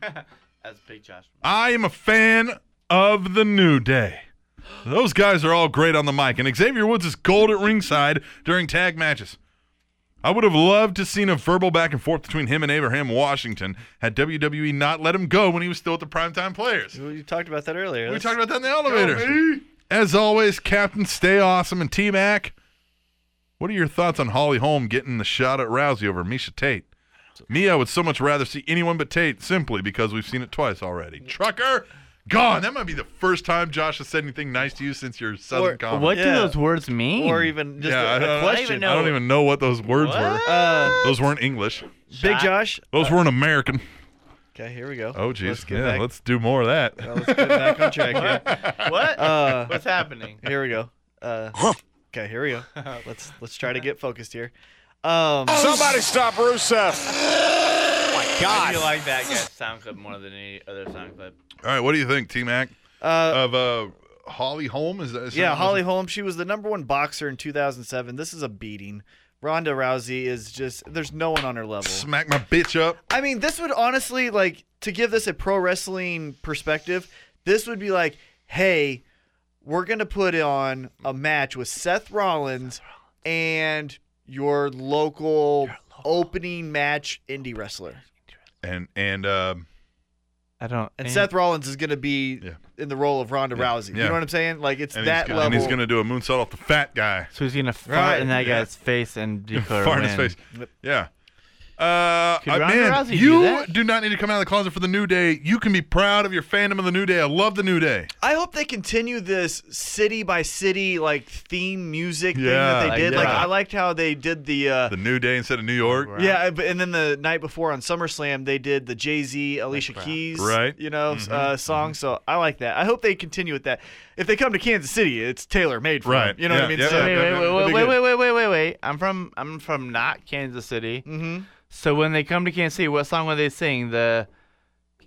Speaker 3: That's Big Josh.
Speaker 1: I am a fan of the New Day. Those guys are all great on the mic, and Xavier Woods is gold at ringside during tag matches. I would have loved to seen a verbal back and forth between him and Abraham Washington had WWE not let him go when he was still at the primetime players.
Speaker 2: You talked about that earlier.
Speaker 1: We talked about that in the elevator. As always, Captain, stay awesome, and T Mac. What are your thoughts on Holly Holm getting the shot at Rousey over Misha Tate? Me, I would so much rather see anyone but Tate simply because we've seen it twice already. Trucker, Gone. That might be the first time Josh has said anything nice to you since your Southern
Speaker 2: Or-
Speaker 1: comment.
Speaker 3: What do
Speaker 2: Yeah.
Speaker 3: those words mean?
Speaker 2: or even just
Speaker 1: Yeah, I
Speaker 2: a, a
Speaker 1: don't- I don't
Speaker 2: question.
Speaker 1: I don't even know what those words were.
Speaker 2: Uh,
Speaker 1: Those weren't English.
Speaker 2: Big Josh.
Speaker 1: Those weren't American.
Speaker 2: Okay, here we go.
Speaker 1: Oh, jeez.
Speaker 2: Let's get
Speaker 1: yeah,
Speaker 2: back.
Speaker 1: let's do more of that.
Speaker 2: let's get back on track here.
Speaker 4: What?
Speaker 2: Uh,
Speaker 4: What's happening?
Speaker 2: Here we go. Uh, okay, here we go. Let's let's try to get focused here. Um,
Speaker 12: Somebody stop Rusev.
Speaker 4: God. I do like that guy's sound clip more than any other sound clip.
Speaker 1: All right, what do you think, T Mac?
Speaker 2: uh,
Speaker 1: Of uh, Holly Holm? Is that is
Speaker 2: yeah,
Speaker 1: that-
Speaker 2: Holly Holm. She was the number one boxer in 2007. This is a beating. Ronda Rousey is just. There's no one on her level.
Speaker 1: Smack my bitch up.
Speaker 2: I mean, this would honestly like to give this a pro wrestling perspective. This would be like, hey, we're gonna put on a match with Seth Rollins and your local, opening match indie wrestler,
Speaker 1: And and um,
Speaker 3: I don't.
Speaker 2: and Seth Rollins is gonna be
Speaker 1: Yeah.
Speaker 2: in the role of Ronda Rousey. You
Speaker 1: yeah.
Speaker 2: know what I'm saying? Like it's
Speaker 1: and, he's,
Speaker 2: that
Speaker 1: gonna-
Speaker 2: level.
Speaker 1: and he's gonna do a moonsault off the fat guy.
Speaker 3: So he's gonna fart
Speaker 2: Right,
Speaker 3: in that
Speaker 1: yeah.
Speaker 3: guy's face and declare
Speaker 1: Fart in
Speaker 3: win.
Speaker 1: his face. Yeah. Uh,
Speaker 3: Could
Speaker 1: uh,
Speaker 3: Ronda
Speaker 1: man,
Speaker 3: Rousey do
Speaker 1: you
Speaker 3: that?
Speaker 1: not need to come out of the closet for the New Day. You can be proud of your fandom of the New Day. I love the New Day.
Speaker 2: I hope they continue this city by city like theme music
Speaker 1: Yeah,
Speaker 2: thing that they did.
Speaker 1: yeah.
Speaker 2: Like I liked how they did the uh,
Speaker 1: The New Day instead of New York.
Speaker 2: Yeah, I- but- and then the night before on SummerSlam, they did the Jay Z, Alicia Keys,
Speaker 1: Right. Mm-hmm.
Speaker 2: You know, s- uh, song. So I like that. I hope they continue with that. If they come to Kansas City, it's tailor made for
Speaker 1: Right,
Speaker 2: them. You know what I
Speaker 1: yeah,
Speaker 2: mean?
Speaker 1: yeah,
Speaker 2: so,
Speaker 1: yeah,
Speaker 3: Wait, wait, wait,
Speaker 2: It'd
Speaker 3: wait,
Speaker 2: be
Speaker 3: wait,
Speaker 2: good.
Speaker 3: wait, wait, wait, wait, wait. I'm from I'm from not Kansas City.
Speaker 2: Mhm.
Speaker 3: So when they come to Kansas City, what song were they sing? The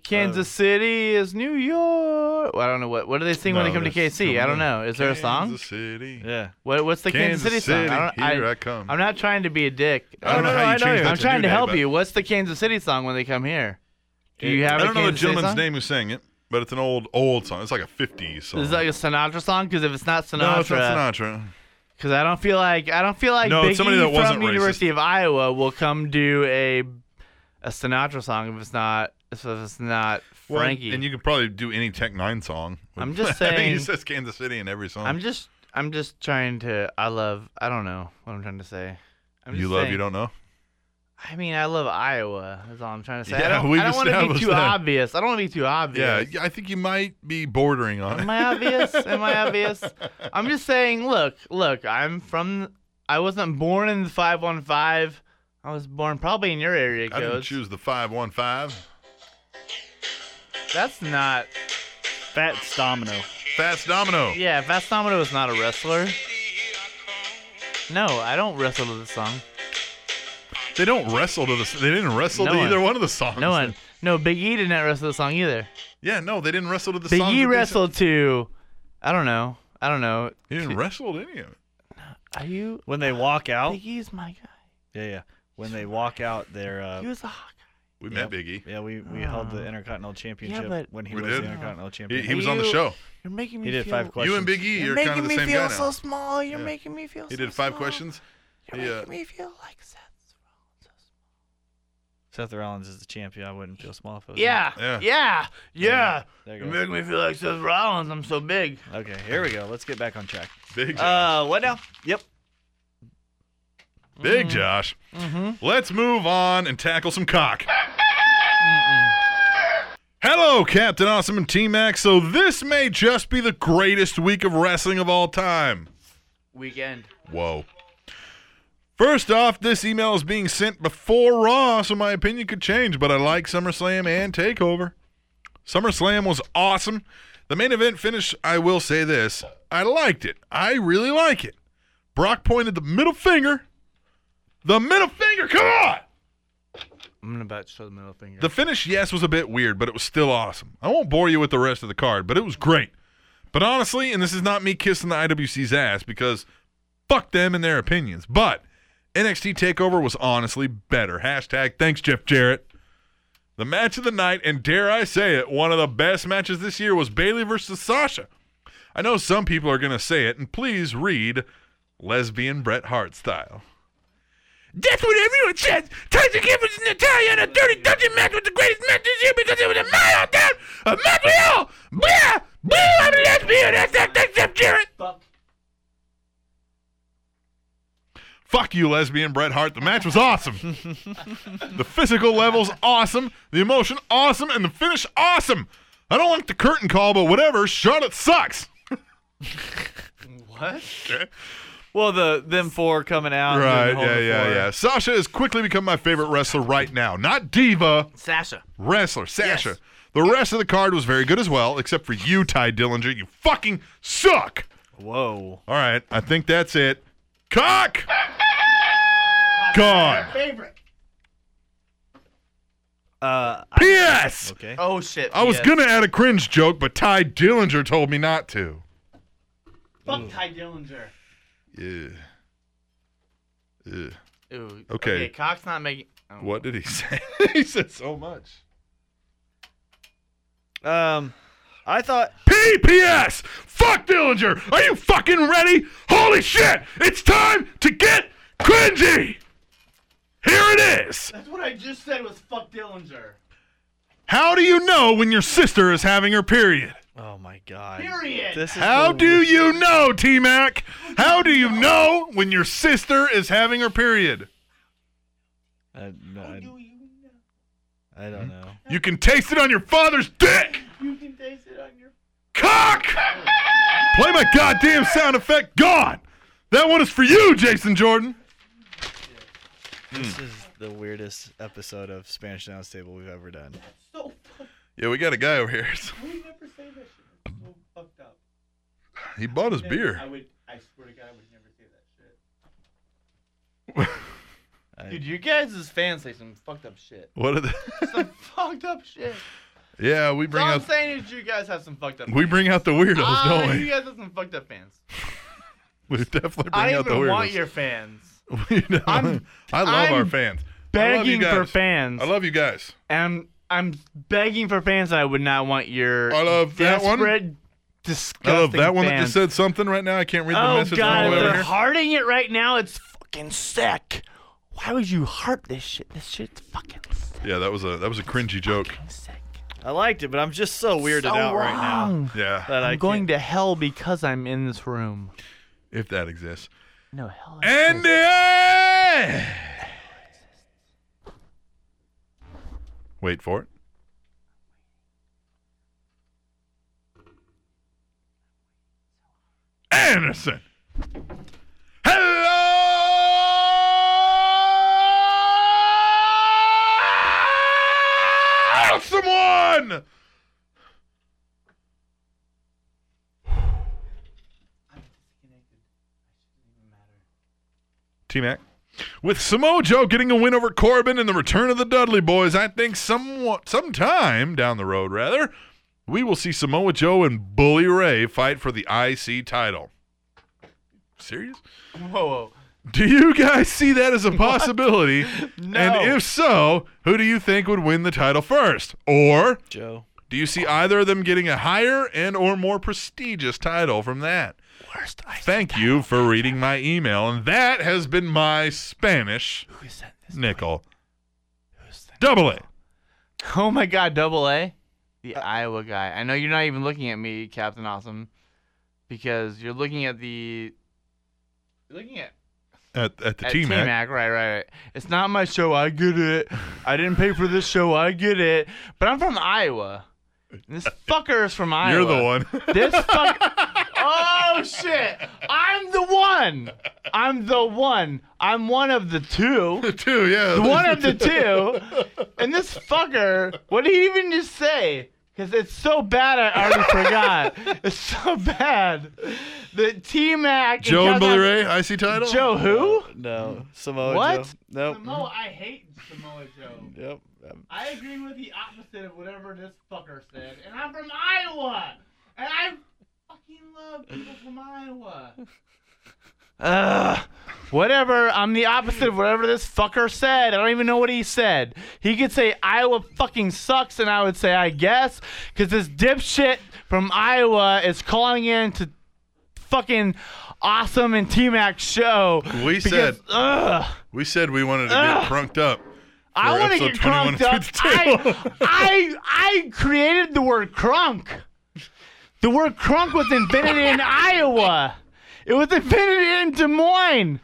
Speaker 3: Kansas City is New York. Well, I don't know what what do they sing when
Speaker 1: No,
Speaker 3: they come to
Speaker 1: that's-
Speaker 3: KC. I
Speaker 1: come
Speaker 3: don't
Speaker 1: on.
Speaker 3: know. Is there a song?
Speaker 1: Kansas City.
Speaker 2: Yeah.
Speaker 3: What, what's the Kansas,
Speaker 1: Kansas
Speaker 3: City
Speaker 1: City,
Speaker 3: song? I don't,
Speaker 1: here I come.
Speaker 3: I'm not trying to be a dick.
Speaker 1: I don't know how you changed that
Speaker 3: I'm trying
Speaker 1: New
Speaker 3: to
Speaker 1: Day,
Speaker 3: help
Speaker 1: but-
Speaker 3: you. What's the Kansas City song when they come here? Do you have
Speaker 1: I don't know
Speaker 3: a
Speaker 1: the
Speaker 3: Kansas City
Speaker 1: gentleman's
Speaker 3: song?
Speaker 1: name who sang it, but it's an old, old song. It's like a 50s song.
Speaker 3: Is it like a Sinatra song? Because if it's not Sinatra,
Speaker 1: no, it's not Sinatra.
Speaker 3: Because I don't feel like I don't feel like
Speaker 1: No,
Speaker 3: Biggie
Speaker 1: it's somebody that wasn't
Speaker 3: from the University of Iowa will come do a a Sinatra song if it's not if it's not
Speaker 1: Well,
Speaker 3: Frankie.
Speaker 1: And you could probably do any Tech Nine song.
Speaker 3: I'm just
Speaker 1: I think he
Speaker 3: saying-
Speaker 1: says Kansas City in every song.
Speaker 3: I'm just I'm just trying to I love I don't know what I'm trying to say. I'm
Speaker 1: you
Speaker 3: just
Speaker 1: love,
Speaker 3: saying-
Speaker 1: you don't know.
Speaker 3: I mean, I love Iowa. That's all I'm trying to say.
Speaker 1: Yeah,
Speaker 3: I don't,
Speaker 1: we've
Speaker 3: I don't want to be
Speaker 1: established
Speaker 3: too
Speaker 1: that.
Speaker 3: obvious. I don't want to be too
Speaker 1: Yeah,
Speaker 3: obvious.
Speaker 1: yeah, I think you might be bordering on
Speaker 3: Am
Speaker 1: it.
Speaker 3: I obvious? Am I obvious? I'm just saying, look, look, I'm from I wasn't born in the 515. I was born probably in your area
Speaker 1: I didn't
Speaker 3: codes.
Speaker 1: choose the 515.
Speaker 3: That's not
Speaker 7: Fat Domino.
Speaker 1: Fast Domino.
Speaker 3: Yeah, Fast Domino is not a wrestler. No, I don't wrestle to this song.
Speaker 1: They don't wrestle to the. They didn't wrestle
Speaker 3: No
Speaker 1: to
Speaker 3: one.
Speaker 1: either one of the songs.
Speaker 3: No one. No, Big E did not wrestle to the song either.
Speaker 1: Yeah, no, they didn't wrestle to the
Speaker 3: Big
Speaker 1: songs.
Speaker 3: E
Speaker 1: that they sang.
Speaker 3: wrestled to, I don't know. I don't know.
Speaker 1: He didn't wrestle to any of it.
Speaker 3: Are you?
Speaker 2: When they walk out,
Speaker 3: Big E's my guy.
Speaker 2: yeah, yeah. When they walk out, they're uh,
Speaker 3: He was a hot guy.
Speaker 1: We
Speaker 2: Yep.
Speaker 1: met Big E.
Speaker 2: yeah. We we held the Intercontinental Championship
Speaker 3: but-
Speaker 2: when he
Speaker 1: We
Speaker 2: was
Speaker 1: did?
Speaker 2: the Intercontinental
Speaker 1: He,
Speaker 2: champion.
Speaker 1: he was on the
Speaker 3: You-
Speaker 1: show.
Speaker 3: You're making me
Speaker 2: He did
Speaker 3: feel.
Speaker 2: five questions.
Speaker 1: You and Big E,
Speaker 3: You're
Speaker 1: you're kind
Speaker 3: making
Speaker 1: of the
Speaker 3: me
Speaker 1: same guy
Speaker 3: feel
Speaker 1: now.
Speaker 3: so small. You're
Speaker 1: Yeah.
Speaker 3: making me feel.
Speaker 1: he
Speaker 3: so
Speaker 1: did five
Speaker 3: small.
Speaker 1: questions.
Speaker 3: You're
Speaker 1: He, uh,
Speaker 3: making me feel like Seth.
Speaker 2: Seth Rollins is the champion. I wouldn't feel small if it was him.
Speaker 3: Yeah,
Speaker 1: Yeah.
Speaker 3: yeah, yeah.
Speaker 2: There
Speaker 3: You
Speaker 2: you
Speaker 3: make me feel like Seth Rollins. I'm so big.
Speaker 2: go. Okay, here we go. Let's get back on track.
Speaker 1: Big Josh.
Speaker 2: Uh, what now? Yep.
Speaker 1: Big
Speaker 3: mm-hmm.
Speaker 1: Josh. Let's move on and tackle some cock. Hello, Captain Awesome and T Mac. So this may just be the greatest week of wrestling of all time.
Speaker 3: Weekend.
Speaker 1: Whoa. First off, this email is being sent before Raw, so my opinion could change, but I like SummerSlam and TakeOver. SummerSlam was awesome. The main event finish, I will say this I liked it. I really like it. Brock pointed the middle finger. The middle finger, come on!
Speaker 3: I'm about to show the middle finger.
Speaker 1: The finish, yes, was a bit weird, but it was still awesome. I won't bore you with the rest of the card, but it was great. But honestly, and this is not me kissing the IWC's ass because fuck them and their opinions, but NXT TakeOver was honestly better. Hashtag thanks, Jeff Jarrett. The match of the night, and dare I say it, one of the best matches this year was Bailey versus Sasha. I know some people are going to say it, and please read lesbian Bret Hart style. That's what everyone says. Tyson Kidd was Natalia in a dirty dungeon match was the greatest match this year because it was a mile down of Montreal. Blah, blah, I'm a lesbian. That's that, that's that, Jarrett. Fuck you, lesbian Bret Hart. The match was awesome. the physical levels awesome. The emotion awesome, and the finish awesome. I don't like the curtain call, but whatever. Shut it sucks.
Speaker 13: What?
Speaker 2: Well, the them four coming out. and
Speaker 1: Right.
Speaker 2: doing the whole
Speaker 1: Yeah, yeah,
Speaker 2: four.
Speaker 1: yeah. Sasha has quickly become my favorite wrestler right now. Not diva,
Speaker 14: Sasha.
Speaker 1: wrestler, Sasha. The rest of the card was very good as well, except for you, Ty Dillinger. You fucking suck.
Speaker 13: Whoa.
Speaker 1: All right. I think that's it. Cock! Gone.
Speaker 14: Favorite.
Speaker 13: Uh,
Speaker 1: P.S.
Speaker 13: Okay.
Speaker 3: Oh shit.
Speaker 1: I was
Speaker 3: yes.
Speaker 1: gonna add a cringe joke, but Ty Dillinger told me not to.
Speaker 8: Fuck Ty Dillinger.
Speaker 1: Yeah. Yeah.
Speaker 3: Ooh,
Speaker 1: Okay.
Speaker 3: Okay, Cox not making. Oh.
Speaker 1: What did he say? he said so much.
Speaker 2: Um, I thought
Speaker 1: PPS! Fuck Dillinger! Are you fucking ready? Holy shit! It's time to get cringy! Here it is!
Speaker 8: That's what I just said was fuck Dillinger.
Speaker 1: How do you know when your sister is having her period?
Speaker 2: Oh my god.
Speaker 8: Period.
Speaker 2: This is
Speaker 1: How
Speaker 2: the
Speaker 1: do you know, T Mac? How do you know when your sister is having her period?
Speaker 2: I, no, I, I don't know.
Speaker 1: You can taste it on your father's dick!
Speaker 8: You can taste it on your.
Speaker 1: Cock! Play my goddamn sound effect gone! That one is for you, Jason Jordan!
Speaker 2: This is the weirdest episode of Spanish Downs Table we've ever done.
Speaker 8: So
Speaker 1: Yeah, we got a guy over here.
Speaker 8: we never say that shit. It's so fucked up.
Speaker 1: He bought his
Speaker 8: I would. I swear to God, I would never say that shit.
Speaker 3: Dude, you guys as fans say some fucked up shit.
Speaker 1: What are the
Speaker 3: Some fucked up shit.
Speaker 1: Yeah, we
Speaker 3: All
Speaker 1: bring
Speaker 3: I'm
Speaker 1: out
Speaker 3: saying is you guys have some fucked up.
Speaker 1: we bring out the weirdos,
Speaker 3: Ah,
Speaker 1: don't
Speaker 3: You
Speaker 1: we?
Speaker 3: guys have some fucked up fans.
Speaker 1: We definitely bring
Speaker 3: I
Speaker 1: out
Speaker 3: don't
Speaker 1: the
Speaker 3: even
Speaker 1: weirdos.
Speaker 3: want your fans.
Speaker 1: You know,
Speaker 8: I'm-
Speaker 1: I love
Speaker 8: I'm
Speaker 1: our fans. I love you
Speaker 8: Begging for
Speaker 1: guys.
Speaker 8: fans.
Speaker 1: I love you guys.
Speaker 8: I'm I'm begging for fans. I would not want your.
Speaker 1: I love that one.
Speaker 8: desperate, Disgusting.
Speaker 1: I love that one that
Speaker 8: fans.
Speaker 1: just said something right now. I can't read the
Speaker 8: Oh
Speaker 1: message
Speaker 8: god, if
Speaker 1: all the way over
Speaker 8: they're
Speaker 1: here.
Speaker 8: hearting it right now, it's fucking sick. Why would you heart this shit? This shit's fucking sick.
Speaker 1: Yeah, that was a that was a cringy joke.
Speaker 2: I liked it, but I'm just so weirded
Speaker 8: So
Speaker 2: out right now.
Speaker 8: wrong.
Speaker 1: Yeah,
Speaker 2: That I
Speaker 8: I'm
Speaker 2: can't-
Speaker 8: going to hell because I'm in this room.
Speaker 1: if that exists.
Speaker 8: No hell.
Speaker 1: And yeah! Wait for it. Anderson. Hello, someone. T Mac. With Samoa Joe getting a win over Corbin and the return of the Dudley Boys, I think somewhat, sometime down the road, rather, we will see Samoa Joe and Bully Ray fight for the IC title. Serious?
Speaker 3: Whoa, whoa.
Speaker 1: Do you guys see that as a possibility? And
Speaker 3: No.
Speaker 1: if so, who do you think would win the title first? Or
Speaker 13: Joe.
Speaker 1: do you see either of them getting a higher and or more prestigious title from that?
Speaker 8: Worst I
Speaker 1: Thank you for reading my email, and that has been my Spanish
Speaker 8: who sent this?
Speaker 1: nickel.
Speaker 8: Who sent-
Speaker 1: Double it.
Speaker 3: Oh my god, double A? The Iowa guy. I know you're not even looking at me, Captain Awesome, because you're looking at the. You're looking at
Speaker 1: At, at the
Speaker 3: at
Speaker 1: T Mac.
Speaker 3: T-Mac, right, right, right. It's not my show. I get it. I didn't pay for this show. I get it. But I'm from Iowa. And this fucker is from Iowa.
Speaker 1: You're the one.
Speaker 3: This fuck. oh shit! I'm the one. I'm the one. I'm one of the two.
Speaker 1: the two, yeah.
Speaker 3: The one of the two. And this fucker. What did he even just say? Because it's so bad, I already forgot. It's so bad. The T Mac.
Speaker 1: Joe and Billy Ray, IC title?
Speaker 3: Joe who?
Speaker 2: No, Samoa
Speaker 3: What?
Speaker 2: Joe. Nope.
Speaker 3: Samoa, I hate Samoa Joe.
Speaker 2: Yep. Um,
Speaker 3: I agree with the opposite of whatever this fucker said, and I'm from Iowa, and I fucking love people from Iowa. Ugh. Whatever, I'm the opposite of whatever this fucker said. I don't even know what he said. He could say Iowa fucking sucks, and I would say I guess, because this dipshit from Iowa is calling in to fucking awesome and T Mac show.
Speaker 1: We said-
Speaker 3: ugh.
Speaker 1: We said we wanted to
Speaker 3: Ugh.
Speaker 1: get crunked up.
Speaker 3: I
Speaker 1: for
Speaker 3: want to
Speaker 1: episode
Speaker 3: get
Speaker 1: 21
Speaker 3: crunked up.
Speaker 1: of Truth
Speaker 3: I,
Speaker 1: Table.
Speaker 3: I, I created the word crunk. The word crunk was invented in Iowa. It was invented in Des Moines.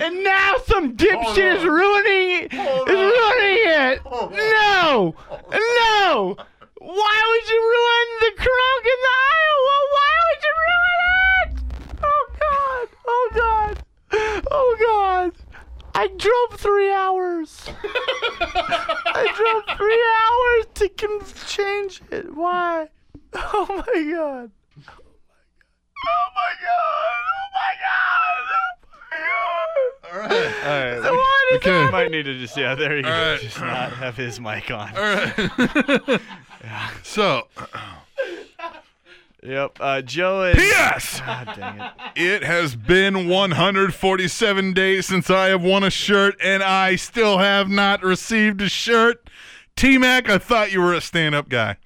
Speaker 3: And now some dipshit is ruining is ruining it. No, no.
Speaker 15: Why would you ruin the Kronk in the Iowa? Why would you ruin it? Oh God! Oh God! Oh God! I drove three hours. I drove three hours to con- change it. Why? Oh my God! Oh my God! Oh my God! Oh my God!
Speaker 2: All right.
Speaker 15: So what is
Speaker 2: okay.
Speaker 15: happening?
Speaker 2: might need to just yeah. There you
Speaker 1: All
Speaker 2: go.
Speaker 1: right.
Speaker 2: Just not have his mic on.
Speaker 1: All right. So,
Speaker 2: Yep. Uh, Joe is.
Speaker 1: P.S.
Speaker 2: God dang it.
Speaker 1: It has been 147 days since I have won a shirt, and I still have not received a shirt. T Mac, I thought you were a stand up guy.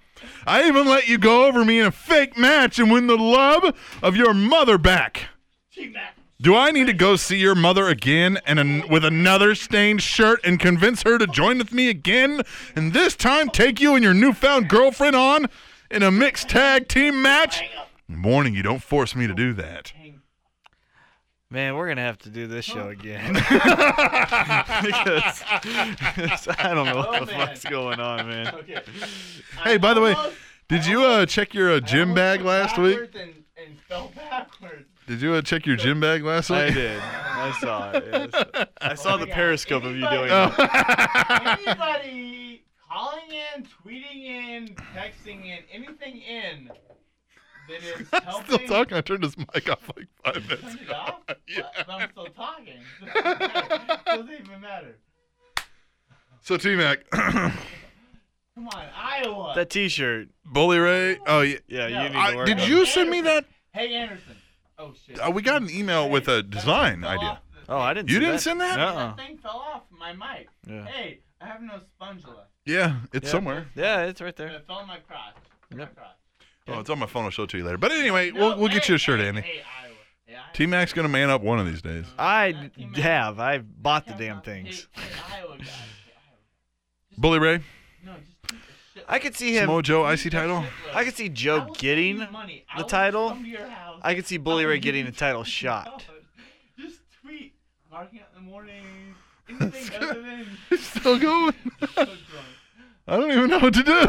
Speaker 1: I even let you go over me in a fake match and win the love of your mother back. Do I need to go see your mother again and an- with another stained shirt and convince her to join with me again? And this time take you and your newfound girlfriend on in a mixed tag team match? I'm warning you, don't force me to do that.
Speaker 2: Man, we're gonna have to do this show again. because, because I don't know what the fuck's going on, man.
Speaker 1: Hey, by the way, did you uh, check your uh, gym bag last week?
Speaker 3: And, and fell backwards.
Speaker 1: Did you uh, check your gym bag last week?
Speaker 2: I did. I saw it. yes. I saw the periscope of you doing it.
Speaker 1: Oh.
Speaker 3: Anybody calling in, tweeting in, texting in, anything in that is
Speaker 1: I'm still
Speaker 3: helping.
Speaker 1: talking. I turned his mic off like five minutes
Speaker 3: Turn it
Speaker 1: ago.
Speaker 3: off?
Speaker 1: Yeah.
Speaker 3: But I'm still talking. Doesn't even matter.
Speaker 1: So T Mac,
Speaker 3: Come on, Iowa.
Speaker 2: That T-shirt.
Speaker 1: Bully Ray. Oh yeah.
Speaker 2: Yeah,
Speaker 3: No,
Speaker 2: you need to
Speaker 1: Oh. I,
Speaker 2: work.
Speaker 1: did
Speaker 2: on
Speaker 1: you
Speaker 2: it.
Speaker 1: send me that?
Speaker 3: hey Anderson. Oh shit.
Speaker 1: Uh, we got an email with a design
Speaker 3: Fell
Speaker 1: idea.
Speaker 3: off the-
Speaker 2: Oh, I didn't.
Speaker 1: You
Speaker 2: see
Speaker 1: didn't
Speaker 2: that.
Speaker 1: send that?
Speaker 2: Uh-uh.
Speaker 3: That thing fell off my mic.
Speaker 2: Yeah.
Speaker 3: Hey, I have no sponge left.
Speaker 1: Yeah, it's
Speaker 2: Yeah.
Speaker 1: somewhere.
Speaker 2: Yeah, it's right there.
Speaker 3: It fell on my crotch. My
Speaker 2: Yep.
Speaker 3: crotch.
Speaker 1: Oh, it's on my phone. I'll show it to you later. But anyway,
Speaker 3: No,
Speaker 1: we'll we'll get
Speaker 3: hey,
Speaker 1: you a shirt,
Speaker 3: hey,
Speaker 1: Andy.
Speaker 3: Hey, Iowa. Hey, Iowa.
Speaker 1: T Mac's gonna man up one of these days.
Speaker 2: I have. I bought the damn things.
Speaker 3: Hey, hey, Iowa guys.
Speaker 1: Bully Ray,
Speaker 3: No, just keep the shit.
Speaker 2: I could see him.
Speaker 1: Samoa Joe, icy title.
Speaker 2: I could see Joe getting.
Speaker 3: money.
Speaker 2: the title?
Speaker 3: I
Speaker 2: I could see Bully Ray getting a title shot.
Speaker 3: Just tweet, marking out in the morning. Anything other than
Speaker 1: Still going.
Speaker 3: so drunk.
Speaker 1: I don't even know what to do.
Speaker 2: I'm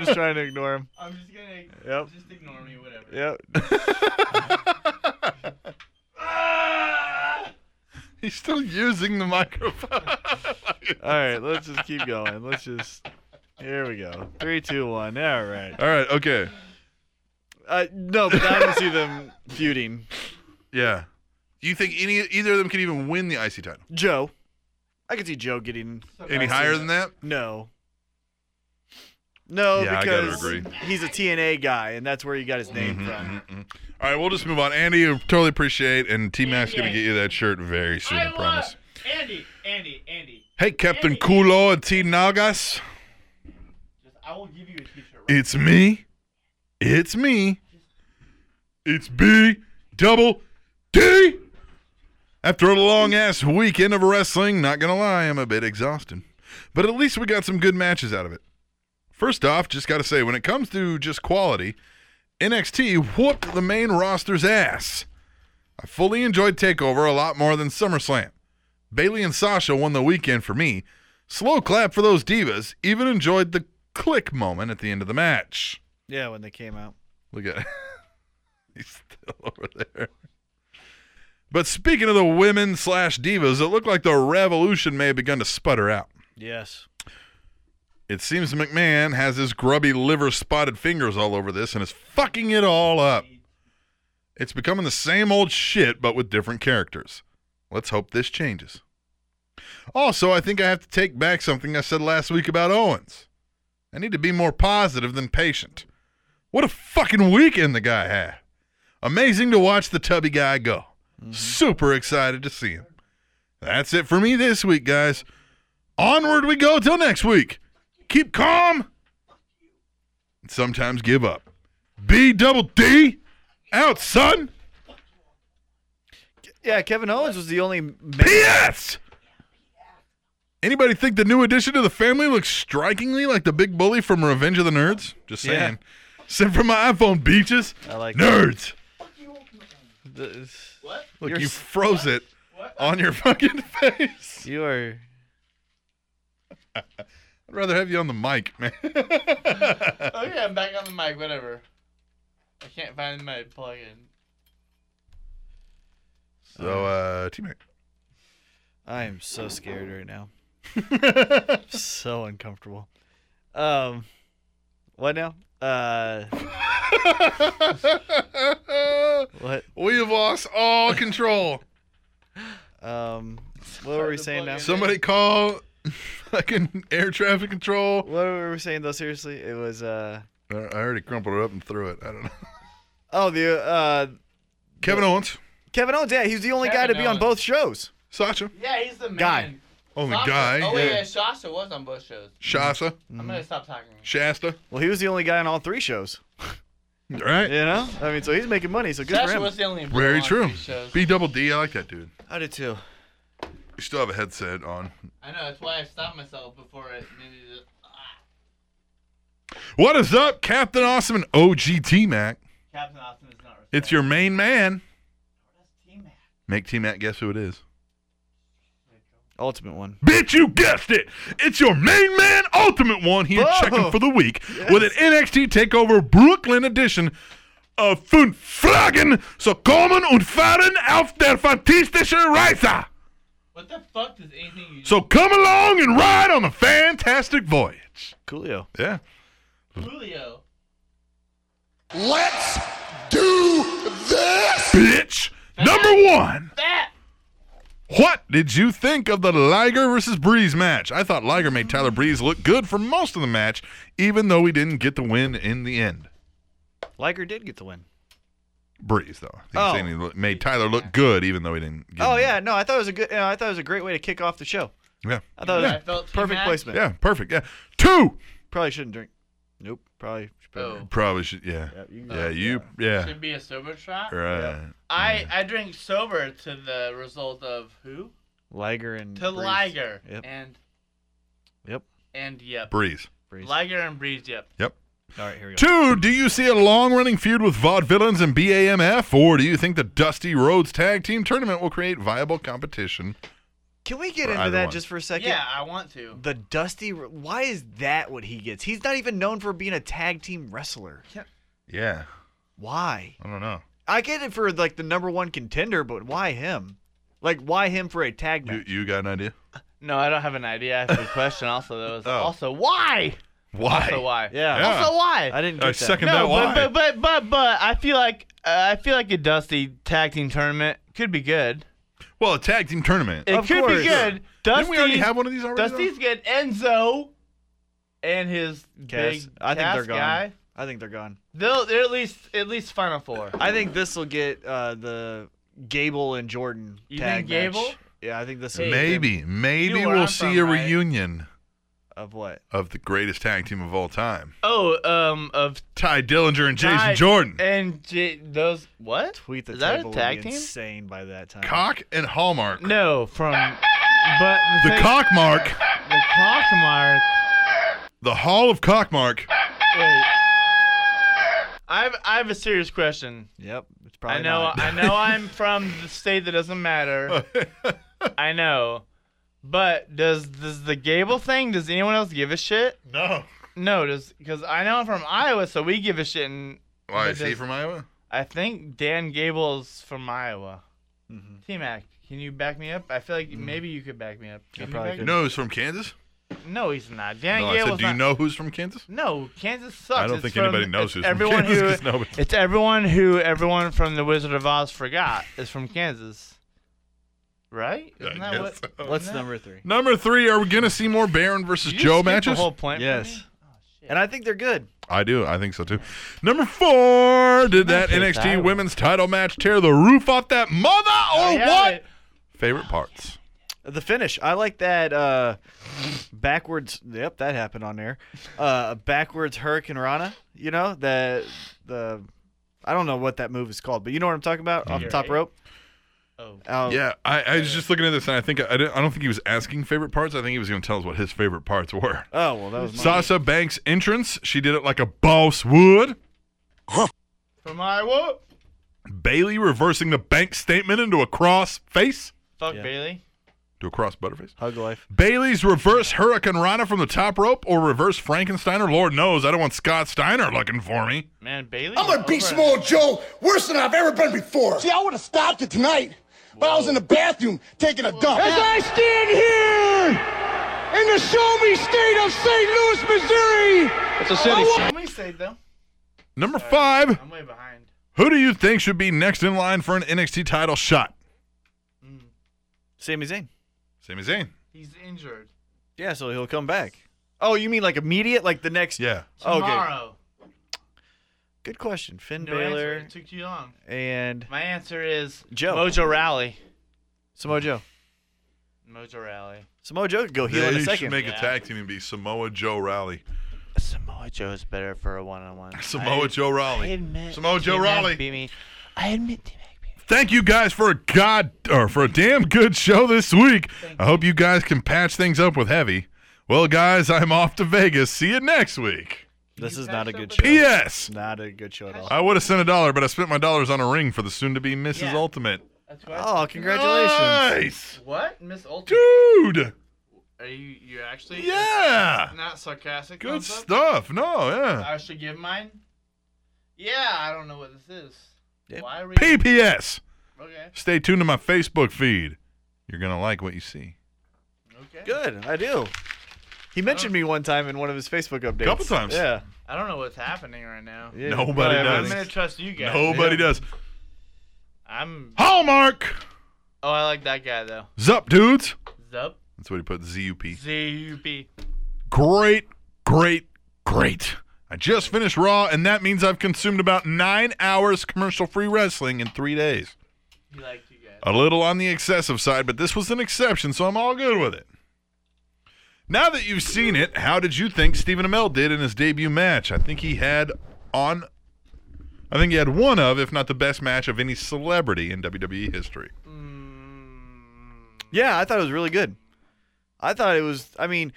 Speaker 2: just trying to ignore him.
Speaker 3: I'm just gonna
Speaker 2: Yep.
Speaker 3: just ignore me, whatever.
Speaker 2: Yep.
Speaker 1: He's still using the microphone.
Speaker 2: All right, let's just keep going. Let's just. Here we go. Three, two, one. All right.
Speaker 1: All right. Okay.
Speaker 2: Uh, no, but I don't see them feuding.
Speaker 1: Yeah. Do you think any either of them could even win the icy title?
Speaker 2: Joe, I could see Joe getting
Speaker 1: Any higher than that?
Speaker 2: no. No,
Speaker 1: Yeah, I gotta
Speaker 2: because
Speaker 1: agree. Mm-hmm,
Speaker 2: he's a TNA guy, and that's where he got his name from.
Speaker 1: All right, we'll just move on. Andy, I totally appreciate, and T Mac's gonna get you that shirt very soon. I promise.
Speaker 3: Andy, Andy, Andy.
Speaker 1: Hey, Captain Kulo and T Nagas,
Speaker 3: Just I will give you a t-shirt. Right?
Speaker 1: it's me, it's me, it's B double D. After a long ass weekend of wrestling, not gonna lie, I'm a bit exhausted, but at least we got some good matches out of it. First off, just gotta say, when it comes to just quality, NXT whooped the main roster's ass. I fully enjoyed Takeover a lot more than SummerSlam. Bailey and Sasha won the weekend for me. Slow clap for those divas. Even enjoyed the click moment at the end of the match.
Speaker 2: Yeah, when they came out.
Speaker 1: Look at he's still over there. But speaking of the women slash divas, it looked like the revolution may have begun to sputter out.
Speaker 2: Yes.
Speaker 1: It seems McMahon has his grubby liver spotted fingers all over this and is fucking it all up. It's becoming the same old shit, but with different characters. Let's hope this changes. Also, I think I have to take back something I said last week about Owens. I need to be more positive than patient. What a fucking weekend the guy had. Amazing to watch the tubby guy go. Super excited to see him. That's it for me this week, guys. Onward we go till next week. Keep calm. And sometimes give up. B double D out, son.
Speaker 2: Yeah, Kevin Owens was the only. Man.
Speaker 1: P.S. Anybody think the new addition to the family looks strikingly like the big bully from Revenge of the Nerds? Just
Speaker 2: Yeah.
Speaker 1: saying. Sent from my iPhone, beaches.
Speaker 2: I like
Speaker 1: Nerds.
Speaker 2: What?
Speaker 1: Look,
Speaker 2: You're
Speaker 1: you
Speaker 2: s-
Speaker 1: froze it on your fucking face.
Speaker 2: You are.
Speaker 1: I'd rather have you on the mic, man.
Speaker 3: oh yeah, I'm back on the mic. Whatever. I can't find my plug-in.
Speaker 1: So, uh, teammate.
Speaker 2: I am so scared right now. so uncomfortable. Um, what now? Uh, what?
Speaker 1: We have lost all control.
Speaker 2: Um, what were we saying now?
Speaker 1: Somebody call fucking air traffic control.
Speaker 2: What were we saying though? Seriously, it was uh.
Speaker 1: I I already crumpled it up and threw it. I don't know.
Speaker 2: Oh, the uh,
Speaker 1: Kevin Owens,
Speaker 16: Kevin Owens, yeah, he was the only guy to
Speaker 3: Kevin
Speaker 16: be on
Speaker 3: Owens.
Speaker 16: both shows.
Speaker 1: Sasha,
Speaker 3: Yeah, he's the man.
Speaker 16: Guy.
Speaker 1: only
Speaker 3: Sasha-
Speaker 1: guy.
Speaker 3: Oh
Speaker 1: yeah.
Speaker 3: yeah, Sasha was on both shows.
Speaker 1: Shasta,
Speaker 3: I'm gonna stop talking.
Speaker 1: Shasta.
Speaker 16: Well, he was the only guy on all three shows.
Speaker 1: All right.
Speaker 16: You know, I mean, so he's making money, so good for
Speaker 3: Sasha
Speaker 16: him.
Speaker 3: was the only. blue
Speaker 1: Very
Speaker 3: on
Speaker 1: true.
Speaker 3: these Shows.
Speaker 1: B double D. I like that dude.
Speaker 2: I did too.
Speaker 1: You still have a headset on.
Speaker 3: I know that's why I stopped myself before it. needed to- Ah,
Speaker 1: What is up, Captain Awesome and OGT Mac?
Speaker 3: Captain Austin is not. Respect.
Speaker 1: It's your main man.
Speaker 3: That's T-Mac.
Speaker 1: Make T Mac guess who it is.
Speaker 2: Ultimate one.
Speaker 1: Bitch, you guessed it. It's your main man, Ultimate One, here
Speaker 16: Whoa.
Speaker 1: checking for the week with an NXT TakeOver Brooklyn edition of Fun Flaggen, so kommen und fahren auf der fantastische Reise.
Speaker 3: What the fuck does anything you?
Speaker 1: So come along and ride on the fantastic voyage.
Speaker 2: Coolio.
Speaker 1: Yeah.
Speaker 3: Julio.
Speaker 8: Let's do this.
Speaker 1: Bitch, number one.
Speaker 3: That.
Speaker 1: What did you think of the Liger versus Breeze match? I thought Liger made Tyler Breeze look good for most of the match, even though he didn't get the win in the end.
Speaker 2: Liger did get the win.
Speaker 1: Breeze though. I
Speaker 2: Oh.
Speaker 1: think he's saying he lo- made Tyler look good even though he didn't. Get
Speaker 2: Oh
Speaker 1: him.
Speaker 2: yeah, no, I thought it was a good. You know, I thought it was a great way to kick off the show.
Speaker 1: yeah,
Speaker 2: I thought
Speaker 3: I
Speaker 2: it was
Speaker 3: felt
Speaker 2: perfect
Speaker 3: T-Mac.
Speaker 2: placement.
Speaker 1: yeah, perfect. Yeah, two.
Speaker 2: Probably shouldn't drink. Nope. Probably. Should probably
Speaker 3: Oh.
Speaker 1: Probably should. Yeah,
Speaker 2: Yeah, you can-
Speaker 1: yeah, you, yeah,
Speaker 3: Should be a sober shot.
Speaker 1: right.
Speaker 3: I I drink sober to the result of who?
Speaker 2: Liger and
Speaker 3: To
Speaker 2: Breeze.
Speaker 3: Liger.
Speaker 2: Yep.
Speaker 3: And
Speaker 2: Yep.
Speaker 3: and yep.
Speaker 1: Breeze.
Speaker 2: Breeze.
Speaker 3: Liger and Breeze. Yep.
Speaker 1: Yep.
Speaker 2: All right, here we go.
Speaker 1: Two. Do you see a long-running feud with Vaudevillains and BAMF, or do you think the Dusty Rhodes Tag Team Tournament will create viable competition?
Speaker 16: Can we get
Speaker 1: For
Speaker 16: into
Speaker 1: either
Speaker 16: that
Speaker 1: one.
Speaker 16: just for a second?
Speaker 3: Yeah, I want to.
Speaker 16: The Dusty, why is that what he gets? He's not even known for being a tag team wrestler.
Speaker 1: Yeah,
Speaker 16: Why?
Speaker 1: I don't know.
Speaker 16: I get it for like the number one contender, but why him? Like, why him for a tag
Speaker 1: You,
Speaker 16: match?
Speaker 1: you got an idea?
Speaker 3: No, I don't have an idea. I have a question. Also, that was
Speaker 1: Oh.
Speaker 3: also why?
Speaker 1: Why?
Speaker 3: Also why?
Speaker 2: Yeah.
Speaker 1: Yeah.
Speaker 3: Also why?
Speaker 2: I didn't get
Speaker 1: I
Speaker 2: that.
Speaker 1: second
Speaker 3: no,
Speaker 1: that. Why?
Speaker 3: but, but but but but I feel like uh, I feel like a Dusty tag team tournament could be good.
Speaker 1: well, a tag team tournament.
Speaker 3: It
Speaker 2: Of
Speaker 3: could
Speaker 2: course.
Speaker 3: be good. Dusty.
Speaker 1: Didn't we already have one of these already? though?
Speaker 3: Dusty's getting Enzo and his
Speaker 2: Cass.
Speaker 3: big
Speaker 2: I think they're
Speaker 3: Cass
Speaker 2: gone.
Speaker 3: guy.
Speaker 2: I think they're gone.
Speaker 3: They'll they're at least at least final four.
Speaker 2: I
Speaker 16: I
Speaker 2: think
Speaker 16: think
Speaker 2: this will get uh, the Gable and Jordan
Speaker 3: You
Speaker 2: tag
Speaker 3: think Gable?
Speaker 2: match. Yeah, I think this will
Speaker 3: Hey,
Speaker 1: Maybe, maybe
Speaker 3: You know where
Speaker 1: we'll
Speaker 3: I'm
Speaker 1: see
Speaker 3: from,
Speaker 1: a
Speaker 3: right?
Speaker 1: reunion
Speaker 2: of what?
Speaker 1: of the greatest tag team of all time.
Speaker 3: Oh, um, of
Speaker 1: Ty Dillinger and Jason
Speaker 3: Ty
Speaker 1: Jordan.
Speaker 3: and J- those what?
Speaker 2: Tweet the
Speaker 3: Is that
Speaker 2: table
Speaker 3: a
Speaker 2: will
Speaker 3: tag
Speaker 2: be
Speaker 3: team?
Speaker 2: insane by that time.
Speaker 1: Cock and Hallmark.
Speaker 3: No, from but the,
Speaker 1: The
Speaker 3: thing-
Speaker 1: cock mark.
Speaker 3: the cock mark.
Speaker 1: The Hall of Cock Mark.
Speaker 3: Wait. I have I have a serious question.
Speaker 2: Yep, it's probably
Speaker 3: I know
Speaker 2: not.
Speaker 3: I know I'm from the state that doesn't matter. I know. But does does the Gable thing, does anyone else give a shit?
Speaker 1: no.
Speaker 3: No, does cuz I know I'm from Iowa, so we give a shit and
Speaker 1: Why
Speaker 3: But
Speaker 1: is he
Speaker 3: does-
Speaker 1: from Iowa?
Speaker 3: I think Dan Gable's from Iowa.
Speaker 2: Mm-hmm.
Speaker 3: T Mac, can you back me up? I feel like maybe you could back me up. Can you
Speaker 2: probably
Speaker 3: back
Speaker 2: could.
Speaker 1: No, he's from Kansas.
Speaker 3: No, he's not. Dan
Speaker 1: No, I
Speaker 3: Gable's
Speaker 1: said, do you
Speaker 3: not-
Speaker 1: know who's from Kansas?
Speaker 3: No, Kansas sucks.
Speaker 1: I don't
Speaker 3: It's
Speaker 1: think
Speaker 3: from-
Speaker 1: anybody knows
Speaker 3: it's
Speaker 1: who's from
Speaker 3: everyone
Speaker 1: Kansas,
Speaker 3: who
Speaker 1: 'cause nobody-
Speaker 3: it's everyone who everyone from the Wizard of Oz forgot is from Kansas, right?
Speaker 1: I
Speaker 3: Isn't that
Speaker 1: guess
Speaker 3: what?
Speaker 1: so.
Speaker 2: What's number three?
Speaker 1: Number three, are we going to see more Baron versus
Speaker 3: Did you just
Speaker 1: Joe
Speaker 3: skip the
Speaker 1: matches?
Speaker 3: whole point for
Speaker 2: Yes.
Speaker 3: me?
Speaker 1: Oh,
Speaker 2: And I think they're good.
Speaker 1: I do. I think so too. Number four, did that
Speaker 3: Matches,
Speaker 1: NXT
Speaker 3: Iowa.
Speaker 1: women's title match tear the roof off that mother or
Speaker 3: yeah,
Speaker 1: what?
Speaker 3: it-
Speaker 1: Favorite parts.
Speaker 2: The finish. I like that uh, backwards. Yep, that happened on there. Uh, backwards Hurricane Rana. You know the the. I don't know what that move is called, but you know what I'm talking about. Off the top
Speaker 3: Right.
Speaker 2: rope.
Speaker 3: Oh.
Speaker 2: Out-
Speaker 1: Yeah, I, I was just looking at this, and I think I, didn't, I don't think he was asking favorite parts. I think he was going to tell us what his favorite parts were.
Speaker 2: Oh well, that was mine.
Speaker 1: Sasha Banks' entrance. She did it like a boss would.
Speaker 3: From Iowa.
Speaker 1: Bailey reversing the bank statement into a cross face.
Speaker 3: Fuck
Speaker 2: Yeah.
Speaker 3: Bailey.
Speaker 1: Do a cross butterface.
Speaker 2: Hug life.
Speaker 1: Bailey's reverse Hurricane Rana from the top rope or reverse Frankensteiner? Lord knows, I don't want Scott Steiner looking for me.
Speaker 3: Man, Bailey.
Speaker 17: I'm gonna beat Samoa Joe worse than I've ever been before. See, I would have stopped it tonight, but I was in the bathroom taking a dump.
Speaker 18: As I stand here in the show me state of St. Louis, Missouri.
Speaker 3: It's
Speaker 18: a city.
Speaker 3: Let me say though.
Speaker 1: Number five.
Speaker 3: I'm way behind.
Speaker 1: Who do you think should be next in line for an NXT title shot?
Speaker 2: Sami Zayn.
Speaker 1: Sami Zayn.
Speaker 3: He's injured.
Speaker 2: Yeah, so he'll come back. Oh, you mean like immediate, like the next?
Speaker 1: Yeah.
Speaker 2: Okay.
Speaker 3: Tomorrow.
Speaker 2: Good question. Finn
Speaker 3: No answer.
Speaker 2: Baylor
Speaker 3: It took too long.
Speaker 2: and
Speaker 3: My answer is
Speaker 2: Joe.
Speaker 3: Mojo Rally.
Speaker 2: Samoa Joe.
Speaker 3: Mojo Rally.
Speaker 2: Samoa Joe could go heel in
Speaker 1: They
Speaker 2: a
Speaker 1: should
Speaker 2: second.
Speaker 1: make a
Speaker 3: Yeah.
Speaker 1: tag team and be Samoa Joe Raleigh.
Speaker 3: Samoa Joe's better for a one-on-one.
Speaker 1: Samoa Joe Raleigh. Samoa Joe Raleigh.
Speaker 3: me. I admit to
Speaker 1: Thank you guys for a god or for a damn good show this week. I hope you guys can patch things up with heavy. Well, guys, I'm off to Vegas. See you next week.
Speaker 2: this is not a good show.
Speaker 1: P.S.
Speaker 2: Not a good show at all.
Speaker 1: I would have sent a dollar, but I spent my dollars on a ring for the soon-to-be Mrs.
Speaker 3: Yeah.
Speaker 1: Ultimate.
Speaker 3: That's what?
Speaker 2: Oh, congratulations!
Speaker 1: Nice,
Speaker 3: What? Miss Ultimate?
Speaker 1: dude.
Speaker 3: Are you you actually?
Speaker 1: Yeah.
Speaker 3: Not sarcastic.
Speaker 1: Good
Speaker 3: thumbs up?
Speaker 1: stuff. No, yeah.
Speaker 3: I should give mine. Yeah, I don't know what this is. Why are we?
Speaker 1: P.P.S.
Speaker 3: Okay.
Speaker 1: Stay tuned to my Facebook feed. You're gonna like what you see.
Speaker 3: Okay.
Speaker 2: Good, I do. Oh. He mentioned me one time in one of his Facebook updates.
Speaker 1: Couple times.
Speaker 2: Yeah.
Speaker 3: I don't know what's happening right now.
Speaker 2: yeah.
Speaker 1: Nobody
Speaker 2: Yeah,
Speaker 3: I'm
Speaker 1: does.
Speaker 3: gonna trust you guys.
Speaker 1: Nobody does.
Speaker 3: I'm.
Speaker 1: Hallmark.
Speaker 3: Oh, I like that guy though.
Speaker 1: Zup, dudes.
Speaker 3: Zup.
Speaker 1: That's what he put. Z U P.
Speaker 3: Z U B.
Speaker 1: great, great, great. I just finished Raw, and that means I've consumed about nine hours commercial free wrestling in three days.
Speaker 3: He liked you guys.
Speaker 1: A little on the excessive side, but this was an exception, so I'm all good with it. Now that you've seen it, how did you think Stephen Amell did in his debut match? I think he had on. I think he had one of, if not the best match of any celebrity in WWE history.
Speaker 2: Yeah, I thought it was really good. I thought it was. I mean,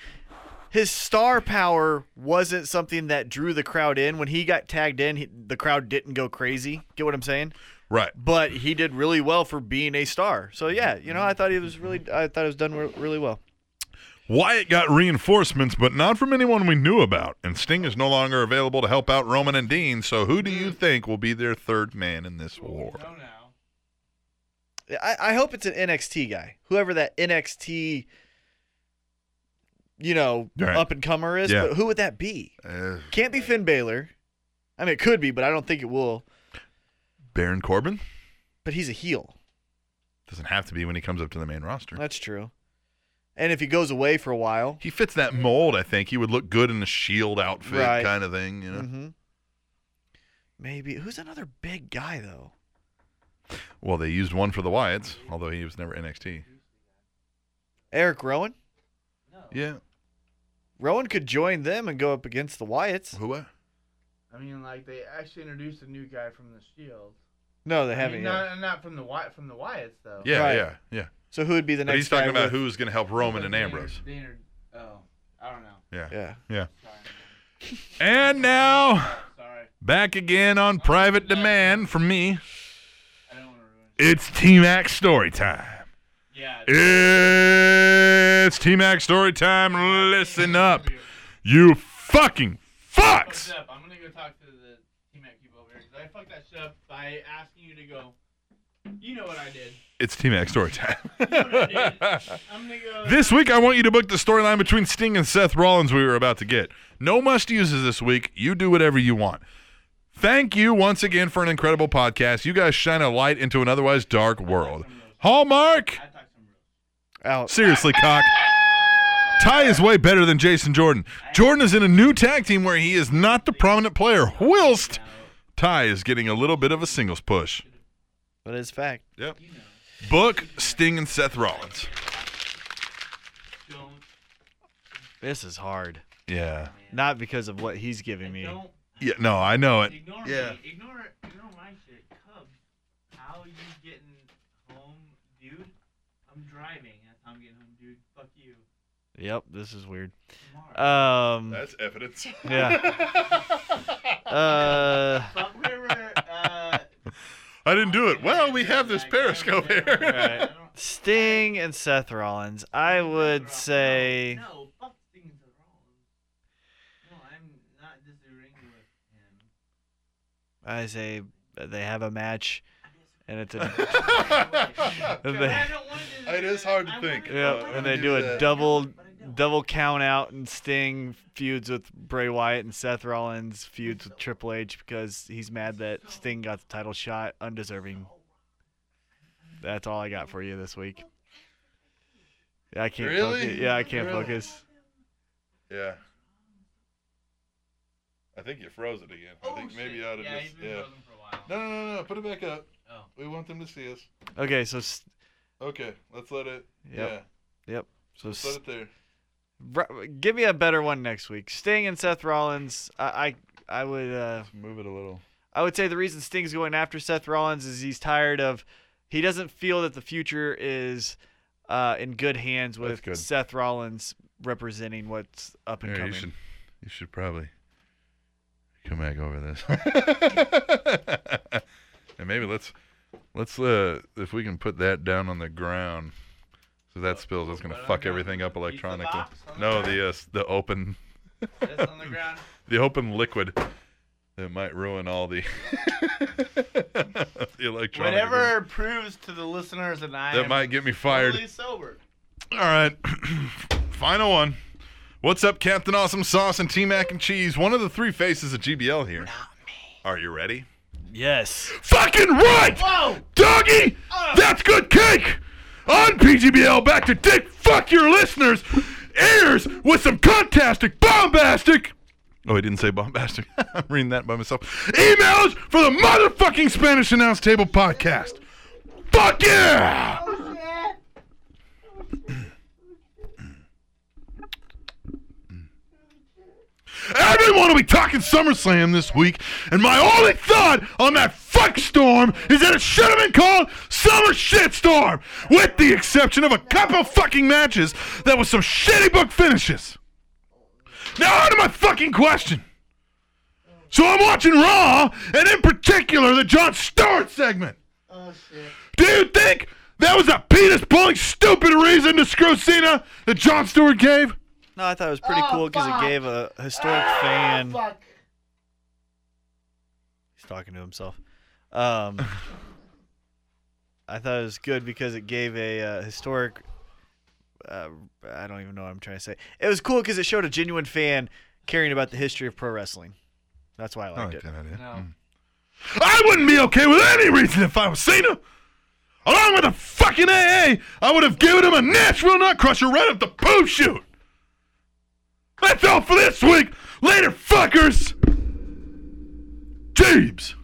Speaker 2: his star power wasn't something that drew the crowd in. When he got tagged in, he, the crowd didn't go crazy. Get what I'm saying?
Speaker 1: Right.
Speaker 2: But he did really well for being a star. So yeah, you know, I thought he was really. I thought it was done re- really well.
Speaker 1: Wyatt got reinforcements, but not from anyone we knew about. And Sting is no longer available to help out Roman and Dean, so who do you think will be their third man in this war?
Speaker 3: Oh no.
Speaker 2: I, I hope it's an NXT guy, whoever that NXT, you know,
Speaker 1: Right.
Speaker 2: up and comer is.
Speaker 1: Yeah.
Speaker 2: But who would that be?
Speaker 1: Uh,
Speaker 2: Can't be Finn Balor. I mean, it could be, but I don't think it will.
Speaker 1: Baron Corbin?
Speaker 2: But he's a heel.
Speaker 1: Doesn't have to be when he comes up to the main roster.
Speaker 2: That's true. And if he goes away for a while,
Speaker 1: He fits that mold, I think. He would look good in a shield outfit
Speaker 2: Right.
Speaker 1: kind of thing, you know.
Speaker 2: hmm maybe who's another big guy though?
Speaker 1: Well, they used one for the Wyatts, although he was never NXT.
Speaker 2: Eric Rowan.
Speaker 1: Yeah.
Speaker 2: Rowan could join them and go up against the Wyatts.
Speaker 1: Who? uh,
Speaker 3: I mean, like they actually introduced a new guy from the Shield.
Speaker 2: No, they
Speaker 3: I
Speaker 2: haven't
Speaker 3: mean,
Speaker 2: yet.
Speaker 3: not, not from the Wy- from the Wyatts though.
Speaker 1: Yeah,
Speaker 2: Right.
Speaker 1: yeah, yeah.
Speaker 2: So who would be the
Speaker 1: But
Speaker 2: next?
Speaker 1: he's talking
Speaker 2: guy
Speaker 1: about
Speaker 2: with-
Speaker 1: who's going to help Roman and Ambrose.
Speaker 3: They inter- oh, I don't know.
Speaker 1: Yeah.
Speaker 2: Yeah.
Speaker 1: Yeah. And now,
Speaker 3: Sorry,
Speaker 1: back again on private demand from me,
Speaker 3: I don't want to ruin.
Speaker 1: It's T Mac story time.
Speaker 3: It. Yeah.
Speaker 1: It's T Mac story time. Listen up, you fucking
Speaker 3: fucked
Speaker 1: fucks.
Speaker 3: up. I'm gonna go talk to the team at Cube over here 'cause I fucked that shit up by asking you to go. You know what I did.
Speaker 1: It's T Mac story time.
Speaker 3: I'm gonna go.
Speaker 1: This week, I want you to book the storyline between Sting and Seth Rollins we were about to get. No must uses this week. You do whatever you want. Thank you once again for an incredible podcast. You guys shine a light into an otherwise dark world. Hallmark!
Speaker 2: Out.
Speaker 1: Seriously, cock. Ty is way better than Jason Jordan. Jordan is in a new tag team where he is not the prominent player, whilst Ty is getting a little bit of a singles push.
Speaker 2: That is fact.
Speaker 1: Yep. Book Sting and Seth Rollins.
Speaker 3: Don't.
Speaker 2: This is hard.
Speaker 1: Yeah.
Speaker 2: Not because of what he's giving me.
Speaker 3: Don't.
Speaker 1: Yeah. No, I know it.
Speaker 3: Ignore
Speaker 2: Yeah.
Speaker 3: me. Ignore. Ignore my shit. Cub, how you getting home, dude? I'm driving. That's how I'm getting home, dude. Fuck you.
Speaker 2: Yep, this is weird.
Speaker 3: Tomorrow.
Speaker 2: Um,
Speaker 1: That's evidence.
Speaker 2: yeah. uh,
Speaker 3: Fuck river. Uh,
Speaker 1: I I didn't do it. Well, we have this Periscope here.
Speaker 2: Sting and Seth Rollins. I would say.
Speaker 19: No, fuck Sting and Seth Rollins. No, I'm not disagreeing with him.
Speaker 2: I say they have a match, and it's a. and they,
Speaker 1: it is hard to think.
Speaker 2: yeah,
Speaker 1: Uh,
Speaker 2: and they do a
Speaker 1: that.
Speaker 2: double double count out, and Sting feuds with Bray Wyatt, and Seth Rollins feuds with Triple H because he's mad that Sting got the title shot, undeserving. That's all I got for you this week. I can't.
Speaker 1: Really?
Speaker 2: Focus. Yeah, I can't
Speaker 1: Really?
Speaker 2: focus.
Speaker 1: Yeah. I think you froze it again. I think maybe you ought to just. Oh, yeah. No, no, no, no. Put it back up. We want them to see us.
Speaker 2: Okay, so s-
Speaker 1: Okay, let's let it.
Speaker 2: Yep. Yep. So
Speaker 1: Yeah. Let it there.
Speaker 2: Br- give me a better one next week. Sting and Seth Rollins. I I, I would uh,
Speaker 1: move it a little.
Speaker 2: I would say the reason Sting's going after Seth Rollins is he's tired of. He doesn't feel that the future is uh, in good hands with
Speaker 1: good.
Speaker 2: Seth Rollins representing what's up and
Speaker 1: Here, you
Speaker 2: coming.
Speaker 1: should, you should probably come back over this. and maybe let's let's uh if we can put that down on the ground. So that spills, it's gonna fuck everything up electronically. No, the uh, s- the open
Speaker 3: That's on the ground.
Speaker 1: the open liquid that might ruin all the the electronic.
Speaker 3: Whatever proves to the listeners that I
Speaker 1: That
Speaker 3: am
Speaker 1: might get me fired.
Speaker 3: totally sober.
Speaker 1: All right. Final one. What's up, Captain Awesome Sauce and T Mac and Cheese? One of the three faces of GBL here. Are you ready?
Speaker 2: Yes.
Speaker 20: Fucking right!
Speaker 3: Whoa!
Speaker 20: Doggy! That's good cake! On PGBL, back to dick fuck your listeners' ears with some contastic, bombastic,
Speaker 1: Oh, he didn't say bombastic. I'm reading that by myself. Emails for the motherfucking Spanish Announce Table podcast. Fuck yeah! I didn't want to be talking SummerSlam this week, and my only thought on that fuck storm is that it should have been called Summer Shitstorm, with the exception of a couple fucking matches that was some shitty book finishes. Now on to my fucking question. So I'm watching Raw, and in particular the John Stewart segment. Do you think that was a penis pulling stupid reason to screw Cena that John Stewart gave?
Speaker 2: No, I thought it was
Speaker 3: Oh,
Speaker 2: pretty cool because it gave a historic fan. He's talking to himself. Um, I thought it was good because it gave a uh, historic. Uh, I don't even know what I'm trying to say. It was cool because it showed a genuine fan caring about the history of pro wrestling. That's
Speaker 1: Oh,
Speaker 2: why I liked it.
Speaker 20: I wouldn't be okay with any reason if I was Cena. Along with the fucking AA, I would have given him a natural nut crusher right up the poo shoot. That's all for this week. Later, fuckers. Jeebs.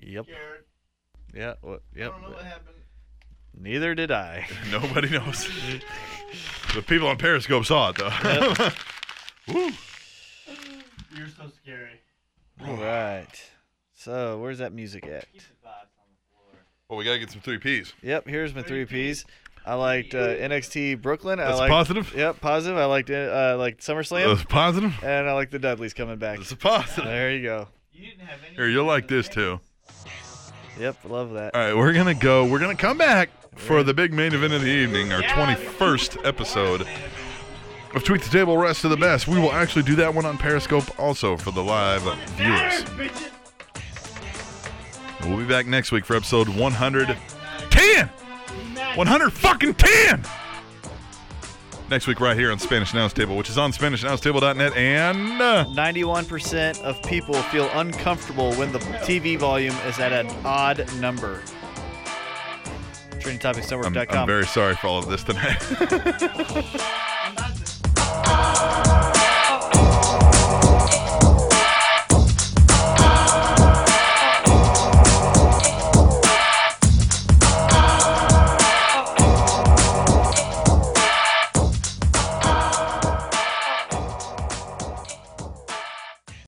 Speaker 2: Yep. Yeah. Well, yep.
Speaker 3: I don't know what happened.
Speaker 2: Neither did I.
Speaker 1: Nobody knows. the people on Periscope saw it though. Woo.
Speaker 3: You're so scary.
Speaker 2: All right. So where's that music at?
Speaker 1: Well, we gotta get some three Ps.
Speaker 2: Yep, here's my three P's. I liked uh, NXT Brooklyn. I
Speaker 1: That's
Speaker 2: liked,
Speaker 1: positive?
Speaker 2: Yep, positive. I liked it. Uh, I liked SummerSlam.
Speaker 1: That's positive.
Speaker 2: And I like the Dudleys coming back. That's
Speaker 1: a positive.
Speaker 2: There you go.
Speaker 1: Here, you'll like this too.
Speaker 2: Yep, love that.
Speaker 1: All right, we're gonna go. We're gonna come back for the big main event of the evening, our 21st episode of Tweet the Table, Rest of the Best. We will actually do that one on Periscope also for the live viewers. We'll be back next week for episode 110. 100 fucking 10. Next week, right here on Spanish Announce Table, which is on SpanishAnnounceTable.net and. Uh,
Speaker 2: 91% of people feel uncomfortable when the TV volume is at an odd number. TrainingTopicsNetwork.com.
Speaker 1: I'm, I'm very sorry for all of this tonight.